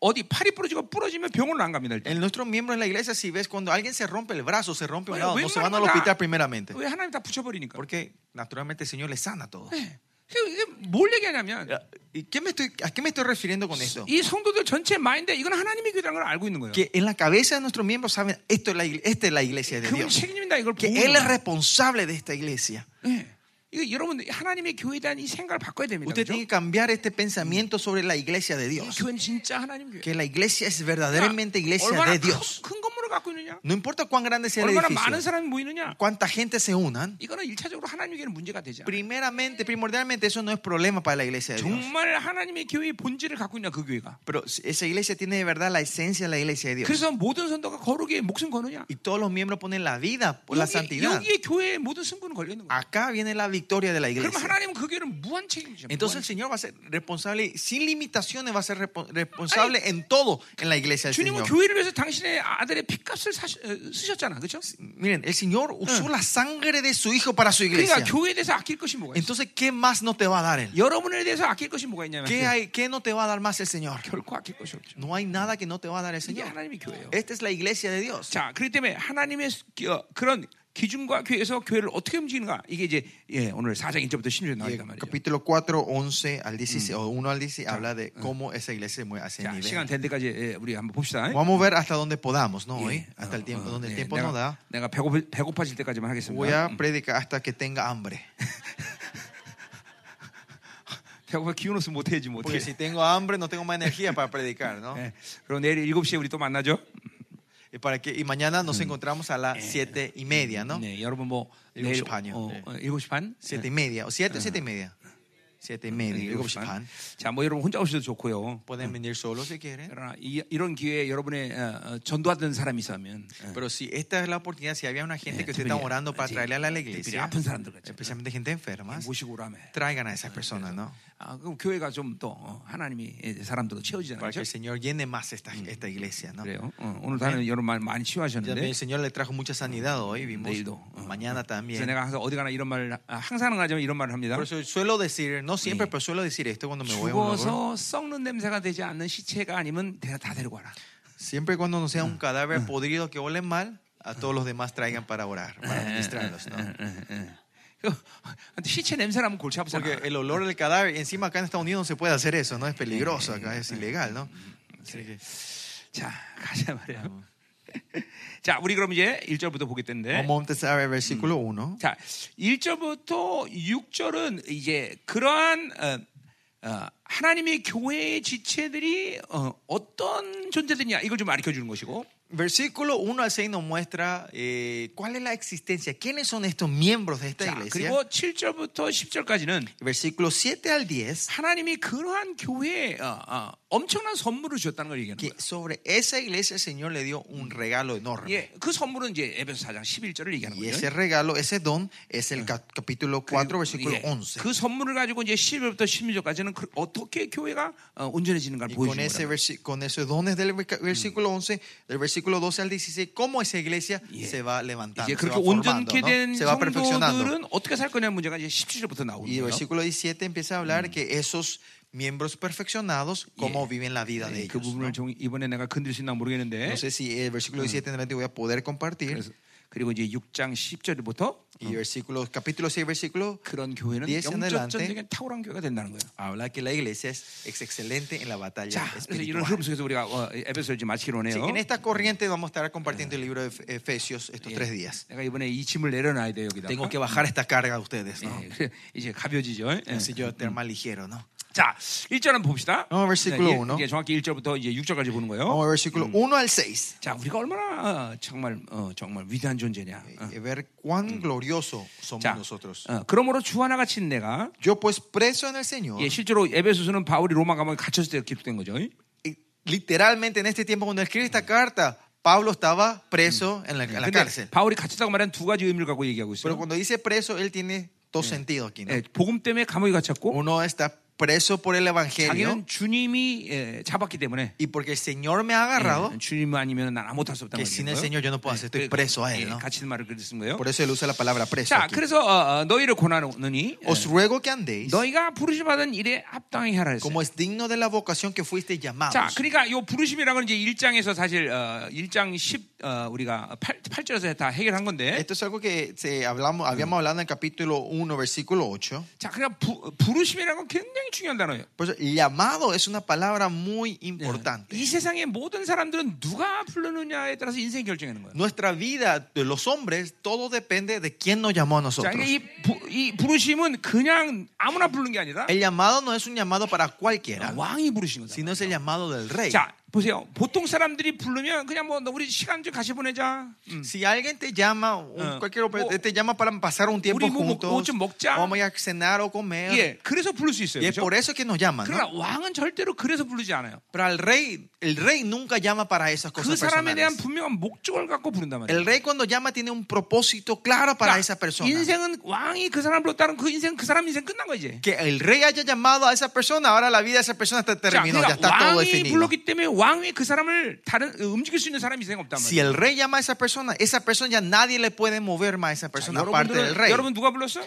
어디 팔이 부러지고 부러지면 병원을 안 갑니다. 일단.
En nuestros miembros en la iglesia, si ves cuando alguien se rompe el brazo, se rompe un
Bueno,
lado, no
ven,
se van al
hermano, ya.
hospital primeramente.
왜 하나님 다 붙여버리니까.
Porque naturalmente el Señor les sana a todos.
예. 그, 이게 뭘 얘기하냐면
¿Y qué me estoy, ¿A qué me estoy refiriendo con esto?
이 성도들 전체 마인드 이건 하나님의 교회라는 걸 알고 있는 거예요.
Que en la cabeza de nuestros miembros saben, esto es la, igle- esta es la iglesia de
그분
Dios.
책임진다 이걸
Que
보고.
Él es responsable de esta iglesia.
예. 이거 여러분 하나님의 교회에 대한 이 생각을 바꿔야 됩니다.
Usted
그죠?
tiene que cambiar este pensamiento sobre la iglesia de
이
Dios.
교회는 진짜 하나님 교회.
Que la iglesia es verdaderamente iglesia
얼마나
de
큰,
Dios.
큰 건물을 갖고 있느냐,
No importa cuán grande sea el
얼마나 많은
edificio,
사람이 모이느냐,
cuánta gente se unan.
이거는 일차적으로 하나님 교회는 문제가 되지 않아.
Primeramente, primordialmente, eso no es problema para la iglesia de Dios.
정말 하나님의 교회의 본질을 갖고 있냐 그 교회가.
Pero si esa iglesia tiene de verdad la esencia de la iglesia de Dios.
그래서 모든 선도가 거룩에 목숨 거느냐.
Y todos los miembros ponen la vida por la
여기,
santidad.
여기에 교회의 모든 승부는 걸려 있는 거야.
Acá viene la victoria de la
아, 그럼
iglesia.
하나님은 그 교회를 무한 책임져.
Entonces el Señor va a ser responsable, y sin limitaciones va a ser repo- responsable en todo en la iglesia del
주님은
Señor.
교회를 위해서 당신의 아들의 핏값을 사시- 어, 쓰셨잖아, 그렇죠?
Miren, el Señor usó la sangre de su hijo para su
그러니까
iglesia.
교회에 대해서 아낄 것이 뭐가 있어?
Entonces, ¿qué más no te va a dar Él?
여러분에 대해서 아낄 것이 뭐가 있냐면
¿Qué, hay, ¿Qué no te va a dar más el Señor?
결코 아낄 것이 없죠.
No hay nada que no te va a dar el
이게
Señor.
하나님의 교회예요.
Esta es la iglesia de Dios.
자, 그렇기 때문에 하나님의 수- 기- 어, 그런 기준과 교회에서 교회를 어떻게 움직이는가 이게 이제 예, 오늘 4장 1절부터 10절
Eh,
나오니까 말이죠.
capítulo 4, 11 al 16, o 1 al 16, habla de cómo esa iglesia se mueve hacia
자,
el
시간
nivel.
될 때까지 예, 우리 한번 봅시다.
Vamos a ver hasta donde podamos, ¿no?
예,
Hoy,
어,
hasta el tiempo,
어,
donde el
예,
tiempo
내가,
no da.
내가 배고파, 배고파질 때까지만
Voy
하겠습니다.
a predicar hasta que tenga hambre.
배고파 기운 없으면 못해야지 못해.
Porque si tengo hambre, no tengo más energía para predicar, ¿no?
예, 그럼 내일 7시에 우리 또 만나죠.
Y, para que, y mañana nos encontramos a las siete y media, ¿no?
네, 여러분 뭐
일곱 시
내일
반이요. 네.
7시 반?
Siete y media, o siete, siete y media. Siete y media,
네,
일곱
일곱
시
시
반.
자, 뭐 여러분 혼자 오셔도 좋고요.
Pueden venir solos si quieren.
그러나 이, 이런 기회에 여러분의 어, 어, 전도하던 사람이 있으면 어,
Pero si esta es la oportunidad, si había una gente que usted
특별히,
está orando para
특히,
traerle a la
특별히
iglesia,
아픈 사람들 같죠.
especialmente gente enferma,
모시고 오라며.
traigan a esas personas, ¿no?
아, 그럼 교회가 좀 또 하나님이 예, 사람들로 채워지잖아요.
Para que
그죠?
el Señor llene más esta, esta iglesia, ¿no?
그래요. 어, 오늘 다는 여러분 말 많이
También
치유하셨는데.
el Señor le trajo mucha sanidad hoy, vimos.
내일도. 어.
Mañana
그래서
también.
내가 항상 어디 가나 이런 말을 아, 항상 하지만 이런 말을 합니다.
Por eso suelo decir, no siempre,
Sí.
pero suelo decir esto cuando me voy a un lugar.
죽어서 썩는 냄새가 되지 않는 시체가 아니면 내가 다 데리고 와라.
Siempre y cuando no sea un cadáver podrido que huele mal, a todos los demás traigan para orar,
아,
para ministrarlos. ¿no?
예, 예. 그, 시체 냄새 나면 골치 아프잖아.
Porque el olor del cadáver, encima acá en Estados Unidos no se puede hacer eso, ¿no? Es peligroso, acá es ilegal, ¿no? Así que
자, 가자 말이야. 자, 우리 그럼 이제 1절부터 보겠는데.
vamos a empezar el versículo 1.
자, 1절부터 6절은 이제 그러한 어, 어, 하나님의 교회의 지체들이 어, 떤 존재들이냐 이걸 좀 가르쳐 주는 것이고
Versículo 1 al 6 nos muestra eh, cuál es la existencia, quiénes son estos miembros de esta
자,
iglesia.
그리고 7절부터 10절까지는
Versículo 7 al 10,
하나님이 그러한 교회에 어, 어, 엄청난 선물을 주셨다는 걸 얘기하는
que
거예요.
sobre esa iglesia el Señor le dio un regalo enorme.
예, 그 선물은 이제 에베소 4장 11절을 얘기하는
Y
거예요.
ese regalo, ese don, es el cap- capítulo 4, versículo
예,
11.
그 선물을 가지고 이제 11절부터 16절까지는 그 어떻게 교회가 어, 온전해지는가를
Y
보여주는
con,
거예요.
ese versi- con esos dones del verca- versículo 11, del versículo 12 al 16, cómo esa iglesia
Yeah.
se va levantando,
이제
se va
그렇게
formando,
온전케
¿no?
된
se va perfeccionando.
성도들은 어떻게 살 거냐는 문제가 이제 17절부터 나오는
Y el
거예요.
versículo 17 empieza a hablar que esos miembros perfeccionados, cómo viven la vida
네,
de
그
ellos. ¿no?
부분을 좀 이번에 내가 건드릴 수 있나 모르겠는데
No sé si el versículo 17 en adelante voy a poder compartir.
그래서 그리고 이제 6장 10절부터
Y versículo, capítulo 6, versículo,
그런 교회는
10 en
영적
adelante,
전쟁에 탁월한 교회가 된다는 거예요.
habla que la iglesia es, es excelente en la batalla
자, 그래서 이런
espiritual.
흐름 속에서 우리가 어, 에베소를 이제 마치기로
Sí,
하네요.
en esta corriente vamos a estar compartiendo el libro de Ef- Efesios estos tres días.
내가 이번에 이 짐을 내려놔야 돼요 여기다.
Tengo que bajar esta carga a ustedes, ¿no?
이제 가벼지죠. 예.
Así yo estar más ligero, ¿no?
자, 1절 한번 봅시다.
어, versículo
네, 예,
uno. 어,
이게 정확히 1절부터 이제 6절까지 보는 거예요.
Vamos a versículo 1 al 6.
자, 우리가 얼마나 어, 정말 어, 정말 위대한 존재냐. 어.
Y Eh, ver cuán glorioso somos
자,
nosotros.
어, 그러므로 주 하나 같이 내가
Yo pues preso en el Señor.
예, 실제로 에베소서는 바울이 로마 감옥에 갇혔을 때 기록된 거죠.
Y Literalmente en este tiempo cuando escribe esta carta, Pablo estaba preso en la, en la
근데
cárcel.
바울이 갇혔다고 말하는 두 가지 의미를 갖고 얘기하고
Pero
있어요.
cuando dice preso, él tiene dos sentidos aquí. ¿no?
예, 복음 때문에 감옥에 갇혔고
Uno está preso por el Evangelio
자기는 주님이 예, 잡았기 때문에
y porque el Señor me ha agarrado,
예, 주님 아니면 난 아무것도 할 수 없다는
que sin el
거예요. 그, 예,
Señor yo no puedo hacer, estoy preso a él. ¿no?
갇히는 말을 그랬은 거예요.
Por eso él usa la palabra preso.
자,
aquí.
그래서 어, 어, 너희를 고난하느니 예,
Os ruego que andéis
너희가 부르심 받은 일에 합당히 하라 했어요.
como es digno de la vocación que fuisteis
자,
llamados.
그러니까 요 부르심이라는 건 이제 1장에서 사실 어, 1장 10 어, 우리가 8, 절에서다 해결한 건데
Esto es algo que se hablamos, habíamos hablado en el capítulo 1, versículo 8.
자, 그러니까 부, 부르심이라는 건 굉장히 중요한 단어예요.
Por eso, llamado es una palabra muy importante.
이 세상의 모든 사람들은 누가 부르느냐에 따라서 인생 결정하는 거예요.
Nuestra vida, de los hombres, todo depende de quién nos llamó a
자,
nosotros.
그러니까 이, 부, 이 부르심은 그냥 아무나 부르는 게 아니라
El llamado no es un llamado para cualquiera,
왕이 부르신 거다.
sino es el llamado del rey.
자, 보세요. 보통 사람들이 부르면 그냥 뭐너 우리 시간 좀 같이 보내자. 음.
Si alguien te llama, un-
Eh,
cualquier hombre,
mo-
te llama para pasar un tiempo
Uri, mo- mo- mo-
juntos,
좀 먹자.
vamos a ir a cenar o comer.
예, 그래서 부를 수 있어요.
Y es
그죠?
por eso que nos llaman. ¿no?
그러나 왕은 절대로 그래서 부르지 않아요.
Pero al rey, el rey nunca llama para esas
그
cosas
사람에 대한
personales.
분명한 목적을 갖고 부른단 말이에요.
El rey cuando llama tiene un propósito claro para
그러니까
esa persona.
인생은 왕이 그 사람 불렀다는 그 인생 그 사람 인생 끝난 거 이제.
Que el rey haya llamado a esa persona, ahora la vida de esa persona está
자,
terminada,
그러니까
ya está todo
왕이
definido.
불렀기 때문에 왕이 그 사람을 다른 어, 움직일 수 있는 사람이 인생 없단
Si
말이에요.
el rey llama a esa persona, esa persona ya nadie le puede mover más a esa
자,
persona aparte del
여러분들은,
rey.
여러분 누가 불렀어?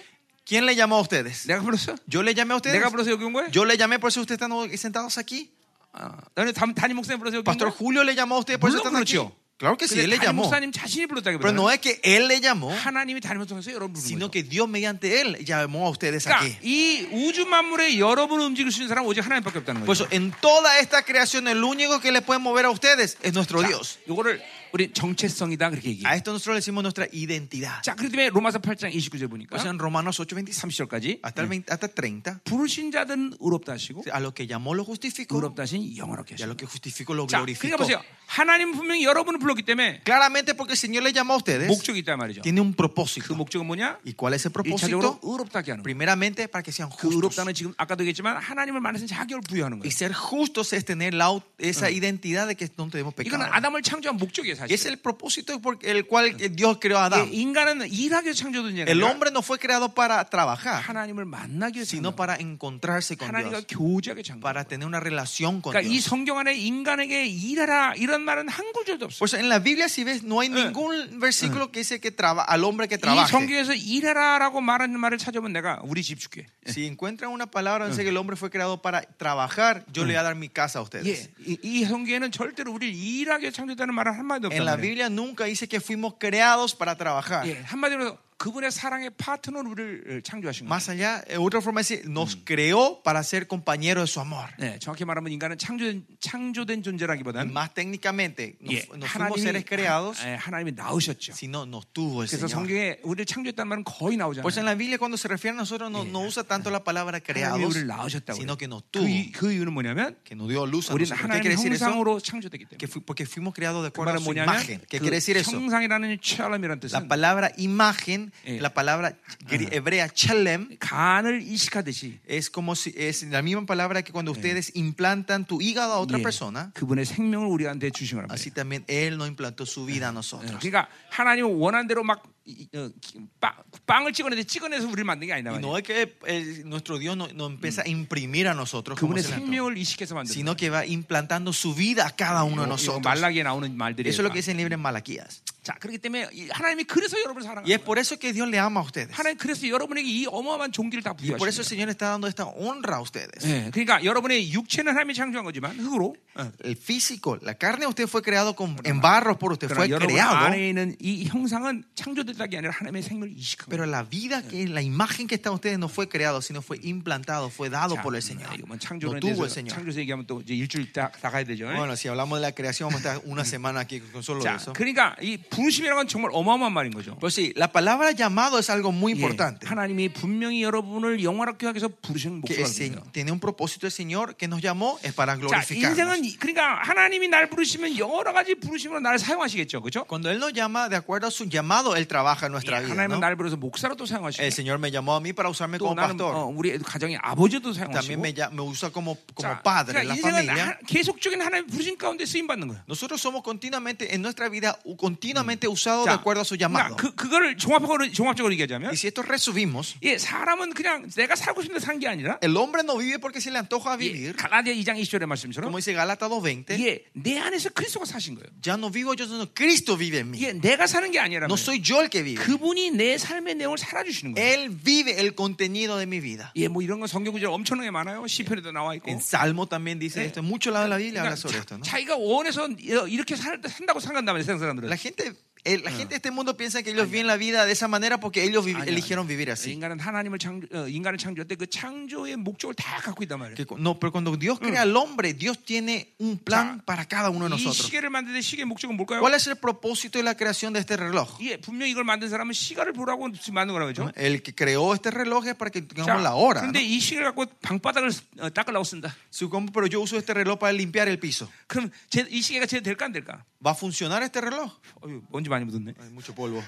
¿Quién le llamó a ustedes?
내가 불렀어?
¿Yo le llamé a ustedes?
내가 불러서 여기 온 거야?
¿Yo le llamé por eso ustedes están sentados aquí?
아, 너는 담- 단임 목사님 불러서 여기 온
¿Pastor
거야?
Julio le llamó a ustedes por eso
Mulón
están aquí?
conoció.
Claro que sí, él
근데
le
단임
llamó.
목사님 자신이
Pero
불렀다기보다는
no es que él le llamó,
하나님이 단임 목사님에서 여러분 부르는
sino
거죠.
que Dios mediante él llamó a ustedes aquí.
그러니까 이 우주 만물에 여러분을 움직일 수 있는 사람 은 오직 하나님밖에 없다는
Por
거죠.
eso, Pues en toda esta creación, el único que le puede mover a ustedes es nuestro Dios.
이거를 우리 정체성이다 그렇게 얘기해.
A
요
esto nosotros le decimos nuestra identidad.
자, 그렇기 때문에 로마서 8장 29절 보니까
Por eso en Romanos 8, 25,
30절까지
hasta, el 20 hasta 30,
부르신 자들은 의롭다 하시고
a lo que llamó lo justificó
의롭다 하신 영화롭게
y a
하시고.
lo que justificó lo
자, 그러니까
glorificó.
보세요. 하나님 은 분명히 여러분을 불렀기 때문에
Claramente porque el Señor le llamó a ustedes,
목적이 있단 말이죠.
tiene un
그
propósito.
목적은 뭐냐?
¿Y cuál es el propósito?
일차적으로 의롭다게 하는 거예요.
Primeramente para que sean
그
justos.
의롭다는 지금 아까도 얘기했지만 하나님을 만나신 자격을 부여하는
Y
거예요.
ser justos es tener la au- esa identidad de que no
이거는
tenemos pecado.
아담을 창조한 목적이에요,
Y es
사실. 예,
el propósito por el cual Dios creó a Adán.
인간은 일하기 위해서 창조된 자가
El
아니라
hombre no fue creado para trabajar.
하나님을 만나기 위해서
sino
창조한
para encontrarse con
거예요. 하나님과
Dios,
교제하게 창조한
para
거예요.
tener una relación con
그러니까 이
Dios.
성경 안에 인간에게 일하라 이런 말은 한 구절도 없어요.
Por eso Pues en la Biblia, si ves, no hay ningún versículo que dice que traba, al hombre que
이
trabaje.
성경에서 일하라라고 말하는 말을 찾아보면 내가 우리 집 줄게.
Si encuentran una palabra donde dice que el hombre fue creado para trabajar, yo le voy a dar mi casa a ustedes.
예, 이, 이 성경에는 절대로 우리를 일하게 창조했다는 말은 한마디도
En la
없다.
Biblia nunca dice que fuimos creados para trabajar.
예, 한마디로 그분의 사랑의 파트너로 우리를 어, 창조하신 거예요.
Más allá, eh, otra forma es decir, nos creó para ser compañeros de su amor.
네, 정확히 말하면 인간은 창조된, 창조된 존재라기보다는
Más técnicamente, no,
예,
fu- no fuimos seres creados,
하- 예, 하나님이 나으셨죠.
sino nos tuvo el
그래서
Señor.
성경에 우리를 창조했다는 말은 거의
Por eso Pues en
나오잖아요.
la Biblia cuando se refiere a nosotros no, no usa tanto la palabra
하나님이
creados,
우리를 낳으셨다고.
sino que
그래요.
nos tuvo,
그, 이- 그 이유는 뭐냐면
que nos dio luz a
우리는
nosotros. ¿Qué
하나님
quiere decir eso?
형상으로 창조됐기 때문에.
Que fu- porque fuimos creados de
그
acuerdo a
말은
su
뭐냐면
imagen. ¿Qué quiere decir
그
eso?
형상이라는 찰람이라는
La
뜻은
palabra imagen,
Eh.
la palabra gri- hebrea chelem,
간을 이식하듯이
es como si es la misma palabra que cuando ustedes implantan tu hígado a otra
예,
persona,
그분의 생명을 우리한테 주신 거란 말이에요.
así también Él nos implantó su vida a
예,
nosotros.
그러니까 하나님 원한 대로 막 이- 어, 기- 빵- 빵을 찍어내서 찍어내서 우리를 만든 게 아니다 말이에요.
Y no es que eh, nuestro Dios no- nos empieza a imprimir a nosotros, como
그분의
se le antoja,
생명을 이식해서 만든
sino que va implantando su vida a cada uno
거예요. 그러니까
de nosotros.
말라기에 나오는 말들이
Eso es lo que dice el libro en Malaquías.
예, 자, 그렇기 때문에 이- 하나님이 그래서 여러분을 사랑하는
Y es
거예요.
por eso que Dios le ama a ustedes.
하나님 그래서 여러분에게 이 어마어마한 종기를 다
Y por eso
부여하신 거예요.
el Señor está dando esta honra a ustedes.
예, 그러니까 여러분의 육체는 하나님이 창조한 거지만 흙으로 예,
El físico, la carne de usted fue creado con, en barro por usted, fue
그러나 여러분
creado.
안에 있는 이 형상은 창조됐다기 아니라 하나님의 생명을 이식한 거예요.
Pero la vida, que la imagen que está en ustedes no fue creado, sino fue implantado, fue dado
자,
por el
아,
Señor.
이거 뭐
Lo
창조론에
tuvo el
대해서
Señor.
창조에서 얘기하면 또 이제 일주일 다, 다 가야 되죠. ¿eh? 뭐
Bueno, si hablamos de la creación, vamos a estar una semana aquí con solo
자,
eso.
그러니까 이 부르심이라는 건 정말 어마어마한 말인 거죠.
Pues sí, la palabra llamado es algo muy
예,
importante.
하나님이 분명히 여러분을 영화롭게 하기 위해서 부르시는
Que
목표가
el
있어요.
Señor- tiene un propósito el Señor que nos llamó es para
자,
glorificarnos.
인생은 이- 그러니까 하나님이 날 부르시면 여러 가지 부르심으로 나를 사용하시겠죠, 그렇죠?
Cuando Él nos llama, de acuerdo a su llamado, Él trabaja en nuestra vida.
예, 하나님은
¿no?
날 부르서 목사로 또 사용하시고
El Señor me llamó a oh, mí para usarme
또
como
나는 어,
pastor.
우리 가정의 아버지도
También
사용하시고
me, lla- me usa como, como
자,
padre en
그러니까
la
인생은 하-
familia.
계속적인 하나님의 부르심 가운데 쓰임 받는 거예요.
Nosotros somos continuamente en nuestra vida u- continuamente usados de
자,
acuerdo a su
그러니까
llamado.
그 그거를 종합적으로 종합적으로 얘기하자면
Y si esto resumimos,
예, 사람은 그냥 내가 살고 싶은데 산 게 아니라
el hombre no vive porque se le antoja
예,
vivir,
갈라디아 2장 20절의 말씀처럼
como dice Galata 2.20,
예, 내 안에서 그리스도가 사신 거예요.
ya no vivo yo, sino Cristo vive en mí.
예, 내가 사는 게 아니라
No soy yo el que vive.
그분이 내 삶의 내용을 살아 주시는 거예요.
Él vive el contenido de mi vida.
예, 뭐 이런 건 성경 구절 엄청나게 많아요. 시편에도 나와 있고.
En Salmo también dice esto. En muchos lados de la Biblia habla
그러니까
sobre esto. Oh. Eh. ¿no?
자, 기가 원해서 어, 이렇게 살, 산다고 상관다면 세상 사람들은.
La gente, eh, la gente de este mundo piensa que ellos viven la vida de esa manera porque ellos vi-
아니야,
eligieron
아니야.
vivir así.
인간은 하나님을 창 어, 인간을 창조할 때 그 창조의 목적을 다 갖고 있단 말이에요.
Que cu- no, pero cuando Dios crea al hombre, Dios tiene un plan
자,
para cada uno de
이
nosotros.
시계를 만드는 시계 의 목적은 뭘까요?
¿Cuál es el propósito de la creación de este reloj?
예, 분명 히 이걸 만든 사람은 시간을 보라고 만든 거라고 그죠?
El que creó este reloj es para que
자,
tengamos la hora. ¿no?
근데 이 시계를 갖고 방바닥을 쓰- 어, 닦으려고 쓴다.
Si como- Pero yo uso este reloj para limpiar el piso.
그럼 제, 이 시계가 제대로 될까 안 될까?
¿Va a funcionar este reloj?
어휴, 먼지 많이 묻었네.
Hay mucho polvo.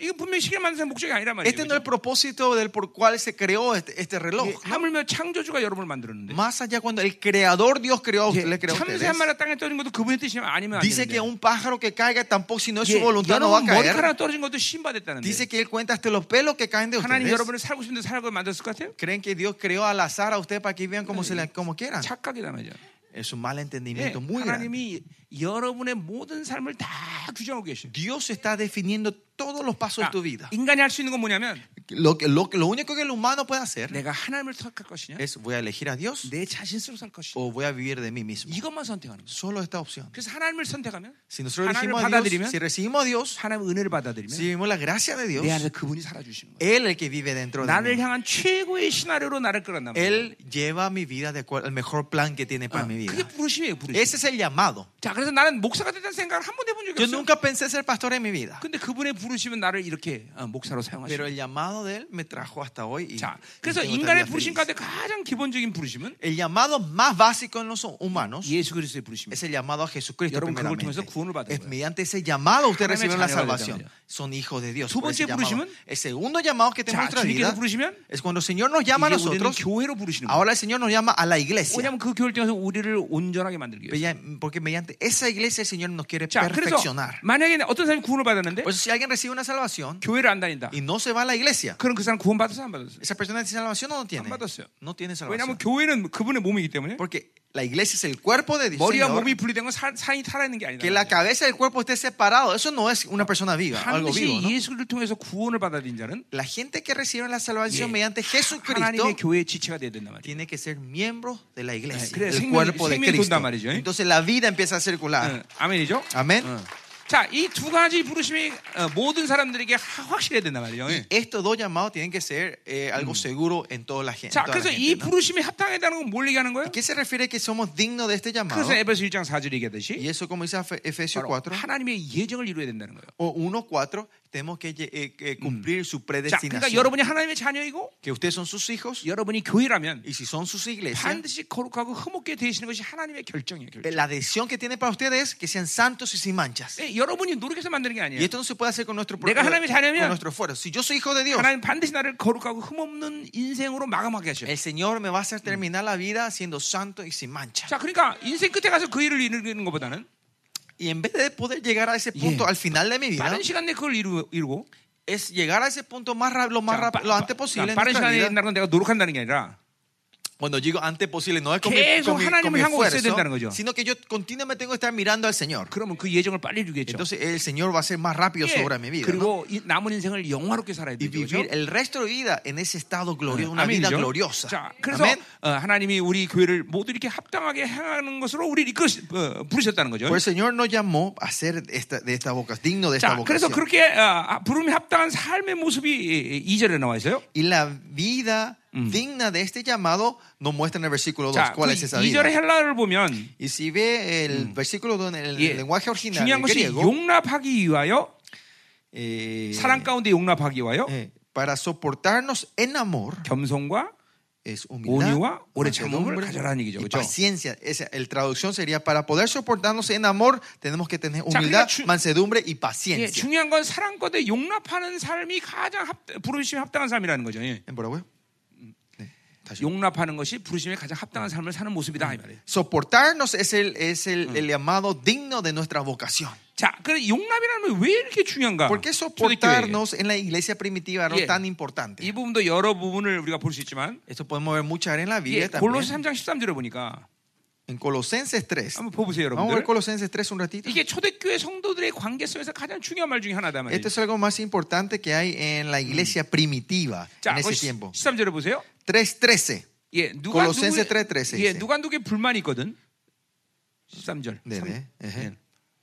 이거 분명히 시계를 만든 사람 목적이 아니란 말이에요.
Este no es el
그죠?
propósito del por cual se creó este, este reloj.
예, 하물며 창조주가 여러분을 만들었는데.
Más allá cuando el creador Dios creó, a
예,
usted, le creó a ustedes.
참새 한 마리 땅에 떨어진 네 것도 그분의 뜻이면 아니면 안
Dice
되는데.
Ah, que un pájaro que caiga tampoco si no es su
예,
voluntad no va a
여러분
caer.
머리카락 떨어진 것도 신받았다는데.
Dice que él cuenta hasta los pelos que caen de
하나님
ustedes.
여러분을 살고 싶은데 살고 만들었을 것 같아요?
¿Creen que Dios creó al azar a ustedes para que vivan como, se le- como quieran?
착각이다 말이죠.
Es un mal
예,
entendimiento muy grande.
하나님이 여러분의 모든 삶을 다 규정하고 계셔.
Dios está definiendo todos los pasos de tu vida.
인간이 할 수 있는 건 뭐냐면
Lo, que- lo, que- lo único que el humano puede hacer
내가 하나님을 선택할 것이냐,
es voy a elegir a Dios
내 자신스로 살 것이냐
o voy a vivir de mí mismo.
이것만 선택하는 거예요.
Solo esta opción.
그래서 하나님을 선택하면
Si nosotros
하나님을
elegimos a
받아들이면
Dios, si recibimos a Dios,
하나님의 은혜를 받아들이면
si vivimos la gracia de
내
Dios,
안에서 그분이 살아주시는 거예요.
Él el que vive dentro de mí.
나를 향한 최고의 시나리오로 나를 끌어간단 말이에요.
Él lleva mi vida de acuerdo al mejor plan que tiene para mi
아, 그게
vida.
부르심이에요, 부르심.
Ese es el llamado.
자, 그래서 나는 목사가 됐다는 생각을 한 번도 해본 적이
Yo
없어요.
nunca pensé ser pastor en mi vida,
근데 그분의 부르심은 나를 이렇게 어, 목사로
pero
사용하시는
el llamado de él me trajo hasta hoy. Y,
자,
y
그래서
tengo esta
인간의
vida
부르심 가운데
feliz.
가장 기본적인 부르심은
El llamado más básico en los humanos
예수 그리스도의 부르심입니다.
es el llamado a Jesucristo.
여러분, 그걸
primeramente.
통해서 구원을 받은
Es
거예요.
mediante ese llamado ustedes
하나님의
reciben la
자녀가
salvación.
되잖아요.
Son hijos de Dios.
두
por ese
번째
llamado.
부르심은?
El segundo llamado que
자,
tenemos en nuestra
주님께서
vida
부르시면
es cuando el Señor nos llama a
이제 우리는
nosotros.
교회로 부르시는 거예요.
Ahora el Señor nos llama a la iglesia.
왜냐하면 그 교회를 통해서 우리를 온전하게 만들기 위해서.
Bella- Porque mediante esa iglesia el Señor nos quiere
자, 그래서
perfeccionar.
만약에 어떤 사람이 구원을 받았는데
Por eso si alguien recibe una salvación
교회를 안 다닌다.
y no se va a la iglesia,
그럼 그 사람 구원 받았어 안 받았어?
¿Esa persona tiene salvación o no tiene?
안 받았어요.
No tiene
왜냐하면
salvación.
교회는 그분의 몸이기 때문에
Porque la iglesia es el cuerpo de Dios.
머리와
Señor.
몸이 분리된 건 사, 사인이 살아있는 게
que la
아니다.
cabeza del cuerpo esté separado, eso no es una persona viva, algo vivo.
반드시
¿no?
예수를 통해서 구원을 받아들인 자는
La gente que recibe la salvación
예,
mediante Jesucristo
하나님의 교회의 지체가 돼야 된단 말이에요.
tiene que ser miembro de la
Eh,
iglesia,
그래,
del
생명이-
cuerpo de
생명이
Cristo.
돈단 말이죠, 예?
Entonces la vida empieza a circular.
응, 아멘이죠?
아멘.
응. 자, 이 두 가지 부르심이 어, 모든 사람들에게 하- 확실해야 된단 말이에요. 예.
Estos dos llamados tienen que ser eh, algo seguro en toda la gente.
자,
toda la
그래서 이
gente, ¿no?
부르심에 합당하다는 건 뭘 얘기하는 거예요?
¿Qué se refiere que somos dignos de este llamado?
그래서 에베소 1장 4절 얘기하듯이
Y eso como dice Efe- Efesios
바로
4.
하나님의 예정을 이루어야 된다는 거예요.
o 1.4, tenemos que lle- eh, que cumplir su
자, 그러니까
predestinación.
여러분이 하나님의 자녀이고
Que ustedes son sus hijos
여러분이 교회라면
y si son sus iglesias,
반드시 거룩하고 흠없게 되시는 것이 하나님의 결정이에요. 결정.
eh, la adhesión que tiene para ustedes es que sean santos y sin manchas.
예, 여러분이 노력해서 만드는 게
Y
아니에요.
esto no se puede hacer con nuestro
내가 하나님의 자녀면-
con nuestro esfuerzo. Si yo soy hijo de Dios,
하나님 반드시 나를 거룩하고 흠없는 인생으로 마감하게 하셔요.
el Señor me va a hacer terminar la vida siendo santo y sin mancha.
자, 그러니까 인생 끝에 가서 그 일을 이루는 것보다는
Y en vez de poder llegar a ese punto
Yeah.
al final de mi vida,
빠른 시간 내에 그걸 이루, 이루고
es llegar a ese punto más ra- lo más
자,
rap-
빠-
lo antes
빠-
posible. en
빠른
nuestra
시간에
vida.
이른다는 건 내가 노력한다는 게 아니라
Cuando digo antes posible, no es con mi,
계속
con mi- con
하나님을
mi
향하고 있어야
esfuerzo,
된다는 거죠.
sino que yo continuamente tengo que estar mirando al Señor.
그러면 그 예정을 빨리 이루겠죠.
Entonces el Señor va a ser más rápido
예,
sobre mi vida. ¿no?
그리고 이 남은 인생을 영화롭게 살아야 되죠.
Y
그렇죠?
vivir el resto de vida en ese estado glorioso, una vida
아멘이죠.
gloriosa.
자, 그래서
Amén.
어, 하나님이 우리 교회를 모두 이렇게 합당하게 행하는 것으로 우리 이끌 어, 부르셨다는 거죠.
Pues el Señor nos llamó a ser esta- de esta boca, digno de esta
자, 그래서
vocación.
그렇게 어, 아, 부름에 합당한 삶의 모습이 2절에 나와 있어요.
Y la vida digna de este llamado, nos muestra en el versículo 2
자,
cuál
그
es esa
2절의
digna.
헬라어를 보면
Y si ve el versículo 2 en el
예,
lenguaje original
중요한
en
것이
griego,
용납하기 위하여
eh,
사랑 가운데 용납하기 위하여
eh, para soportarnos en amor
겸손과
es humildad,
온유와 오래 참음을
mansedumbre
가져라는 얘기죠.
y
그렇죠?
paciencia. Esa, el traducción sería para poder soportarnos en amor tenemos que tener
자,
humildad,
그러니까 주-
mansedumbre y
예,
paciencia.
중요한 건 사랑 가운데 용납하는 삶이 가장 합, 부르심 합당한 삶이라는 거죠. 예.
¿En Paraguay? Mm, eh, 네, 다시.
용납하는 것이 부르심에 가장 합당한 삶을 사는 모습이다 이 말이에요.
Soportarnos es el, es el, el llamado digno de nuestra vocación.
자, 그래 용납이라는 건 왜 이렇게 중요한가?
¿Por qué
초대교회에.
soportarnos en la iglesia primitiva era
Yeah.
tan
이
importante?
부분도 여러 부분을 우리가 볼 수 있지만
Esto podemos ver muchas áreas en la
예,
Biblia
골로새 3장
también.
13절에 보니까
En Colosenses 3.
한번 보세요,
Vamos a ver
여러분들.
Colosenses 3 un ratito.
이게 초대교회 성도들의 관계성에서 가장 중요한 말 중에 하나다 말이에요.
Esto es algo más importante que hay en la iglesia primitiva
자,
en
그거
ese
시-
tiempo.
13절에 보세요.
3.13.
예, 누가
골로새서
누구의-
3:13.
예, 누가 누구의 불만이 있거든? 13절. 예.
네네. 에헤.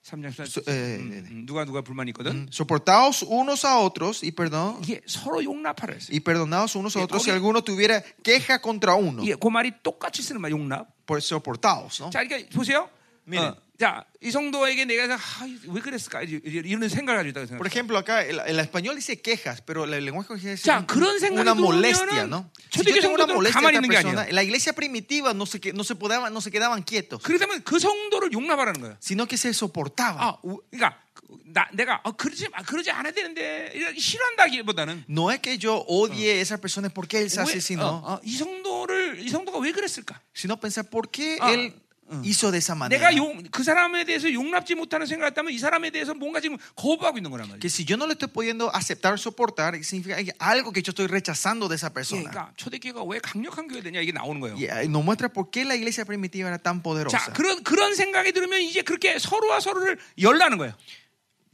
3장 13.
소- 예, 음. 예, 예.
음, 누가 누가 불만이 있거든?
Soportaos unos a otros y perdón.
이게 서로 용납하라 했어요.
Y perdonaos unos a
Y
otros si
coge-
alguno tuviera queja contra uno.
예, 그 말이 똑같이 쓰는 말 용납.
Por soportaos, ¿no?
자, 그러니까 보세요.
미래.
어, 자, 이 성도에게 내가 아, 왜 그랬을까? 이- 이- 이런 생각을 가지고 있다고 생각해요.
Por ejemplo, acá el, el español dice quejas, pero el lenguaje original es
자,
un-
그런 생각이
una
들면은
molestia, ¿no? Si
초대교
yo tengo una
성도들은
molestia
가만히
a
있는
esta
게
persona,
아니에요.
la iglesia primitiva no se, que- no se, podaban- no se qudaban quietos,
그렇다면 그 성도를 용납하라는 거예요.
sino que se soportaban.
아, 우- 그러니까 그- 나, 내가 어, 그러지 마- 그러지 않아야 되는데 이런 싫어한다기보다는
No es que yo odie a esa persona porque él se
왜,
asesinó,
어, 어, 이 성도를 이 성도가 왜 그랬을까?
sino pensar por qué
Ah,
él hizo de esa manera.
내가 용, 그 사람에 대해서 용납지 못하는 생각을 했다면 이 사람에 대해서 뭔가 지금 거부하고 있는 거란 말이에요.
Que si yo no le estoy pudiendo aceptar, soportar, significa que hay algo que yo estoy rechazando de esa
예,
persona.
그러니까 초대교회가 왜 강력한 교회 되냐 이게 나오는 거예요. 그렇죠.
Y ahí nos muestra por qué la iglesia primitiva era tan
자,
poderosa.
그런 그런 생각이 들으면 이제 그렇게 서로와 서로를 열라는 거예요.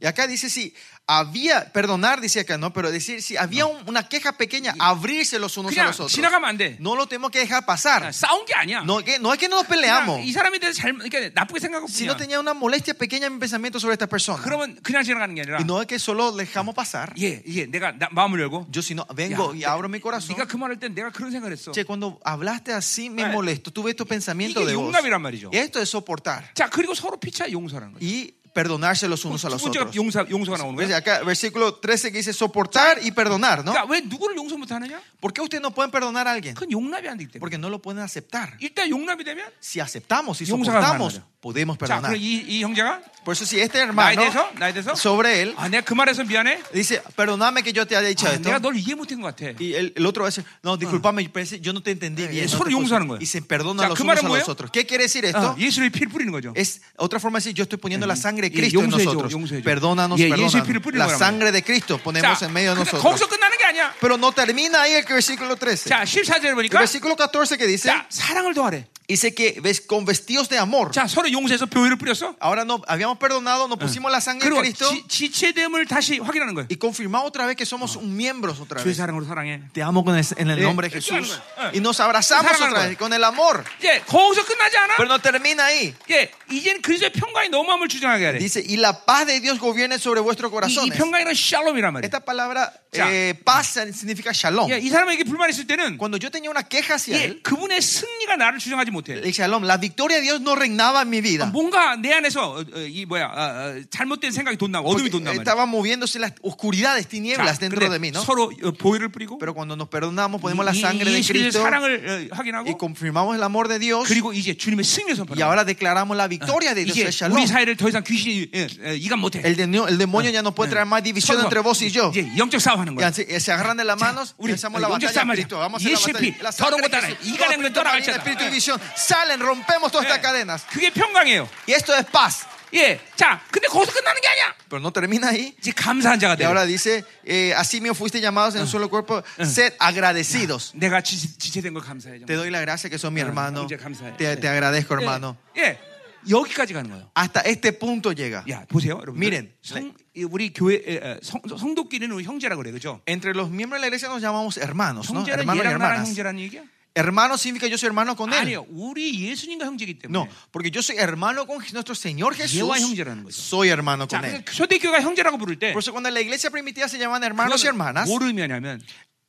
Y acá dice si había, perdonar dice acá, no, pero decir si había un- una queja pequeña, abrirse los unos a
그냥
los otros.
지나가면 안 돼.
No lo tenemos que dejar
아,
pasar.
싸운 게 아니야. 뭐.
No, que, no es que no nos peleamos.
그냥 이 사람에 대해서 잘 그러니까 나쁘게 생각하고
Si no
그냥
tenía una molestia pequeña en mi pensamiento sobre esta persona.
그러면 그냥 지나가는 게 아니라
Y no es que solo dejamos pasar.
예, 예, 내가 나, 마음을 열고
Yo si no vengo
Ya,
y abro mi corazón.
네가 그 말할 땐 내가 그런 생각을 했어.
Che, cuando hablaste así me
Eh,
molesto. Tuve estos pensamientos
이게
de vos.
용납이란 말이죠.
Esto es soportar
자, 그리고 서로 피차 용서라는 거예요.
y perdonarse los unos a
두
los
번째가
otros.
용서 용서가 나오는
Ves
거예요.
acá, versículo 13 que dice soportar y perdonar, ¿no?
그러니까 왜 누구를 용서 못 하느냐?
¿Por qué ustedes no pueden perdonar a alguien?
그건 용납이 안 되기 때문에.
Porque no lo pueden aceptar.
일단 용납이 되면
Si aceptamos, si
Yung-
soportamos,
Yung-
podemos
자,
perdonar.
그럼 이, 이 형제가
Por eso si este
나에
hermano
대해서 나에 대해서
sobre él
아, 내가 그 말해서 미안해.
dice, perdóname que yo te haya dicho
아, 내가
esto.
널 이해 못한 것 같아.
Y el, el otro va a decir, no, discúlpame, pensé- yo no te entendí bien.
Ah. Eh, eso
no te
lo
puse".
용서하는 거예요.
Y se perdona
Ya,
a los
¿qué Ah,
unos
말은
a los
뭐예요?
otros. ¿Qué quiere decir esto?
어, 예수의 피를 뿌리는 거죠.
Es otra forma de decir, yo estoy poniendo la sangre
Eh,
de
Y
Cristo en
용서해줘,
nosotros.
용서해줘.
Perdónanos,
Y- y ese
perdónanos.
espíritu puro
La
lo
sangre de Cristo
자,
ponemos en medio de
근데
nosotros.
거기서 네. 끝나는 게 아니야.
Pero no termina ahí el que versículo 13.
자, 14절에
El
보니까
versículo 14 que dice,
자, 사랑을 더하래.
dice que ves con vestidos de amor.
자, 서로 용서해서 교회를 뿌렸어.
Ahora no habíamos perdonado, nos pusimos la sangre de
그리고
Cristo
지, 지체됨을 다시 확인하는 거예요.
y confirmamos otra vez que somos un miembros otra
주의
vez.
사랑으로 사랑해.
Te amo con el- en el
Eh,
nombre de
eh, claro,
Jesús.
eh.
Y nos abrazamos
Sacaron
otra
algo.
vez con el amor.
이제 예, 거기서 끝나지 않아?
Pero no termina ahí.
예, 이젠 그리스도의 평강이 너무함을 주장하게 하래. 이,
Dice, y la paz de Dios gobierne sobre
이
vuestros corazones.
평강이란 샬롬이란 말이야.
Esta palabra
Ya.
eh, paz significa shalom.
예, 이 사람에게 불만 있을 때는
Cuando yo tenía una queja hacia
예,
él,
그분의 승리가 나를 주장하지 못해.
el shalom, la victoria de Dios no reinaba en mi
아,
vida.
뭔가 내 안에서 어, 어, 이 뭐야 어, 어, 잘못된 생각이 돈나 어둠이
Porque
돈나 말이야.
Estaban moviéndose las oscuridades,
자,
tinieblas dentro de mí,
근데
¿no?
서로 어, 보혈을 뿌리고
Pero cuando nos perdonamos, ponemos la
이-
sangre
이
de
예수의
Cristo
사랑을 어,
y
확인하고 어,
confirmamos el amor de Dios.
그리고 이제 주님의 승리를
Y
선포하고
ahora declaramos la victoria de Dios,
이제
el shalom.
우리 사이를 더 이상 귀신이 예, 예, 이간 못해. 예.
El, demonio- el demonio ya no puede traer más división
서로
entre vos y yo.
이제 영적 싸움하는
Y
거야.
así, eh, se agarran de las manos y
우리
empezamos la
영적
batalla
싸움하자.
espiritual. Vamos a
예수
hacer la batalla.
피,
La sangre
더러운 것
de
따라,
Jesús,
이간한
todo
것 따라갈
espíritu maligno,
자다.
espíritu
예.
de división. Salen, rompemos todas estas cadenas.
그게 평강이에요.
Y esto es paz.
예, 자, 근데 거기서 끝나는 게 아니야.
Pero no termina ahí.
이제 감사한 자가
Y
돼.
ahora dice, eh, así mismo fuiste llamados en un solo cuerpo, sed agradecidos.
내가 지, 지체된 걸 감사해.
Te doy la gracia que son mi hermano.
이제 감사해요.
Te, te
예.
agradezco, hermano.
예, 예, 여기까지 가는 거예요.
Hasta este punto llega.
야, 보세요, 여러분.
Miren.
성, 이 우리 교회 에, 에, 성, 성도끼리는 우리 형제라 그래, 그죠?
Entre los miembros de la iglesia nos llamamos hermanos, ¿no?
형제는
Hermanos y
얘랑 나랑
hermanas.
형제라는 얘기야?
Hermano significa yo soy hermano con él.
아니요, 우리 예수님과 형제이기 때문에.
No, porque yo soy hermano con nuestro Señor Jesús.
Yewa 형제라는 거죠.
Soy hermano
자,
con él.
네. 그러니까 초대교회가 형제라고 부를 때
Por eso cuando en la iglesia primitiva se llamaban
그거는
hermanos y hermanas,
뭐를 의미하냐면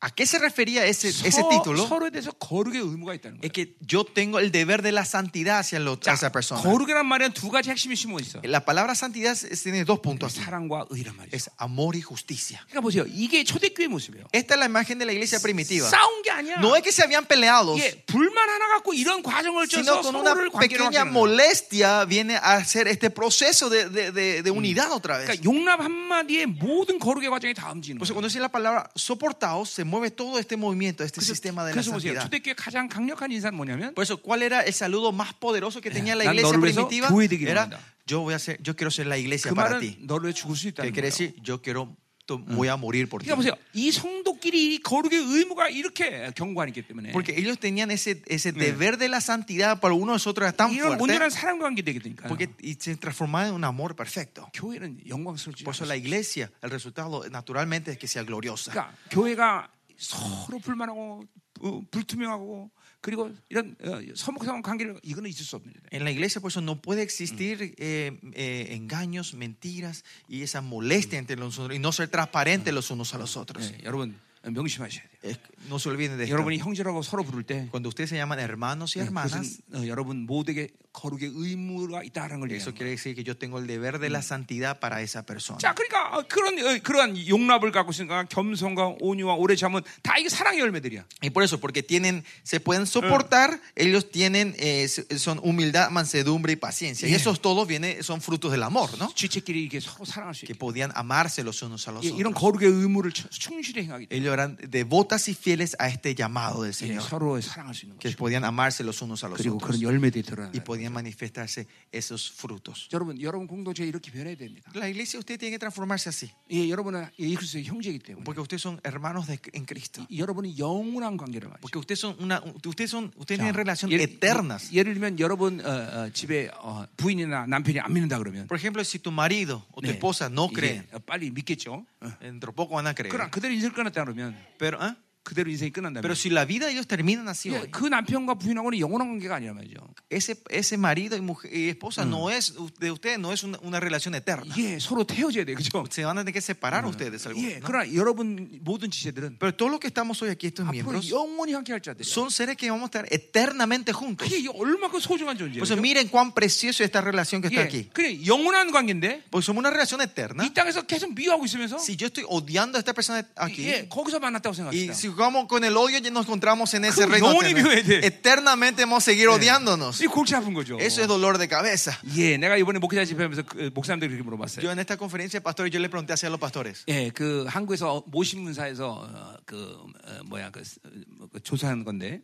¿A qué se refería ese, ese
서-
título?
서로에 대해서 거룩의 의무가 있다는 거예요.
Es que yo tengo el deber de la santidad hacia, el otro-
자,
hacia esa persona.
거룩이란 말에는 두 가지 핵심이 심어 있어.
La palabra santidad es- tiene dos puntos. aquí.
사랑과 의란 말이죠.
Es amor y justicia.
그러니까 보세요. 이게 초대교회 모습이에요.
Esta es la imagen de la iglesia primitiva.
싸운 게 아니야.
No es que se habían peleado,
예, 불만 하나 갖고 이런 과정을 쪄서
sino con una
서로를 관계로
pequeña
만드는 거예요.
molestia viene a hacer este proceso de, de- de- de unidad otra vez.
그러니까 용납 한마디에 모든 거룩의 과정이 다 움직이는
Entonces,
거예요.
cuando dice la palabra soportados, se mueve todo este movimiento, este sistema de la
그래서 보세요.
santidad.
초대교회 가장 강력한 인사는 뭐냐면
Por eso, ¿cuál era el saludo más poderoso que tenía la
난
iglesia
너를 위해서
primitiva?
교회 되기를 원한다.
Era, yo, voy a ser, yo quiero ser la iglesia
그
para
말은
ti.
너를 위해 죽을 수
¿Qué
있다는
quiere
거예요.
decir? Yo quiero, to- voy a morir por ti.
그 그러니까 보세요. 이 성도끼리 이 거룩의 의무가 이렇게 경고한 있기 때문에
Porque ellos tenían ese, ese deber de la santidad para uno de nosotros era tan
이런 온전한
fuerte
사랑 관계 되게 되니까
porque y se transformaba en un amor perfecto.
교회는 영광스럽지.
Por eso
않아요.
la iglesia, el resultado naturalmente es que sea gloriosa.
그러니까 교회가 서로 불만하고 어, 불투명하고 그리고 이런 어, 서먹서먹 관계를 이거는 있을 수 없는 일이다.
En la iglesia por eso no puede existir eh, eh, engaños, mentiras y esa molestia entre nosotros y no ser transparentes los unos a los otros.
예, 여러분 어, 명심하셔야 돼요.
Eh, No se olviden de esto.
여러분이 형제라고 서로 부를 때
Cuando ustedes se llaman hermanos y
Pues,
hermanas,
그것은 어, 여러분 모두에게 거룩의 의무가 있다는 걸
eso
얘기해요.
quiere decir que yo tengo el deber de la santidad para esa persona.
자, 그러니까 어, 그런 어, 그러한 용납을 갖고 있으니까 겸손과 온유와 오래 참은 다 이게 사랑의 열매들이야.
Y por eso, porque tienen, se pueden soportar, ellos tienen, eh, s- son humildad, mansedumbre y paciencia. Y
Yeah.
esos todos vienen, son frutos del amor, ¿no?
지체끼리 이게 서로 사랑할 수
Que
있게.
podían amarse los unos a los
예, 이런
otros.
거룩의 의무를 처- 충실히 행하기 때문에
Ellos eran devotas y fieles a este llamado del
예,
Señor.
서로 사랑할 수 있는
Que
거죠.
podían amarse los unos a los
그리고 그런
otros.
열매들이 드러나는
Y
거죠.
podían manifestarse esos frutos.
여러분, 여러분 공동체 이렇게 변해야 됩니다.
La iglesia, usted tiene que transformarse así.
예, 여러분은 예수 그리스도의 형제이기 때문에
Porque ustedes son hermanos de- en Cristo.
이- 여러분이 영원한 관계를 말이죠.
Porque ustedes son una, ustedes son, ustedes
자,
tienen relaciones
예를-
eternas.
예- 예를 들면 여러분 어, 어, 집에 어, 부인이나 남편이 안 믿는다 그러면
Por ejemplo, si tu marido o tu
네,
esposa no
이제
creen, 네.
빨리 믿겠죠. 어.
dentro poco van a
그럼
creer.
그대로 인생 끝났다 그러면
Pero, ¿ah?
그대로 인생이 끝난다면
Pero si la vida de ellos terminan así
예,
hoy,
그 남편과 부인하고는 영원한 관계가 아니란 말이죠.
ese, ese marido y, mujer- y esposa no es de ustedes, no es una, una relación eterna.
예, 서로 태워줘야 돼, 그죠?
Se van a tener que separar ustedes. algún-
예,
¿no?
그러나 여러분 모든 지체들은
Pero todos los que estamos hoy aquí, estos
앞으로
miembros,
영원히 함께할 자들.
son seres que vamos a estar eternamente juntos.
그게 얼마큼 소중한 존재예요.
Por eso miren cuán preciosa esta relación que está
예,
aquí.
그래 영원한 관계인데
Porque somos una relación eterna.
이 땅에서 계속 미워하고 있으면서
Si yo estoy odiando a esta persona aquí,
예, 거기서 만났다고
Y
생각합니다.
si jugamos con el odio, ya nos encontramos en ese
Claro,
reino.
영원히
eterno.
vivo해야 돼.
Eternamente vamos a seguir odiándonos.
이 골치 아픈 거죠.
Eso es dolor de cabeza.
예, 내가 이번에 목회자 집회하면서 그, 목사님들 그렇게 물어봤어요.
Yo en esta conferencia de pastores, yo le pregunté hacia los pastores.
예, 그 한국에서 모신문사에서 어, 그 어, 뭐야 그, 스- 어, 그 조사한 건데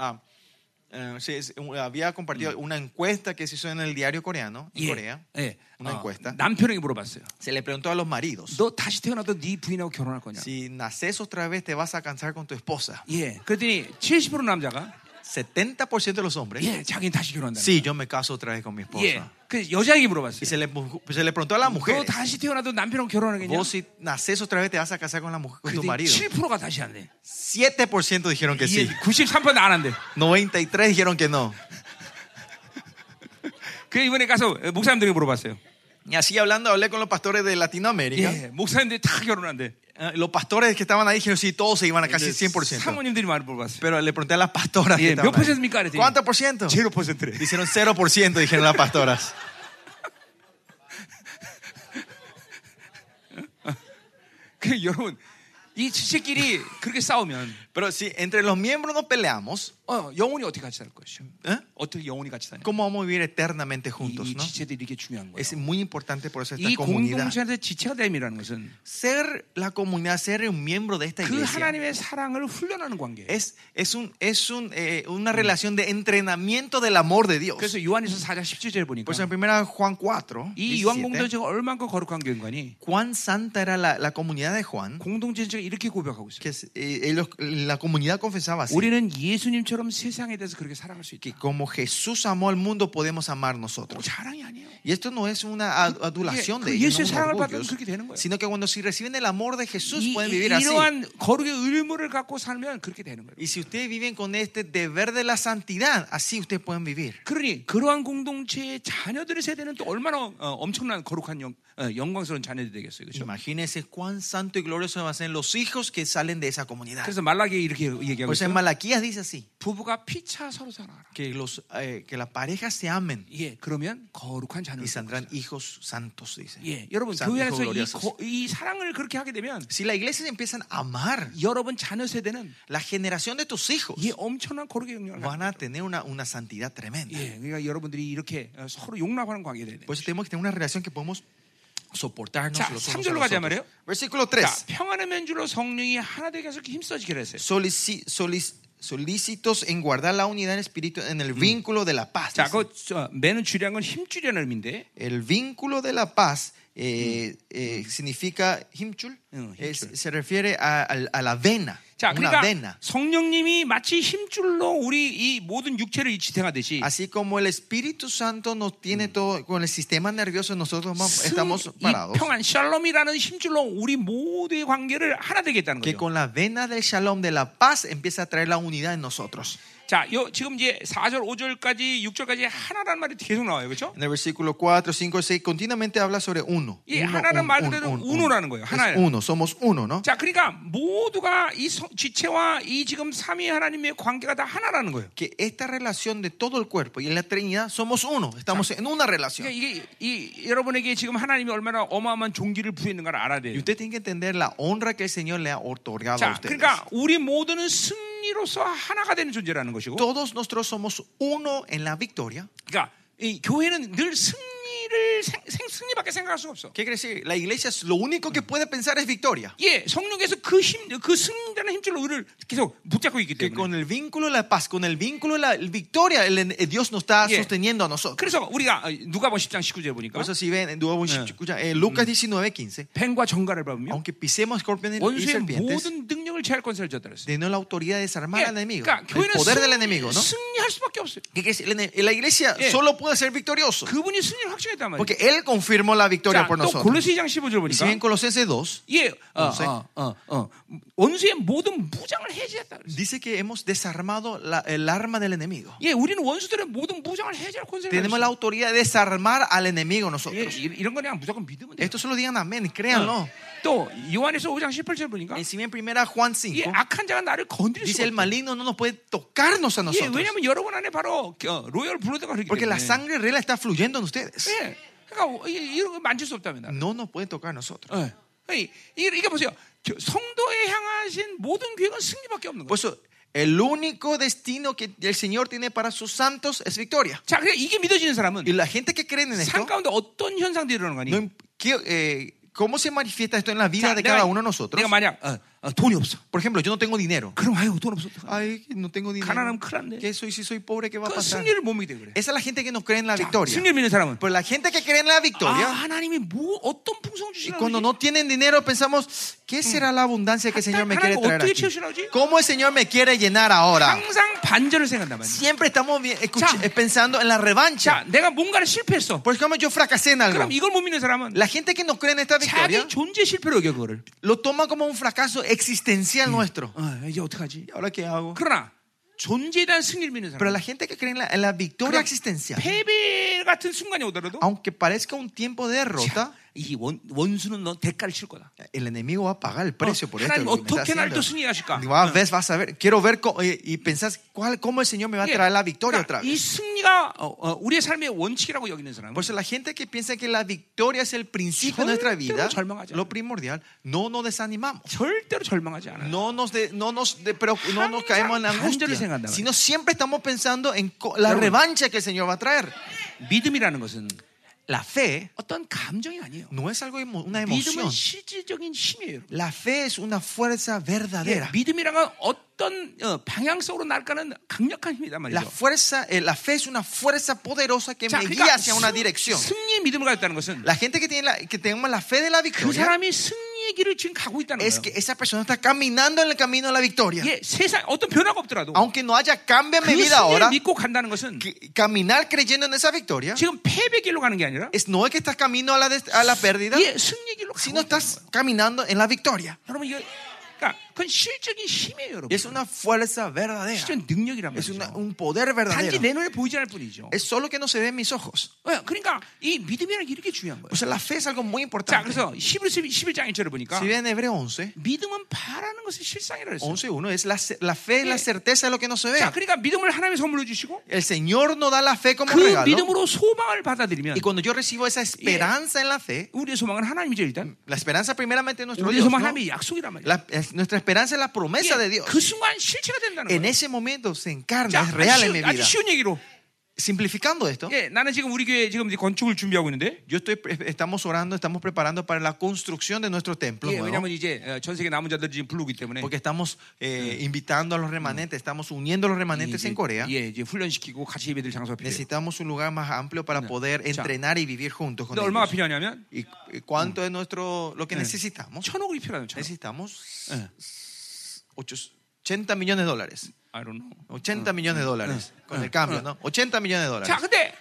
Ah, eh, sí, es- había compartido una encuesta que se hizo en el diario coreano, en
예,
Corea.
예,
una
어,
encuesta.
남편에게 물어봤어요.
Se le preguntó a los maridos,
너 다시 태어나도 네 부인하고 결혼할 거냐?
si naces otra vez te vas a cansar con tu esposa.
예, 그랬더니 70% 남자가
70% de los hombres,
예, 자기는 다시 결혼한다.
sí, yo me caso otra vez con mi
예,
esposa.
그 여자에게
Y
물어봤어요.
se le, se le preguntó a la
너
mujer,
다시 태어나도 남편하고 결혼하겠냐?
vos si naces otra vez te vas a casar con, la mujer, con tu
그랬더니
marido.
7%가 다시 안 돼.
7% dijeron que
예,
sí.
93%는 안 한대.
93 dijeron que no.
그 이번에 가서 목사님들에게 물어봤어요.
Y así hablando, hablé con los pastores de Latinoamérica.
예, 목사님들이 다 결혼한대.
Eh, Los pastores que estaban ahí dijeron sí, todos se iban a casi 100%.
사모님들이 많이 물어봤어요.
Pero le pregunté a las pastoras. que
Bien,
estaban
¿vio
ahí,
porcentaje, Micael?
¿Cuánto por ciento?
0%래.
Dijeron 0%, dijeron las pastoras.
그 여러분 이 지체끼리 그렇게 싸우면
Pero si entre los miembros no peleamos,
어, 영혼이 어떻게 같이 살 것이죠?
¿eh?
어떻게 영혼이 같이 사냐?
¿cómo vamos a vivir eternamente
이,
juntos?
이
¿no?
지체들이 이게 중요한 거예요.
Es muy importante por eso esta
이
comunidad.
공동체한테 지체가 됨이라는 것은
Ser la comunidad, ser un miembro de esta
그
iglesia.
하나님의 사랑을 훈련하는 관계예요.
Es, es, un, es un, eh, una relación de entrenamiento del amor de Dios.
그래서 요한에서 4장 17절에 보니까
Por eso en primera Juan 4,
이
17,
요한 공동체가 얼만큼 거룩한 교인관이
cuán santa era la, la comunidad de Juan,
공동체가 이렇게 고백하고 있어요.
que es- eh, ellos- la comunidad confesaba así,
우리는 예수님처럼 세상에 대해서 그렇게 사랑할 수
que
있다.
como Jesús amó al mundo podemos amar
뭐
nosotros.
자랑이 아니에요.
Y esto no es una ad- adulación de
그
ellos,
예수의
no es un
사랑을
orgullo,
받으면 그렇게 되는 거예요.
sino que cuando si reciben el amor de Jesús
이,
pueden
이-
vivir así.
이러한 거룩의 의무를 갖고 살면 그렇게 되는 거예요.
Y si ustedes viven con este deber de la santidad, así ustedes pueden vivir.
그러니 그러한 공동체의 자녀들의 세대는 또 얼마나 어, 엄청난 거룩한 영, 어, 영광스러운 자녀들이 되겠어요. 그렇죠?
Imagínense cuán santo y glorioso van a ser los hijos que salen de esa comunidad.
그래서 말라기에 이렇게 얘기하고
Por eso
있어요.
en Malaquías dice así,
부부가 피차 서로 사랑하라.
que, los, eh, que las parejas se amen
예, 그러면 거룩한 자녀.
y saldrán hijos santos, dice.
예, 여러분
Santos,
교회 안에서 이,
gloriosos.
거- 이 사랑을 그렇게 하게 되면
Si la iglesia se empiezan a amar,
여러분 자녀 세대는
la generación de tus hijos
예, 엄청난 거룩의 영향을
van a tener una, una santidad tremenda.
예, 그러니까 여러분들이 이렇게 어, 서로 용납하는 관계가 돼야 돼.
Por eso tenemos que tener una relación que podemos soportarnos
자,
los unos
3절로
a ¿eh? los
가자
otros.
말이에요.
Versículo
자,
3.
평안의 면주로 성령이 하나 되게 해서 이렇게 힘써지기로 했어요.
Solici- solic- solícitos en guardar la unidad en espíritu en el vínculo de la paz.
자,
dice.
그 어, 매는 주량은 힘주려는 의미인데
El vínculo de la paz eh, eh, significa himchul,
Mm,
es-
himchul.
se refiere a, al- a la vena,
자,
una
그러니까
vena.
성령님이 마치 힘줄로 우리 이 모든 육체를 일치탱하듯이
Así como el Espíritu Santo nos tiene todo, con el sistema nervioso nosotros ma-
승-
estamos
이
parados.
평안 샬롬이라는 힘줄로 우리 모두의 관계를 하나 되게 했다는
Que
거죠.
con la vena del shalom, de la paz, empieza a traer la unidad en nosotros.
자, 요 지금 이제 4절, 5절까지, 6절까지 하나라는 말이 계속 나와요. 그렇죠?
En el versículo 4, 5, 6, continuamente habla sobre uno.
Y
Uno,
하나는 말
uno,
그대로
uno,
uno라는 거예요.
Es
하나예요.
uno, somos uno, ¿no?
자, 그러니까 모두가 이 성- 지체와 이 지금 삼위 하나님의 관계가 다 하나라는 거예요.
Que esta relación de todo el cuerpo y en la Trinidad somos uno, estamos en una relación.
그러니까 이게 이 여러분에게 지금 하나님이 얼마나 어마어마한 종기를 부여했는가를 알아야
Y
돼요.
usted tiene que entender la honra que el Señor le ha otorgado a
자,
ustedes.
그러니까 우리 모두는 승리로서 하나가 되는 존재라는 것이고,
Todos nosotros somos uno en la victoria.
그러니까 이 교회는 늘 승리를 생, 생- 승리밖에 생각할 수가 없어.
¿Qué quiere decir? La iglesia es lo único que puede pensar es victoria.
예, 성령께서 그 힘, 그 승리라는 힘줄로 우리를 계속 붙잡고 있기
Que
때문에.
con el vínculo de la paz, con el vínculo de la victoria, el- el Dios nos está
Yeah.
sosteniendo a nosotros.
그래서 우리가 아, 누가 본 10장 19절 보니까
Por eso si ven en Dúo Bonshi- escucha, eh, Lucas 19, 15,
뱀과 정갈을 밟으며
aunque pisemos escorpiones y
원수의
serpientes,
모든 능력을 제할 권세를 줬다 그랬어요.
tenemos la autoridad de desarmar al enemigo,
그러니까
el
교회는
poder del
승리-
enemigo, ¿no?
승리할 수밖에 없어요.
¿Qué quiere decir? El ene- La iglesia
Yeah.
solo puede ser victorioso,
그분이 승리를 확정했단 말이에요.
porque Él confirmó la victoria
자,
por
또
nosotros.
골로시장 15절
Y si ven
보니까
Colosenses 2,
예, 어,
골로새?
어, 어, 어. 원수의 모든 무장을 해제했다 그랬어요.
dice que hemos desarmado la- el arma del enemigo.
예, 우리는 원수들의 모든 무장을 해제할 권세를
Tenemos la
가졌어요.
autoridad de desarmar al enemigo
예,
nosotros.
이- 이런 거 그냥 무조건 믿으면 돼요. 어.
Esto solo digan amén, créanlo.
또 요한에서 5장 18절 보니까
Y si bien primera Juan
예,
5
악한 자가 나를 건드릴
dice
수가
el
없다.
maligno no nos puede tocarnos a
예,
nosotros.
왜냐면 여러분 안에 바로 어, 로열 블러드가 흐르기
Porque la
때문에.
sangre real está fluyendo en ustedes.
예, 그러니까 이- 이런 거 만질 수 없다면. 나를.
No nos puede tocar a nosotros.
예. 이- 이- 이게 보세요. 저- 성도에 향하신 모든 계획은 승리밖에 없는 거예요.
Por eso, el único destino que el Señor tiene para sus santos es victoria.
자, 그러니까 이게 믿어지는 사람은
Y la gente que cree en
삶
esto,
가운데 어떤 현상들이 일어나는 거니?
no im- qué- eh, ¿cómo se manifiesta esto en la
자,
vida de
내가-
cada uno de nosotros?
내가 만약 어, 어, 돈이 없어.
Por ejemplo, yo no tengo dinero.
그럼 아유 돈 없어. 어떡하나.
Ay, no tengo
가난하면
dinero.
큰일 났네.
¿Qué soy si soy pobre? ¿Qué va a
그
pasar?
승리를 못 믿게 그래.
Esa es la gente que no cree en la
자,
victoria.
승리를 믿는 사람은
Pero la gente que cree en la
아,
victoria,
하나님이 뭐 어떤 풍성
y
주시나
cuando no tienen dinero, pensamos, ¿qué será la abundancia que el Señor me quiere traer aquí? ¿Cómo el Señor me quiere llenar ahora?
항상 반전을 생각한단 말이야.
Siempre estamos vi- escuch-
자.
eh, pensando en la
자,
revancha.
내가 뭔가를 실패했어.
Por ejemplo, yo fracasé en algo.
그럼 이걸 못 믿는 사람은
La gente que no cree en esta victoria
자기 존재 실패로 여겨 그거를.
lo toma como un fracaso existencial nuestro.
어, 이제 어떡하지?
Mm. ¿Y ahora qué hago?
그러나 존재에 대한 승리를 믿는
Pero
사람은
la gente que cree en la, en la victoria
그럼
existencial,
패배 같은 순간이 오더라도
aunque parezca un tiempo de derrota,
자, 이 원, 원수는 너 대가를 칠 거다.
El enemigo va a pagar el precio por esto.
하나님
lo que me está
어떻게 날 또
haciendo.
승리하실까?
Digo, ah, ves, vas a ver. Quiero ver co- eh, y pensás cuál, cómo el Señor me va a
예,
traer la victoria
그러니까
otra
이
vez.
승리가 어, 어, 우리의 삶의 원칙이라고 여기는 사람은
Por eso la gente que piensa que la victoria es el principio de nuestra vida,
절대로 절망하지 않아요.
lo primordial, no nos desanimamos.
절대로 절망하지 않아요.
No nos, de- no, nos de- pero no nos
항상
caemos en la
반전을
angustia,
생각한단
sino siempre estamos pensando en co- la
여러분.
revancha que el Señor va a traer.
믿음이라는 것은
La fe
어떤 감정이 아니에요.
no es algo emo- una
믿음은
emoción.
실질적인 힘이에요. 여러분.
La fe es una fuerza
예,
verdadera.
믿음이란 건 어떤 어, 방향성으로 날까는 강력한 힘이단
La
말이죠.
fuerza, eh, la fe es una fuerza poderosa que
자,
me
그러니까
guía hacia una
승,
dirección.
승리의 믿음을 가졌다는 것은
La gente que tiene la, que tenemos la fe de la
그
victoria
사람이 승리의 길을 지금 가고 있다는
es
거예요.
que esa persona está caminando en el camino de la victoria.
예, 세상 어떤 변화가 없더라도
Aunque no haya cambio en
그
mi vida ahora,
승리를 믿고 간다는 것은
que- caminar creyendo en esa victoria
지금 패배 길로 가는 게 아니라
es no es que estás camino a la, des- a la pérdida,
예, 승리 길로 가고
sino
있다는
estás caminando en la victoria.
여러분 이거 그러니까 그건 실적인 힘이에요, 여러분.
Es una fuerza verdadera.
실적인 능력이란
Es
말이죠.
una- un poder
단지 내
verdadero.
눈에 보이지 않을 뿐이죠.
Es solo que no se ve en mis ojos.
예, 그러니까 이 믿음이라는 게 이렇게 중요한 거예요.
O sea, la fe es algo muy
자,
importante.
그래서 11, 11장 1절을 보니까
Si ven Hebreo 11,
믿음은 바라는 것의 실상이라고 했어요.
11, 1 es la, ce- la fe, la certeza de lo que no se ve.
자, 그러니까 믿음을 하나님의 선물로 주시고
El Señor nos da la fe como
그
regalo.
믿음으로 소망을 받아들이면
Y cuando yo recibo esa esperanza en la fe,
우리의 소망은 하나님이죠, 일단.
la esperanza primeramente es nuestro
우리의
Dios.
소망은
¿no?
하나님의 약속이란 말이에요.
La- es- nuestra esperanza es la promesa de
예,
Dios.
그 순간 실체가 된다는
En
거예요.
ese momento
자,
se encarna, es
아주,
real en mi
쉬운,
vida.
아주 쉬운 얘기로.
Simplificando esto,
예, 나는 지금 우리 교회 지금 이제 건축을 준비하고 있는데.
yo estoy, pre- estamos orando, estamos preparando para la construcción de nuestro templo
예,
nuevo,
왜냐면 이제 어, 전 세계 남은 자들 지금 부르기 때문에.
porque estamos eh, invitando a los remanentes, estamos uniendo a los remanentes
이제,
en Corea.
예, 이제 훈련시키고 같이 예배드릴 장소가 필요해요.
Necesitamos un lugar más amplio para poder entrenar y vivir juntos con
근데 얼마가
ellos.
필요하냐면
¿Y y cuánto es nuestro, lo que necesitamos?
천억이 필요하는 천억.
Necesitamos
예.
ocho- 80 millones de dólares.
I don't know.
80 millones de dólares. Con el cambio, ¿no? 80 millones de
자,
dólares.
근데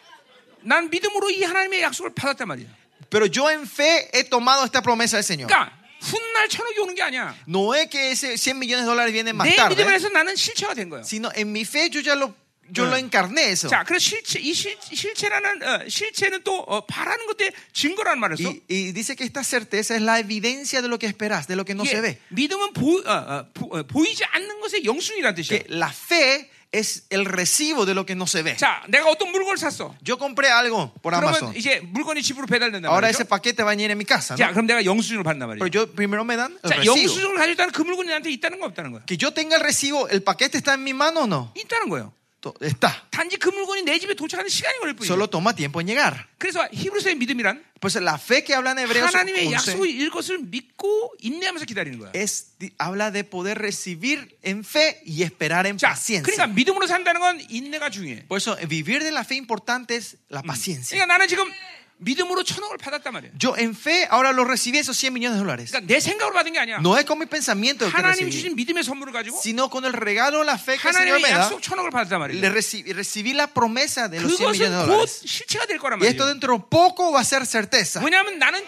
난 믿음으로 이 하나님의 약속을 받았단 말이야.
Pero yo en fe he tomado esta promesa del Señor.
그러니까 훗날 천억이 오는 게 아니야.
No es que ese 100 millones de dólares vienen más
내
tarde,
믿음 안에서 나는 실체가 된 거야.
sino en mi fe yo ya lo, yo
예.
lo encarné eso.
자, 그래서 실체 이 실, 실체라는 어, 실체는 또 어, 바라는 것의 증거라는 말을 써.
Y, y dice que esta certeza es la evidencia de lo que esperás, de lo que no se
이게
ve.
믿음은 보, 어, 어, 보, 어, 보이지 않는 것의 영순이라는 뜻이야.
Que la fe es el recibo de lo que no se ve.
자, 내가 어떤 물건을 샀어.
Yo compré algo por
그러면
Amazon.
이제 물건이 집으로 배달된다
Ahora
아, 말이죠.
ese paquete va a venir en mi casa. ¿no?
자, 그럼 내가 영수증을 받는단 말이야.
Pero yo primero me dan el
자,
recibo.
영수증을 가지고 있다는 그 물건이 나한테 있다는 거 없다는 거야.
Que yo tenga el recibo, ¿el paquete está en mi mano o no?
있다는 거예요.
To- Está.
단지 그 물건이 내 집에 도착하는 시간이 걸릴 뿐이야.
Solo toma tiempo en llegar.
그래서 히브리서의 믿음이란
Pues la fe que habla en
네,
Hebreos
하나님의 예,
11
약속일 것을 믿고 인내하면서 기다리는 거야.
es, di- habla de poder recibir en fe y esperar en
자, 그러니까
paciencia.
믿음으로 san다는 건 인내가 중요해.
Por eso, eh, vivir de la fe importante es la paciencia.
그러니까 나는 지금 믿음으로 천억을 받았단 말이야.
Yo en fe ahora lo recibí esos 100 millones de dólares.
그러니까 내 생각으로 받은 게 아니야.
No es con mi pensamiento que
하나님이
recibí,
주신 믿음의 선물을 가지고
sino con el regalo, la fe que el Señor
하나님의
me da.
약속 천억을 받았단
Le
말이야.
recibí, recibí la promesa de los 100 millones de
네, 그것은 예, 곧
dólares.
실체가 될 거란
Y esto
말이야.
dentro poco va a ser certeza.
왜냐하면 나는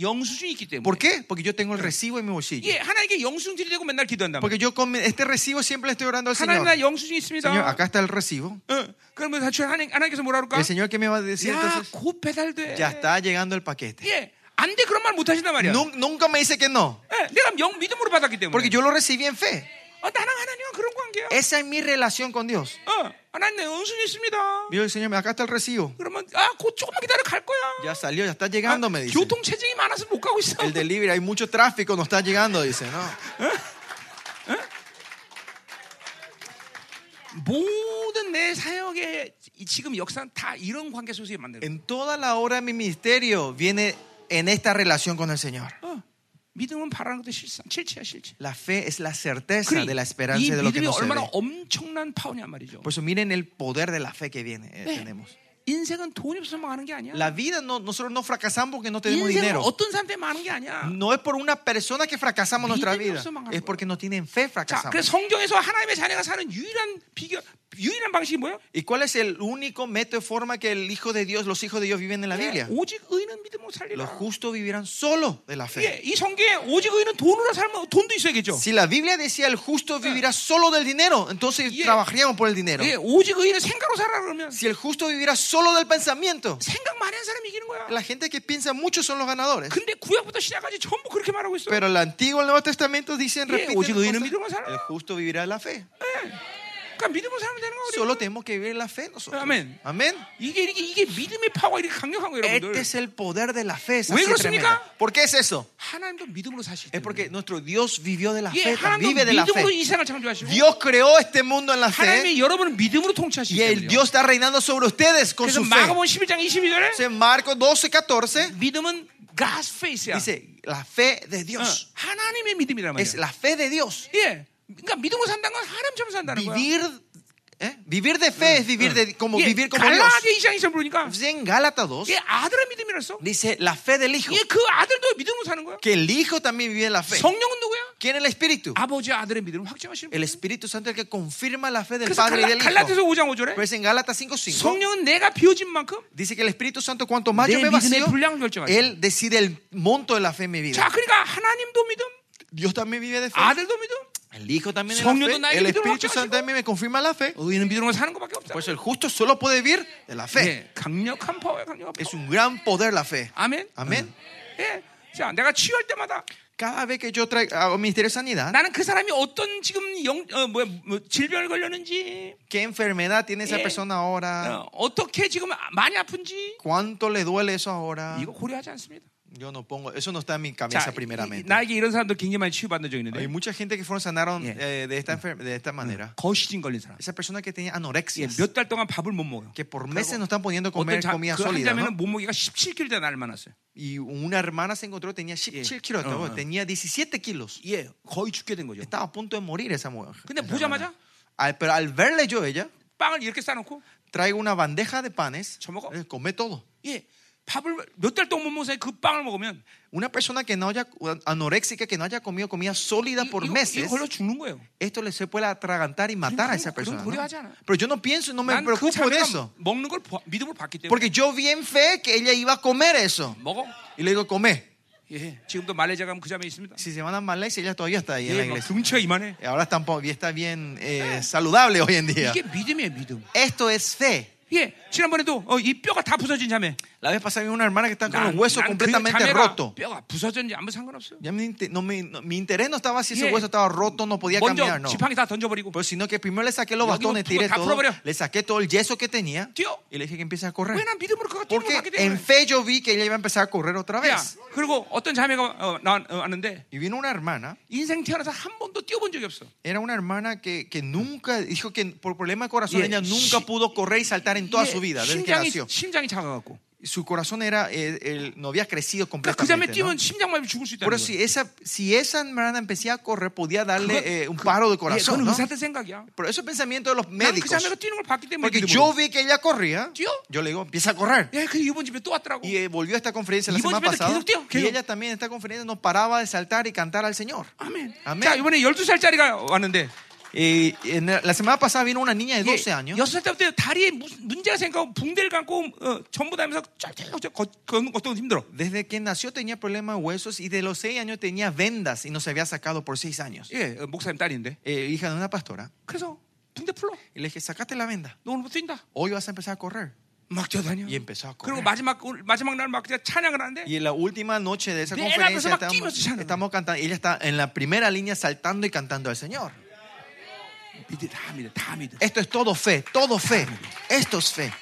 영수증이 있기 때문에.
¿Por qué? Porque yo tengo el recibo en mi bolsillo.
예, 하나님께 영수증 드리려고 맨날 기도한단 말이야.
Porque yo con este recibo siempre le estoy orando al
하나님
Señor.
나 영수증 있습니다.
Señor, acá está el recibo.
어, 그러면 사실 하나님, 하나님께서 뭐라
¿Y
그럴까?
el Señor qué me va a decir
야,
entonces?
곧 배달돼.
Ya está llegando el paquete.
예, 안 돼 그런 말 못 하신단 말이야.
Nun- Nunca me dice que no.
예, 내가 영 믿음으로 받았기 때문에.
Porque yo lo recibí en fe.
어, 나랑 하나님은 그런 관계야.
Esa es mi relación con Dios.
어, 하나님 내 영수증 있습니다.
Digo, Señor, acá está el recibo.
그러면 아, 곧 조금만 기다려 갈 거야.
Ya salió, ya está
아,
llegando, me dice.
교통 체증이 많아서 못 가고 있어.
El delivery, hay mucho tráfico, no está llegando, dice, ¿no?
모든 내 사역의 이- 지금 역사는 다 이런 관계 속에서 만들어.
En toda la hora de mi ministerio viene en esta relación con el Señor.
어, 믿음은 바라는 것도 실상, 실체야 실체.
La fe es la certeza
그래,
de la
이
esperanza y de lo que
믿음이
no se
얼마나
ve.
엄청난 파워냐 말이죠.
Por eso miren el poder de la fe que viene, eh,
네.
tenemos.
인생은 돈이 없어서 망하는 게 아니야.
La vida, no, nosotros no fracasamos porque no tenemos
인생은
dinero.
어떤 사람 때문에 망하는 게 아니야.
No es por una persona que fracasamos nuestra
믿음이
vida,
없어 망하는
es
거야.
porque no tienen fe
자,
fracasamos.
그래서 성경에서 하나님의 자녀가 사는 유일한 비결, 유일한 방식이 뭐예요?
¿Y cuál es el único método y forma que el Hijo de Dios, los hijos de Dios viven en la Biblia?
네, 오직 의는 믿음으로
Los
살리라.
justos vivirán solo de la
예,
fe.
이 성경에 오직 의는 돈으로 살면 돈도 있어야겠죠.
Si la Biblia decía el justo vivirá solo del dinero, entonces
Yeah.
trabajaríamos por el dinero.
예, 오직 의는 생각으로 살아 그러면
Si el justo viviera solo del pensamiento,
생각 많이 한 사람이 이기는 거야.
la gente que piensa mucho son los ganadores.
근데 구약부터 시작까지 전부 그렇게 말하고 있어.
Pero el Antiguo y el Nuevo Testamento dicen,
Yeah,
repiten,
오직 의인은
cosas.
믿음으로 살아.
el justo vivirá de la fe.
그러니까 믿음으로 살면 되는 거야. 우리.
Solo tenemos que vivir la fe nosotros.
Amén.
Amén.
이게 이게 이게 믿음의 파워가 이렇게 강력한 거예요,
Este
여러분들.
es el poder de la fe. Es
¿Ven
así
그렇습니까?
tremenda. ¿Por qué es eso?
하나님도 믿음으로 사시기
Es
때문에.
porque nuestro Dios vivió de la
예,
fe, vive
하나님도
de la
믿음으로
fe.
이 세상을 창조하시고
Dios creó este mundo en la fe
하나님이 여러분을 믿음으로
y
통치하시기
el
때문에.
Dios está reinando sobre ustedes con
그래서
su fe.
마가복음 11장 22절에
Entonces, Marcos 12, 14
믿음은 God's face야.
dice: La fe de
어,
Dios
하나님의 믿음이란
es
말이야.
la fe de Dios.
예. 그러니까 믿음으로 산다는 건 하나님처럼 산다는 거야.
Vivir, ¿eh? vivir de fe es vivir, de, como,
예,
vivir como Dios.
갈라디아 2장 2절 보니까
Entonces, En Gálatas 2
예, 아들의 믿음이라서.
dice: La fe del Hijo.
예, 그 아들도 믿음으로 사는 거야.
Que el Hijo también vive en la fe.
성령은 누구야?
¿Quién es el Espíritu?
아버지 아들의 믿음을 확증하시는 분.
El Espíritu Santo es el que confirma la fe del
그래서
Padre y
갈라,
del Hijo.
갈라디아서 5장 5절에
Pues en Gálatas 5:5
성령은 내가 비워진 만큼
dice que el Espíritu Santo cuanto más
내
yo me
믿음의
vacío,
분량을 결정하죠.
él decide el monto de la fe en mi
자,
vida.
그러니까 하나님도 믿음,
Dios también vive de fe.
아들도 믿음,
El Hijo también es
성령도
la fe.
나에게
El
믿음을
Espíritu
확증하시고.
Santo también me confirma la fe.
의인은 믿음으로 사는 것밖에 없다.
Por eso el justo solo puede vivir de la fe.
예, 강력한 파워야, 강력한
Es
파워.
un gran poder la fe.
아멘.
아멘.
예, 자, 내가 치유할 때마다
Cada vez que yo traigo, hago ministerio de sanidad,
나는 그 사람이 어떤 지금 영, 어, 뭐야, 뭐, 질병을 걸렸는지,
¿qué enfermedad tiene esa
Eh.
persona ahora?
어, 어떻게 지금 많이 아픈지
¿Cuánto le duele eso ahora?
이거 고려하지 않습니다.
Yo no pongo, eso no está en mi
자,
cabeza
이- 이-
primeramente.
나에게 이런 사람들 굉장히 많이 치유받은 적이
Hay
있는데
mucha gente que fueron sanaron
Yeah.
eh, de, esta enfer- de esta manera.
거시진 걸린 사람.
Esa persona que tenía
예,
anorexia,
몇 달 동안 밥을 못 먹어요.
que por meses no están poniendo a
어떤
comer
자,
comida
그한
sólida. ¿no?
자매는 몸무게가 17kg 날 많았어요.
Y una hermana se encontró, tenía 17 kilos,
Ah,
¿no?
ah.
tenía 17 kilos.
예, 거의 죽게 된 거죠.
Estaba a punto de morir esa mujer.
근데
esa hermana.
보자마자
Al- pero al verle yo a ella,
빵을 이렇게 싸놓고
traigo una bandeja de panes,
¿Chomoco?
eh, come todo.
예, 밥을 몇 달 동안 못 먹어서 그 빵을 먹으면
Una persona que no haya anoréxica, que no haya comido comida sólida
이-
por
이거, 이거
meses,
걸려 죽는 거예요.
esto le se puede atragantar y matar a
그런-
esa
그런
persona. ¿no?
고려하지 않아.
Pero yo no pienso, no me
난 그
preocupo de
자매가
eso.
먹는 걸 보- 믿음으로 봤기 때문에
Porque yo vi en fe que ella iba a comer eso.
먹어.
Y le digo, come.
예, 지금도 말레이시아 가면 그 자매 있습니다.
Si se van a Malaysia, ella todavía está ahí en la
예, 막
iglesia.
등치가 이만해.
Ahora tampoco, y está bien eh, saludable hoy en día.
이게 믿음이에요, 믿음.
Esto es fe.
예, 지난번에도 어, 이 뼈가 다 부서진 자매.
La vez pasada vi una hermana que está con
난-
los huesos
난그
completamente
자매가
roto.
뼈가 부서졌는지 아무 상관없어요.
Ya me inte- no me- no- mi interés no estaba si ese
Yeah.
hueso estaba roto, no podía
먼저
caminar, no.
지팡이 다 던져버리고
Pero sino que primero le saqué los
Yo
bastones,
digo,
tiré
다
todo,
풀어버려.
le saqué todo el yeso que tenía
뛰어.
y le dije que empiece a correr.
왜 난 믿음으로 그가 뛰는 걸
Porque
봤기
en
때문에.
fe yo vi que ella iba a empezar a correr otra
야,
vez.
그리고 어떤 자매가 어, 나 어, 왔는데
Y vino una hermana,
인생 태어나서 한 번도 뛰어본 적이 없어.
era una hermana que, que nunca, dijo que por problema de corazón
Yeah.
ella nunca
Shi-
pudo correr y saltar en toda
이게
su vida, desde que
심장이
nació.
심장이 작아갖고.
Su corazón era, eh, el- no había crecido
그러니까 그 자매
completamente. ¿no?
뛰면 심장마비 죽을 수
Pero
있다는 거야.
si esa, si esa hermana empezaba a correr, podía
그거-
darle eh, un paro de
예,
corazón.
그건
¿no?
의사들 생각이야.
Pero eso es pensamiento de los
난 그
médicos.
자매가 뛰는 걸 봤기 때문에.
Porque
믿음으로.
yo vi que ella corría.
¿Tío?
Yo le digo, empieza a correr.
예, 그 이번 집에 또 왔더라고.
Y eh, volvió a esta conferencia la
Iban
semana
subiendo,
pasada.
¿qué, tío? ¿Qué?
Y ella también en esta conferencia no paraba de saltar y cantar al Señor.
아멘.
아멘.
자, 이번에 12살짜리가 왔는데
Y Eh, en la la semana pasada vino una niña de
예,
12 años.
6살 때부터 문제가 무슨 문제가 생기고 붕대를 감고 어, 전부 다니면서 쩔쩔쩔 걷- 걷는 것도 힘들어.
Desde que nació tenía problemas de huesos y de los 6 años tenía vendas y no se había sacado por 6 años.
예, 어, 목사님 딸인데.
Eh, hija de una pastora.
그래서 붕대 풀러.
Y le dije, sacate la venda.
너 오늘부터 뛴다.
Hoy vas a empezar a correr.
막 뛰어다녀.
Y empezó a
그리고 예.
correr.
마지막 오늘 마지막 날 막 찬양을 하는데
Y en la última noche de esa
De
conferencia
la persona que
estamos,
me escucharon.
estamos cantando. Ella está en la primera línea saltando y cantando al Señor.
믿어 다 믿어 다 믿어.
Esto es todo fe, todo fe. Esto es fe.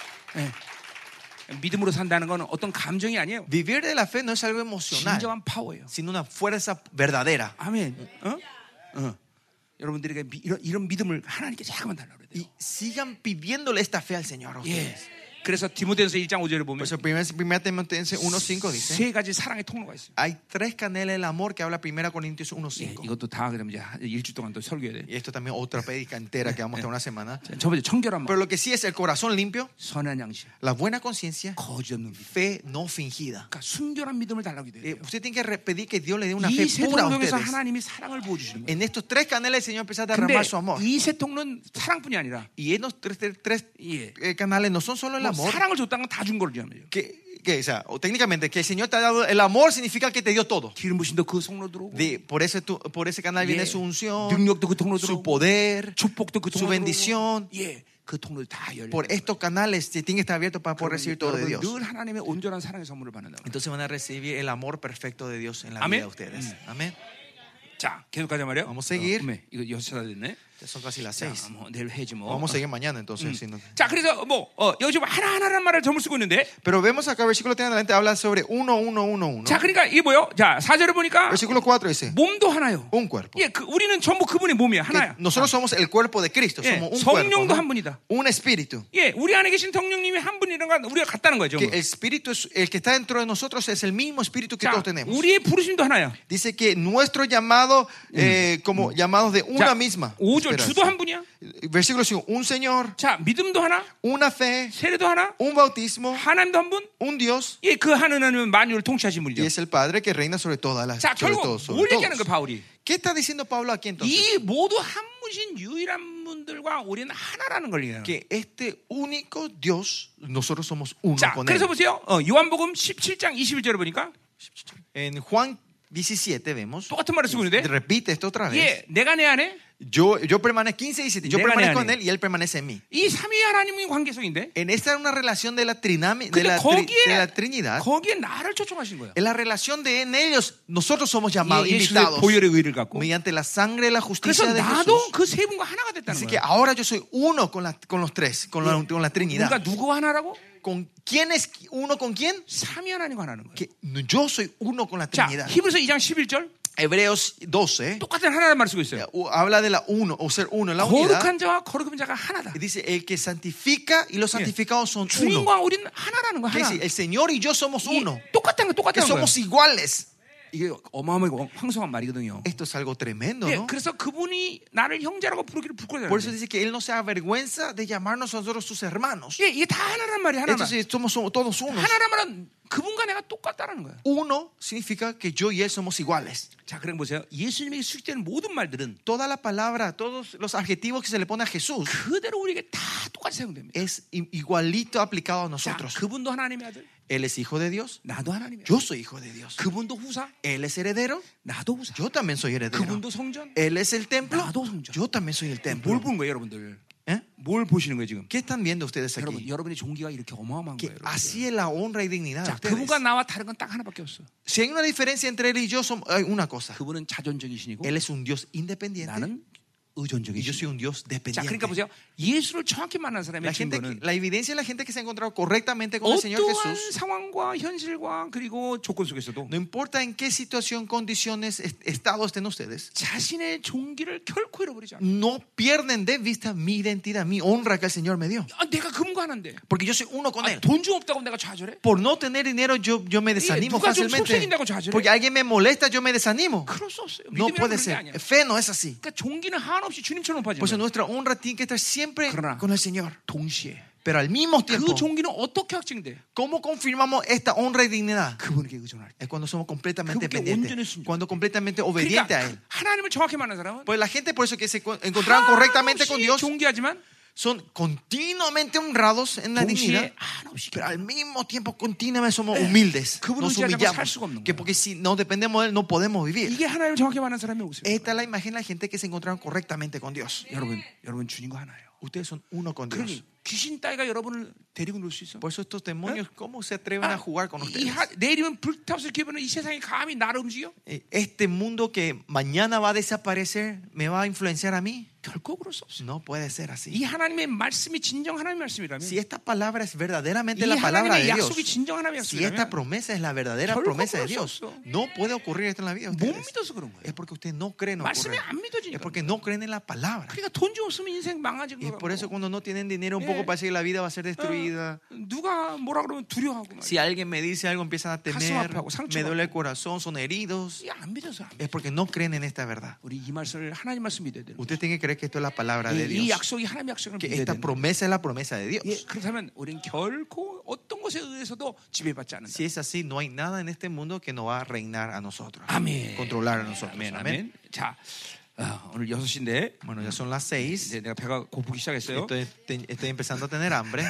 예. 믿음으로 산다는 건 어떤 감정이 아니에요.
Vivir de la fe no es algo emocional,
진정한 파워예요.
sino una fuerza verdadera.
아멘. 어? 어. 여러분들에게 미- 이런, 이런 믿음을 하나님께 자꾸만 달라고 그래요.
Y sigan pidiéndole esta fe al Señor. a
예.
ustedes.
그래서 디모데서 1장 5절을
Por
보면
eso, 1 Timoteo 1.5 dice:
세 가지 사랑의 통로가 있어요.
Hay tres canales del amor que habla 1 Corintios
예,
1.5.
이것도 다 그러면 이제 한 일주일 동안 또 설교해야 돼.
Y esto también otra predica entera que vamos a tener una semana.
자, 첫 번째 청결한
Pero
마음,
lo que sí es el corazón limpio,
선한 양심,
la buena conciencia,
거짓 없는 믿음. 예,
fe no fingida.
그러니까 순결한 믿음을 달라고 돼요.
Eh, usted tiene que re- pedir que Dios le dé una fe
이세
pura a
통로에서
ustedes.
하나님이 사랑을 보여주시는 거예요.
En estos tres canales el Señor empieza a
근데
derramar su amor.
이세 통로는 사랑뿐이 아니라
Y estos tres, tres- tres,
예.
eh, canales no son solo
뭐
el amor.
사랑을 줬다는 건 다 준 거를 얘기하는 거예요.
que, que, o sea, o técnicamente, que el Señor te ha dado el amor significa que te dio todo.
기름 부신도 그 통로 들어오고
De- por, ese tu- por ese
예.
canal viene su unción,
능력도 그 통로
su
들어오고
poder,
축복도 그
su
통로 들어오고
bendición.
예, 그 통로 다 열려.
Por estos canales se tiene que estar abierto para poder recibir todo de Dios.
늘 하나님의 온전한 사랑의 선물을 받는다.
Entonces van a recibir el amor perfecto de Dios en la
Amén.
vida de ustedes. Amén. Mm.
자, 계속 가자 말이요.
Vamos a seguir.
네, 이거 여섯 살 됐네.
Ya Oh. Mm. son casi las
자,
seis.
뭐 내일 해지 뭐.
Vamos a seguir mañana entonces. si no-
자, 그래서 뭐 어, 여기 지금 하나 하나라는 말을 점을 쓰고 있는데.
Pero vemos acá, versículo 3 en adelante, habla sobre uno, uno, uno, uno.
자, 그러니까 이게 뭐요? 자, 사절을 보니까
Versículo 4 dice,
몸도 하나요.
un cuerpo.
예, 그, 우리는 전부 그분의 몸이야,
Que
하나야.
nosotros somos el cuerpo de Cristo,
예,
somos un cuerpo.
성령도
¿no?
한 분이다.
Un espíritu.
예, 우리 안에 계신 성령님이 한 분이라는 건 우리가 같다는 거죠.
que el espíritu es- el que está dentro de nosotros es el mismo espíritu que
자,
todos tenemos.
우리의 부르심도 하나야.
Dice que nuestro llamado, eh, como llamados de una
자,
misma.
5절
esperanza.
주도 한 분이야.
Versículo 5. Un Señor,
자, 믿음도 하나,
una fe,
세례도 하나,
un bautismo,
하나님도 한 분.
un Dios,
예, 그 하나님은 만유를 통치하신
y
분이죠.
es el Padre que reina sobre todas las
자,
sobre
결국
todos, sobre
뭘
todos.
얘기하는 거야, 바울이?
¿Qué está diciendo Pablo aquí entonces?
이 모두 한 분신 유일한 분들과 우리는 하나라는 걸 얘기해요.
Que este único Dios, nosotros somos uno
자,
con
그래서
él.
보세요. 어, 요한복음 17장 21절을 보니까
En Juan 17 vemos.
똑같은 말을 쓰고 있는데
Repite esto otra vez.
예, 내가 내 안에
Yo, yo permanezco 15 y 17. Yo
Déjale,
permanezco en
Dani.
él y él permanece en mí.
이 삼위 하나님의 관계성인데
En esta es una relación de la, trinami-
근데
de la, tri- de
거기에
la Trinidad.
거기에 나를 초청하신 아. 거예요.
En la relación de en ellos, nosotros somos llamados,
예, 예수의
invitados.
보혈의 의를 갖고
Mediante la sangre de la justicia
그래서
de Jesús.
나도 그 세 분과 하나가 됐다는
Así que
거예요.
ahora yo soy uno con, la- con los tres, con la, con la
그러니까
Trinidad.
누구 하나라고?
¿Con quién es uno con quién?
삼위 하나님과 하나는 거예요.
Que yo soy uno con la
자,
Trinidad.
히브리서 2장 11절
Hebreos 12
똑같은 하나라는 말을 쓰고 있어요.
o- habla de la uno o ser uno en la unidad.
거룩한 자와 거룩한 자가 하나다.
Y dice, el que santifica y los santificados son uno.
주인과 우리는 하나라는 거
¿Qué
하나.
dice? El Señor y yo somos
이
uno.
똑같다는 거
Que
똑같다는 거예요.
somos iguales.
이게 어마어마하고 황성한 말이거든요.
Esto es algo tremendo,
예,
¿no?
그래서 그분이 나를 형제라고 부르기를 부끄러워요.
Por eso dice que Él no se avergüenza de llamarnos a nosotros sus hermanos.
예, 이게 다 하나란 말이 하나만.
Entonces somos somos todos unos.
하나란 말은 그분과 내가 똑같다라는 거예요.
Uno significa que yo y Él somos iguales.
자, 그럼 보세요. 예수님에게 수식되는 모든 말들은
Toda la palabra, todos los adjetivos que se le pone a Jesús
그대로 우리에게 다 똑같이 사용됩니다.
es i- igualito aplicado a
자,
nosotros.
그분도 하나님의 아들,
Él es hijo de Dios.
나도 하나님의 아들.
Yo soy hijo de Dios.
그분도 후사,
Él es heredero.
나도 후사.
Yo también soy heredero.
그분도 성전,
Él es el templo.
나도 성전.
Yo también soy el
뭘
templo.
보는 거예요, 여러분들?
¿Eh?
뭘 보시는 거예요, 지금?
¿Qué están viendo ustedes
여러분,
aquí?
여러분의 종기가 이렇게 어마어마한
Que
거예요. 여러분들.
así es la honra y dignidad. de
자,
ustedes.
아, 그분과 나와 다른 건 딱 하나밖에 없어.
Si hay una diferencia entre él y yo, son, hay una cosa.
그분은 자존적인 신이고
Él es un Dios independiente
나는 의존적인
y yo
신.
soy un Dios
자, 그러니까
dependiente.
보세요. 예수를 정확히 만난 사람의
La, gente, que-
증거는
la evidencia de la gente que se ha encontrado correctamente con el Señor
그 어떠한
Jesús,
상황과 현실과 그리고 조건 속에서도
no importa en qué situación, condiciones, est- estado estén ustedes,
자신의 종기를 결코 잃어버리지 않아.
no pierden de vista mi identidad, mi honra que el Señor me dio.
아, 내가 금과 하는데
Porque yo soy uno con Él.
돈좀 없다고 내가 좌절해?
Por no tener dinero, yo, yo me desanimo
누가 좀
fácilmente.
속생긴다고 좌절해?
Porque alguien me molesta, yo me desanimo.
그럴 수 없어요.
No
믿음이란
puede
그런 게 아니야.
ser. Fe no es así.
그러니까 종기는 한없이 주님처럼
Por
높아지는 거야.
eso Pues nuestra honra tiene que estar siempre
그러나
con el Señor.
동시에
Pero al mismo
그
tiempo,
종기는 어떻게 확증돼?
¿cómo confirmamos esta honra y dignidad?
그분에게 의존할 때.
Es cuando somos completamente
그분께 온전히
dependientes,
순종.
cuando completamente obedientes a
그러니까 뭐,
Él.
하나님을 정확히 만난 사람은
Pues la gente, por eso que se co- encontraron correctamente con
한없이
Dios,
종기하지만
son continuamente honrados en la dignidad.
동시에 한없이
Pero al mismo tiempo, continuamente somos humildes.
그분을
Nos
의지하지 않고 살
humillamos.
수가 없는
Que
거야.
porque si no dependemos de Él, no podemos vivir.
이게 하나님을 정확히 만난 사람의 모습이에요.
Esta es la imagen de la gente que se encontraron correctamente con Dios.
여러분, 여러분 주님과 하나예요.
Ustedes son uno con Dios.
그러니 귀신 따위가 여러분을 데리고 놀 수 있어? 아,
Por eso estos demonios, ¿cómo se atreven a jugar con
이
ustedes?
하, 내일이면 불타오를 기분은 이 세상이 감히 나를 움직여?
Eh, Este mundo que mañana va a desaparecer, ¿me va a influenciar a mí?
결코 그럴 수 없어.
No puede ser así.
이 하나님의 말씀이 진정 하나님의 말씀이라면
Si esta palabra es
이
verdaderamente la palabra de
하나님의
Dios,
약속이 진정 하나님의
si esta
약속이라면
promesa es la verdadera
결코
promesa de
그럴 수
Dios,
없어.
no puede ocurrir esto en la vida de
못
ustedes.
믿어서 그런 거예요.
Es porque ustedes no creen, no
말씀이
ocurre.
안
Es
믿어지니까.
porque no creen en la palabra.
그러니까 돈 좀 없으면 인생 망가지는
Y
거야.
por eso cuando no tienen dinero, un poco
Eh.
parece que la vida va a ser
어,
destruida.
누가 뭐라 그러면 두려워하고 말이야.
Si alguien me dice algo, empiezan a temer,
아프고 상처받고.
me duele el corazón, son heridos.
이게 안 믿어서 안 믿어.
Es porque no creen en esta verdad.
우리 이 말씀을 하나님 말씀 믿어야 되는
Usted tiene que creer que esto es la palabra de
거예요. 이, 이
Dios.
약속이 하나님의 약속을
Que
믿어야
esta
되는 거예요.
promesa es la promesa de
예,
Dios.
그렇다면 우리는 결코 어떤 것에 의해서도 지배받지 않는다.
Si es así, no hay nada en este mundo que nos va a reinar a nosotros.
아멘.
Controlar a nosotros.
아멘.
Amén.
아멘. 자, 어, 오늘 6시인데
Bueno, ya son las seis.
이제 내가 배가 고프기 시작했어요.
Estoy, te- estoy empezando a tener hambre.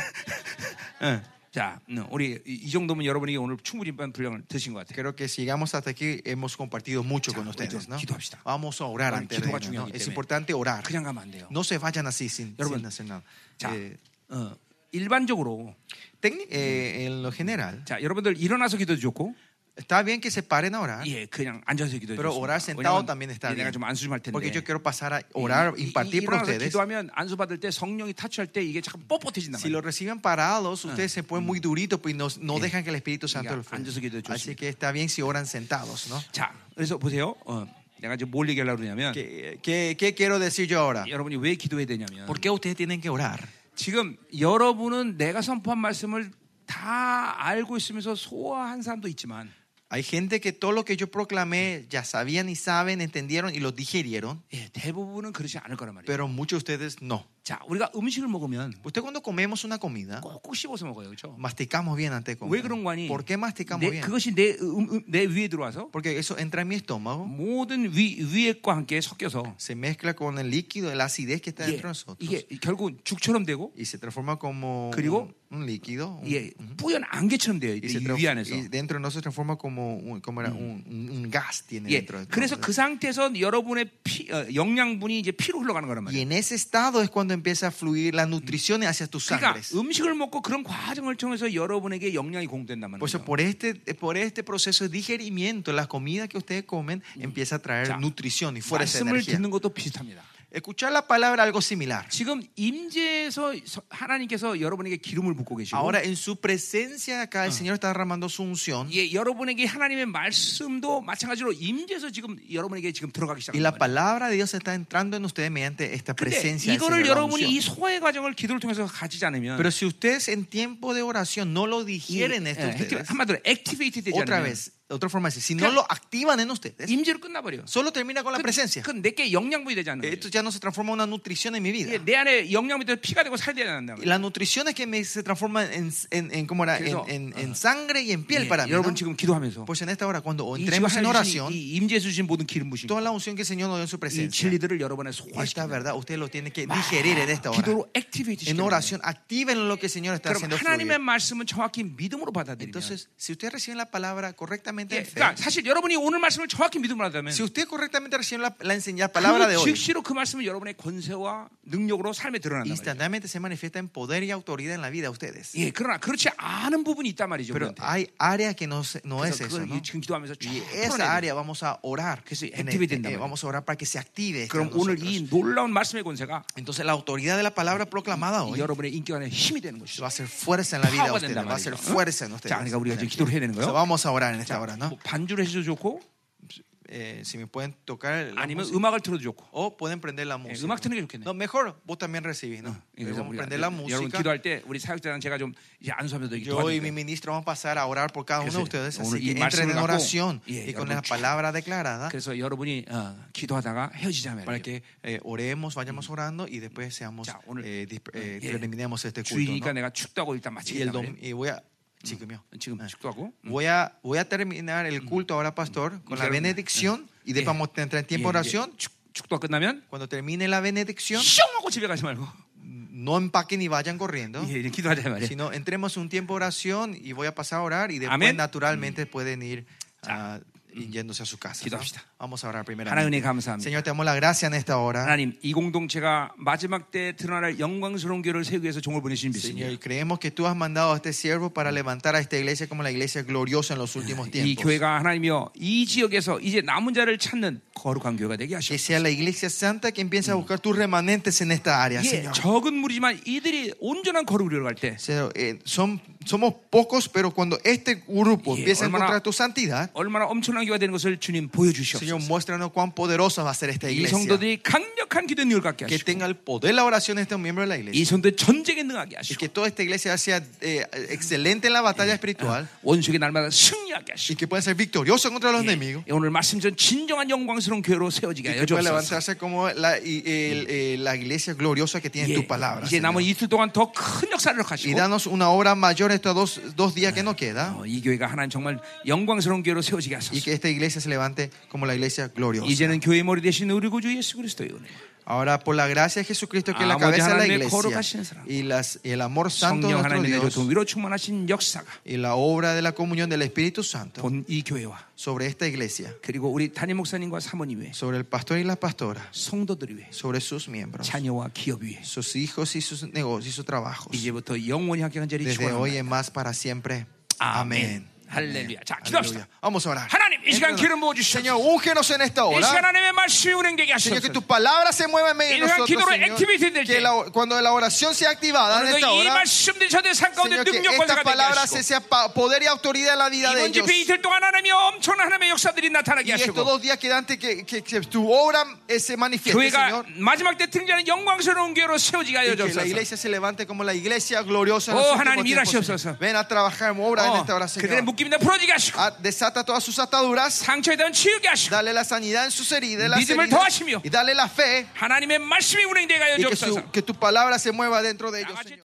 응. 자, 음, 우리 이, 이 정도면 여러분이 오늘 충분히 반 분량을 드신 것 같아요.
Creo que si llegamos hasta aquí, hemos compartido mucho con ustedes. ¿no?
기도합시다.
Vamos a orar
Bueno,
antes de
기도가
irnos, ¿no?
중요하기
Es
때문에.
importante orar.
아, 그냥 가면 안 돼요.
No se vayan así sin,
여러분,
sin hacer nada.
자,
Eh,
어, 일반적으로
técnic- eh, en lo general,
자, 여러분들 일어나서 기도도 좋고
está bien que se paren a orar,
예, 그냥 앉아서 기도도
Pero
좋습니다.
orar sentado
왜냐면 예,
también está
내가
bien.
좀 안수 좀 할 텐데.
porque yo quiero pasar a orar,
이- 이-
impartir por
일어나서
ustedes.
기도하면 안수 받을 때 성령이 타치할 때 이게 잠깐 뻣뻣해진단
Si
말이에요.
lo reciben parados, ustedes se ponen muy duritos pues, y no, no
Bien.
dejan que el Espíritu Santo
Venga,
los fluya.
앉아서 기도해
Así
주십시오.
que está bien si oran sentados, ¿no?
자, 그래서 보세요. 어, 내가 지금 뭘 얘기하려고 그러냐면
¿Qué, qué, qué quiero decir Ah. yo ahora?
여러분이 왜 기도해야 되냐면
¿Por qué ustedes tienen que orar?
지금 여러분은 내가 선포한 말씀을 다 알고 있으면서 소화한 사람도 있지만
Hay gente que todo lo que yo proclamé ya sabían y saben, entendieron y lo digirieron,
예, 대부분은 그렇지 않을 거란 말이에요.
pero muchos de ustedes no.
자, 우리가 음식을 먹으면
Usted cuando comemos una comida,
꼭꼭 씹어서 먹어요, 그렇죠?
masticamos bien antes de
왜
comer.
그런 거 아니?
¿Por qué masticamos
내,
bien?
그것이 내, 음, 음, 내 위에 들어와서
Porque eso entra en mi estómago,
모든 위, 위액과 함께 섞여서
se mezcla con el líquido, la acidez que está
예,
dentro de nosotros.
이게 결국 죽처럼 되고
Y se transforma como
그리고
un, un líquido. un-
예, 뿌연 안개처럼 돼요.
y, Mm.
이제 이
se tra-
위 안에서.
y dentro de nosotros se transforma como un, como era un, un- un gas tiene
예,
dentro de
그래서
nosotros.
그 상태에서 여러분의 피, 어, 영양분이 이제 피로 흘러가는 거란
Y
말이에요.
en ese estado es cuando empieza a fluir las nutriciones hacia tus
그러니까
sangres.
음식을 먹고 그런 과정을 통해서 여러분에게 영양이 공된단
Por eso,
말이에요.
por este, por este proceso de digerimiento, la comida que ustedes comen empieza a traer
Ya.
nutrición Mm. y fuerza de
말씀을
energía.
듣는 것도 비슷합니다.
Escuchar la palabra algo similar.
지금 임재에서 서- 하나님께서 여러분에게 기름을 붓고 계시고
Ahora en su presencia acá el Señor está derramando su unción
예, 여러분에게 하나님의 말씀도 마찬가지로 임재에서 지금 여러분에게 지금 들어가기
y la
시작합니다.
palabra de Dios está entrando en ustedes mediante esta
근데
presencia. del
이거를
Señor, la
여러분이 이
unción.
소화의 과정을 기도를 통해서 가지지 않으면
Pero si ustedes en tiempo de oración no lo
이-
digieren
예,
esto
액티베-
ustedes,
한마디로 액티베이트 되지
otra
않으면
vez, otra forma de decir, si no lo activan en ustedes,
임재로 끝나버려.
solo termina con la presencia.
그건 내게 영양분이 되지 않는 거예요.
Esto ya no se transforma en una nutrición en mi vida.
이게 내 안에 영양분이 돼서 피가 되고 살이 되야 한다고.
La nutrición es que me, se transforma en, en, en, ¿cómo era? en,
Eso.
en- en sangre y en piel para mí.
예, 여러분
¿no?
지금 기도하면서
Pues en esta hora, cuando
이
entremos en
지금 하나님 주신
oración,
이 임재에서 주신 모든 기름 부신
toda la unción que el Señor nos dio en su
이
presencia,
진리들을 여러분의
esta
소화시키는
verdad, usted lo tiene que digerir en esta hora.
기도로 액티베이트
En
시키는 거예요.
oración, activen lo que el Señor está
그럼
haciendo.
하나님의
fluir.
말씀은 정확히 믿음으로 받아들이면
Entonces, si usted recibe la palabra correctamente,
예,
en fe,
그러니까 사실 여러분이 오늘 말씀을 정확히 믿음으로 받아들면
si usted correctamente recibe la, la, enseña- la palabra de
그
hoy,
즉시로 그 말씀은 여러분의 권세와 능력으로 삶에 드러난다 말이에요.
instantáneamente se manifiesta en poder y autoridad en la vida de ustedes.
예, 그러나 그렇지 않은 부분이 있단 말이죠.
Pero
우리한테.
hay áreas que no, se- no es
그래서
eso.
그걸
¿no?
아, 이 지금 기도하면서 쫙
Y
풀어내야
esa
돼요.
área vamos a orar.
Que se
en
active
este-
된단
eh,
말이야.
vamos a orar para que se active. esto
예,
en
그럼 오늘
nosotros.
이 놀라운 말씀의 권세가
Entonces la autoridad de la palabra proclamada hoy
여러분의 인격 안에 힘이 되는 것이죠.
va a ser fuerza en la vida de
파워가
ustedes.
된단
Va a ser
말이죠.
fuerza en
자,
ustedes.
그러니까 우리가 이제 기도를 해야 되는
Entonces,
거예요.
vamos a orar en esta hora, ¿no?
뭐 반주를 해도 좋고
Eh, si me pueden tocar la
아니면
música.
음악을 틀어도 좋고.
o pueden prender la
예,
música.
음악 트는 게 좋겠네.
No, mejor vos también recibís, ¿no?
예,
Eh,
그래서
vamos a
우리가
prender la
여러분
música.
기도할 때 우리 사역자랑 제가 좀 이제 안수하면서 이렇게
Yo y mi
도와드릴게요.
ministro vamos a pasar a orar por cada uno de
그래서
ustedes.
오늘
Así
이
que entren
말씀을
en
갖고,
oración
예,
y con la
여러분 쭉-
palabra declarada
그래서 여러분이 어, 기도하다가 헤어지자면
para que eh, oremos, vayamos orando y después seamos,
자, 오늘-
eh, disp- eh,
예.
terminemos este culto. ¿no?
주의니까 그러니까 내가 축도하고 일단
Y, el
마치겠다.
dom- y voy a. Mm, chico Mm. mío. Ah,
지금 축도하고
Voy a, voy a terminar el culto ahora, pastor, con la
Claro.
benedicción y después
Eh.
vamos a entrar en tiempo de
예, 이제
oración.
축- 예. 축도가 끝나면
Cuando termine la benedicción,
슝 하고 집에 가지 말고
no empaquen y vayan corriendo,
예, 이제 기도하자 말이야.
sino entremos un tiempo de oración y voy a pasar a orar y después
Amén. Mm.
naturalmente pueden ir ah, yéndose a su casa. ¿no?
Gido합시다.
Vamos a orar primero.
하나님 은혜 감사합니다.
Señor, te damos la gracia en esta hora.
하나님 이 공동체가 마지막 때 드러날 영광스러운 교회를 세우기 위해서 종을 보내신
Señor, y
믿습니다.
creemos que tú has mandado a este siervo
Mm.
para levantar a esta iglesia como la iglesia gloriosa en los últimos
이
tiempos.
교회가 하나님이여 이 지역에서 이제 남은 자를 찾는 거룩한 교회가 되게
Que
하시옵소서.
sea la iglesia santa que
Mm.
empiece a buscar tus remanentes en esta área,
예,
Señor.
적은 무리지만 이들이 온전한 거룩을 이뤄갈 때
Señor, eh, son, somos pocos, pero cuando este grupo
Yeah,
empieza a
hermana.
encontrar tu santidad,
얼마나 엄청난 교회가 되는 것을 주님
Señor,
보여주시옵소서.
muéstranos cuán poderosa va a ser esta
이
iglesia.
성도들이 강력한 기도 능력을 갖게
Que
하시고
tenga el poder la oración de este miembro de la
이
iglesia.
성도의 전쟁에 능하게
Y
하시고
que toda esta iglesia sea eh, excelente en la batalla espiritual.
원수에게 날마다 승리하게
Y
하시고
que pueda ser victoriosa contra los enemigos.
예, 오늘 말씀처럼 진정한 영광스러운 교회로 세워지게
Y
하여
que
주옵소서.
pueda levantarse como la, y- el- eh, la iglesia gloriosa que
예,
tiene tu palabra.
이제 남은
Señor.
이틀 동안 더 큰 역사를
Y Ah,
하시고
danos una obra mayor estos dos, dos días que nos queda.
어, 이 교회가 하나님 정말 영광스러운 교회로 세워지게
Y
하소서.
que esta iglesia se levante como la iglesia gloriosa.
이제는 교회 머리 대신 우리 구주 예수 그리스도의 은혜,
Ahora, por la gracia de Jesucristo, que es la
Amor de
cabeza de la
Hananel,
iglesia,
거룩하신 사랑.
y las- el amor santo de
성령
nuestro
하나님의 교통
Dios,
위로 충만하신 역사가
y la obra de la comunión del Espíritu Santo
본 이 교회와
sobre esta iglesia,
그리고 우리 담임 목사님과 사모님 위에
sobre el pastor y la pastora,
성도들 위에
sobre sus miembros,
자녀와 기업 위에
sus hijos y sus negocios y sus trabajos,
이제부터 영원히 함께한 자리
desde hoy
축원합니다.
en más para siempre.
네, 아멘.
Amén.
할렐루야. 자, 기도합시다.
Aleluya. Vamos a orar.
하나님 이 시간 기름 부어
Señor,
주시옵소서.
úngenos en
이
esta
시간
hora.
하나님의 말씀이 운행되게
Señor, que
하시옵소서.
tu palabra se mueva en medio de
Y dejan
nosotros,
que
Señor.
activity del
Que
día.
la- cuando la oración sea activada en
오늘도
esta
이
hora,
말씀들이 저들의 삶 가운데
Señor, que
능력
esta
권세가 되게
palabra
하시고
se sea pa- poder y autoridad en la vida
이번
de ellos.
집회 이틀 동안 하나님의 엄청난 하나님의 역사들이 나타나게
Y estos
하시고
dos días quedantes que, que, que tu obra eh, se manifieste,
교회가
Señor.
마지막 때 등장하는 영광스러운 교회로 세워지게
Y
하여
que la
주옵소서.
iglesia se levante como la iglesia gloriosa. en
Oh,
los últimos
하나님,
tiempos,
일하시옵소서. Oh,
Señor. Ven a trabajar, obra en
어,
esta hora,
그들의
Señor.
묶임이나 풀어지게 하시고
Ah, Desata todas sus obras.
상처에 대한 치유게 하시고
Dale la sanidad en sus heridas, las
믿음을
heridas
더하시며
y dale la fe
하나님의 말씀이 운행되게 하여
y que, su-
주옵소서.
que tu palabra se mueva dentro de
다
ellos.
같이
Señor.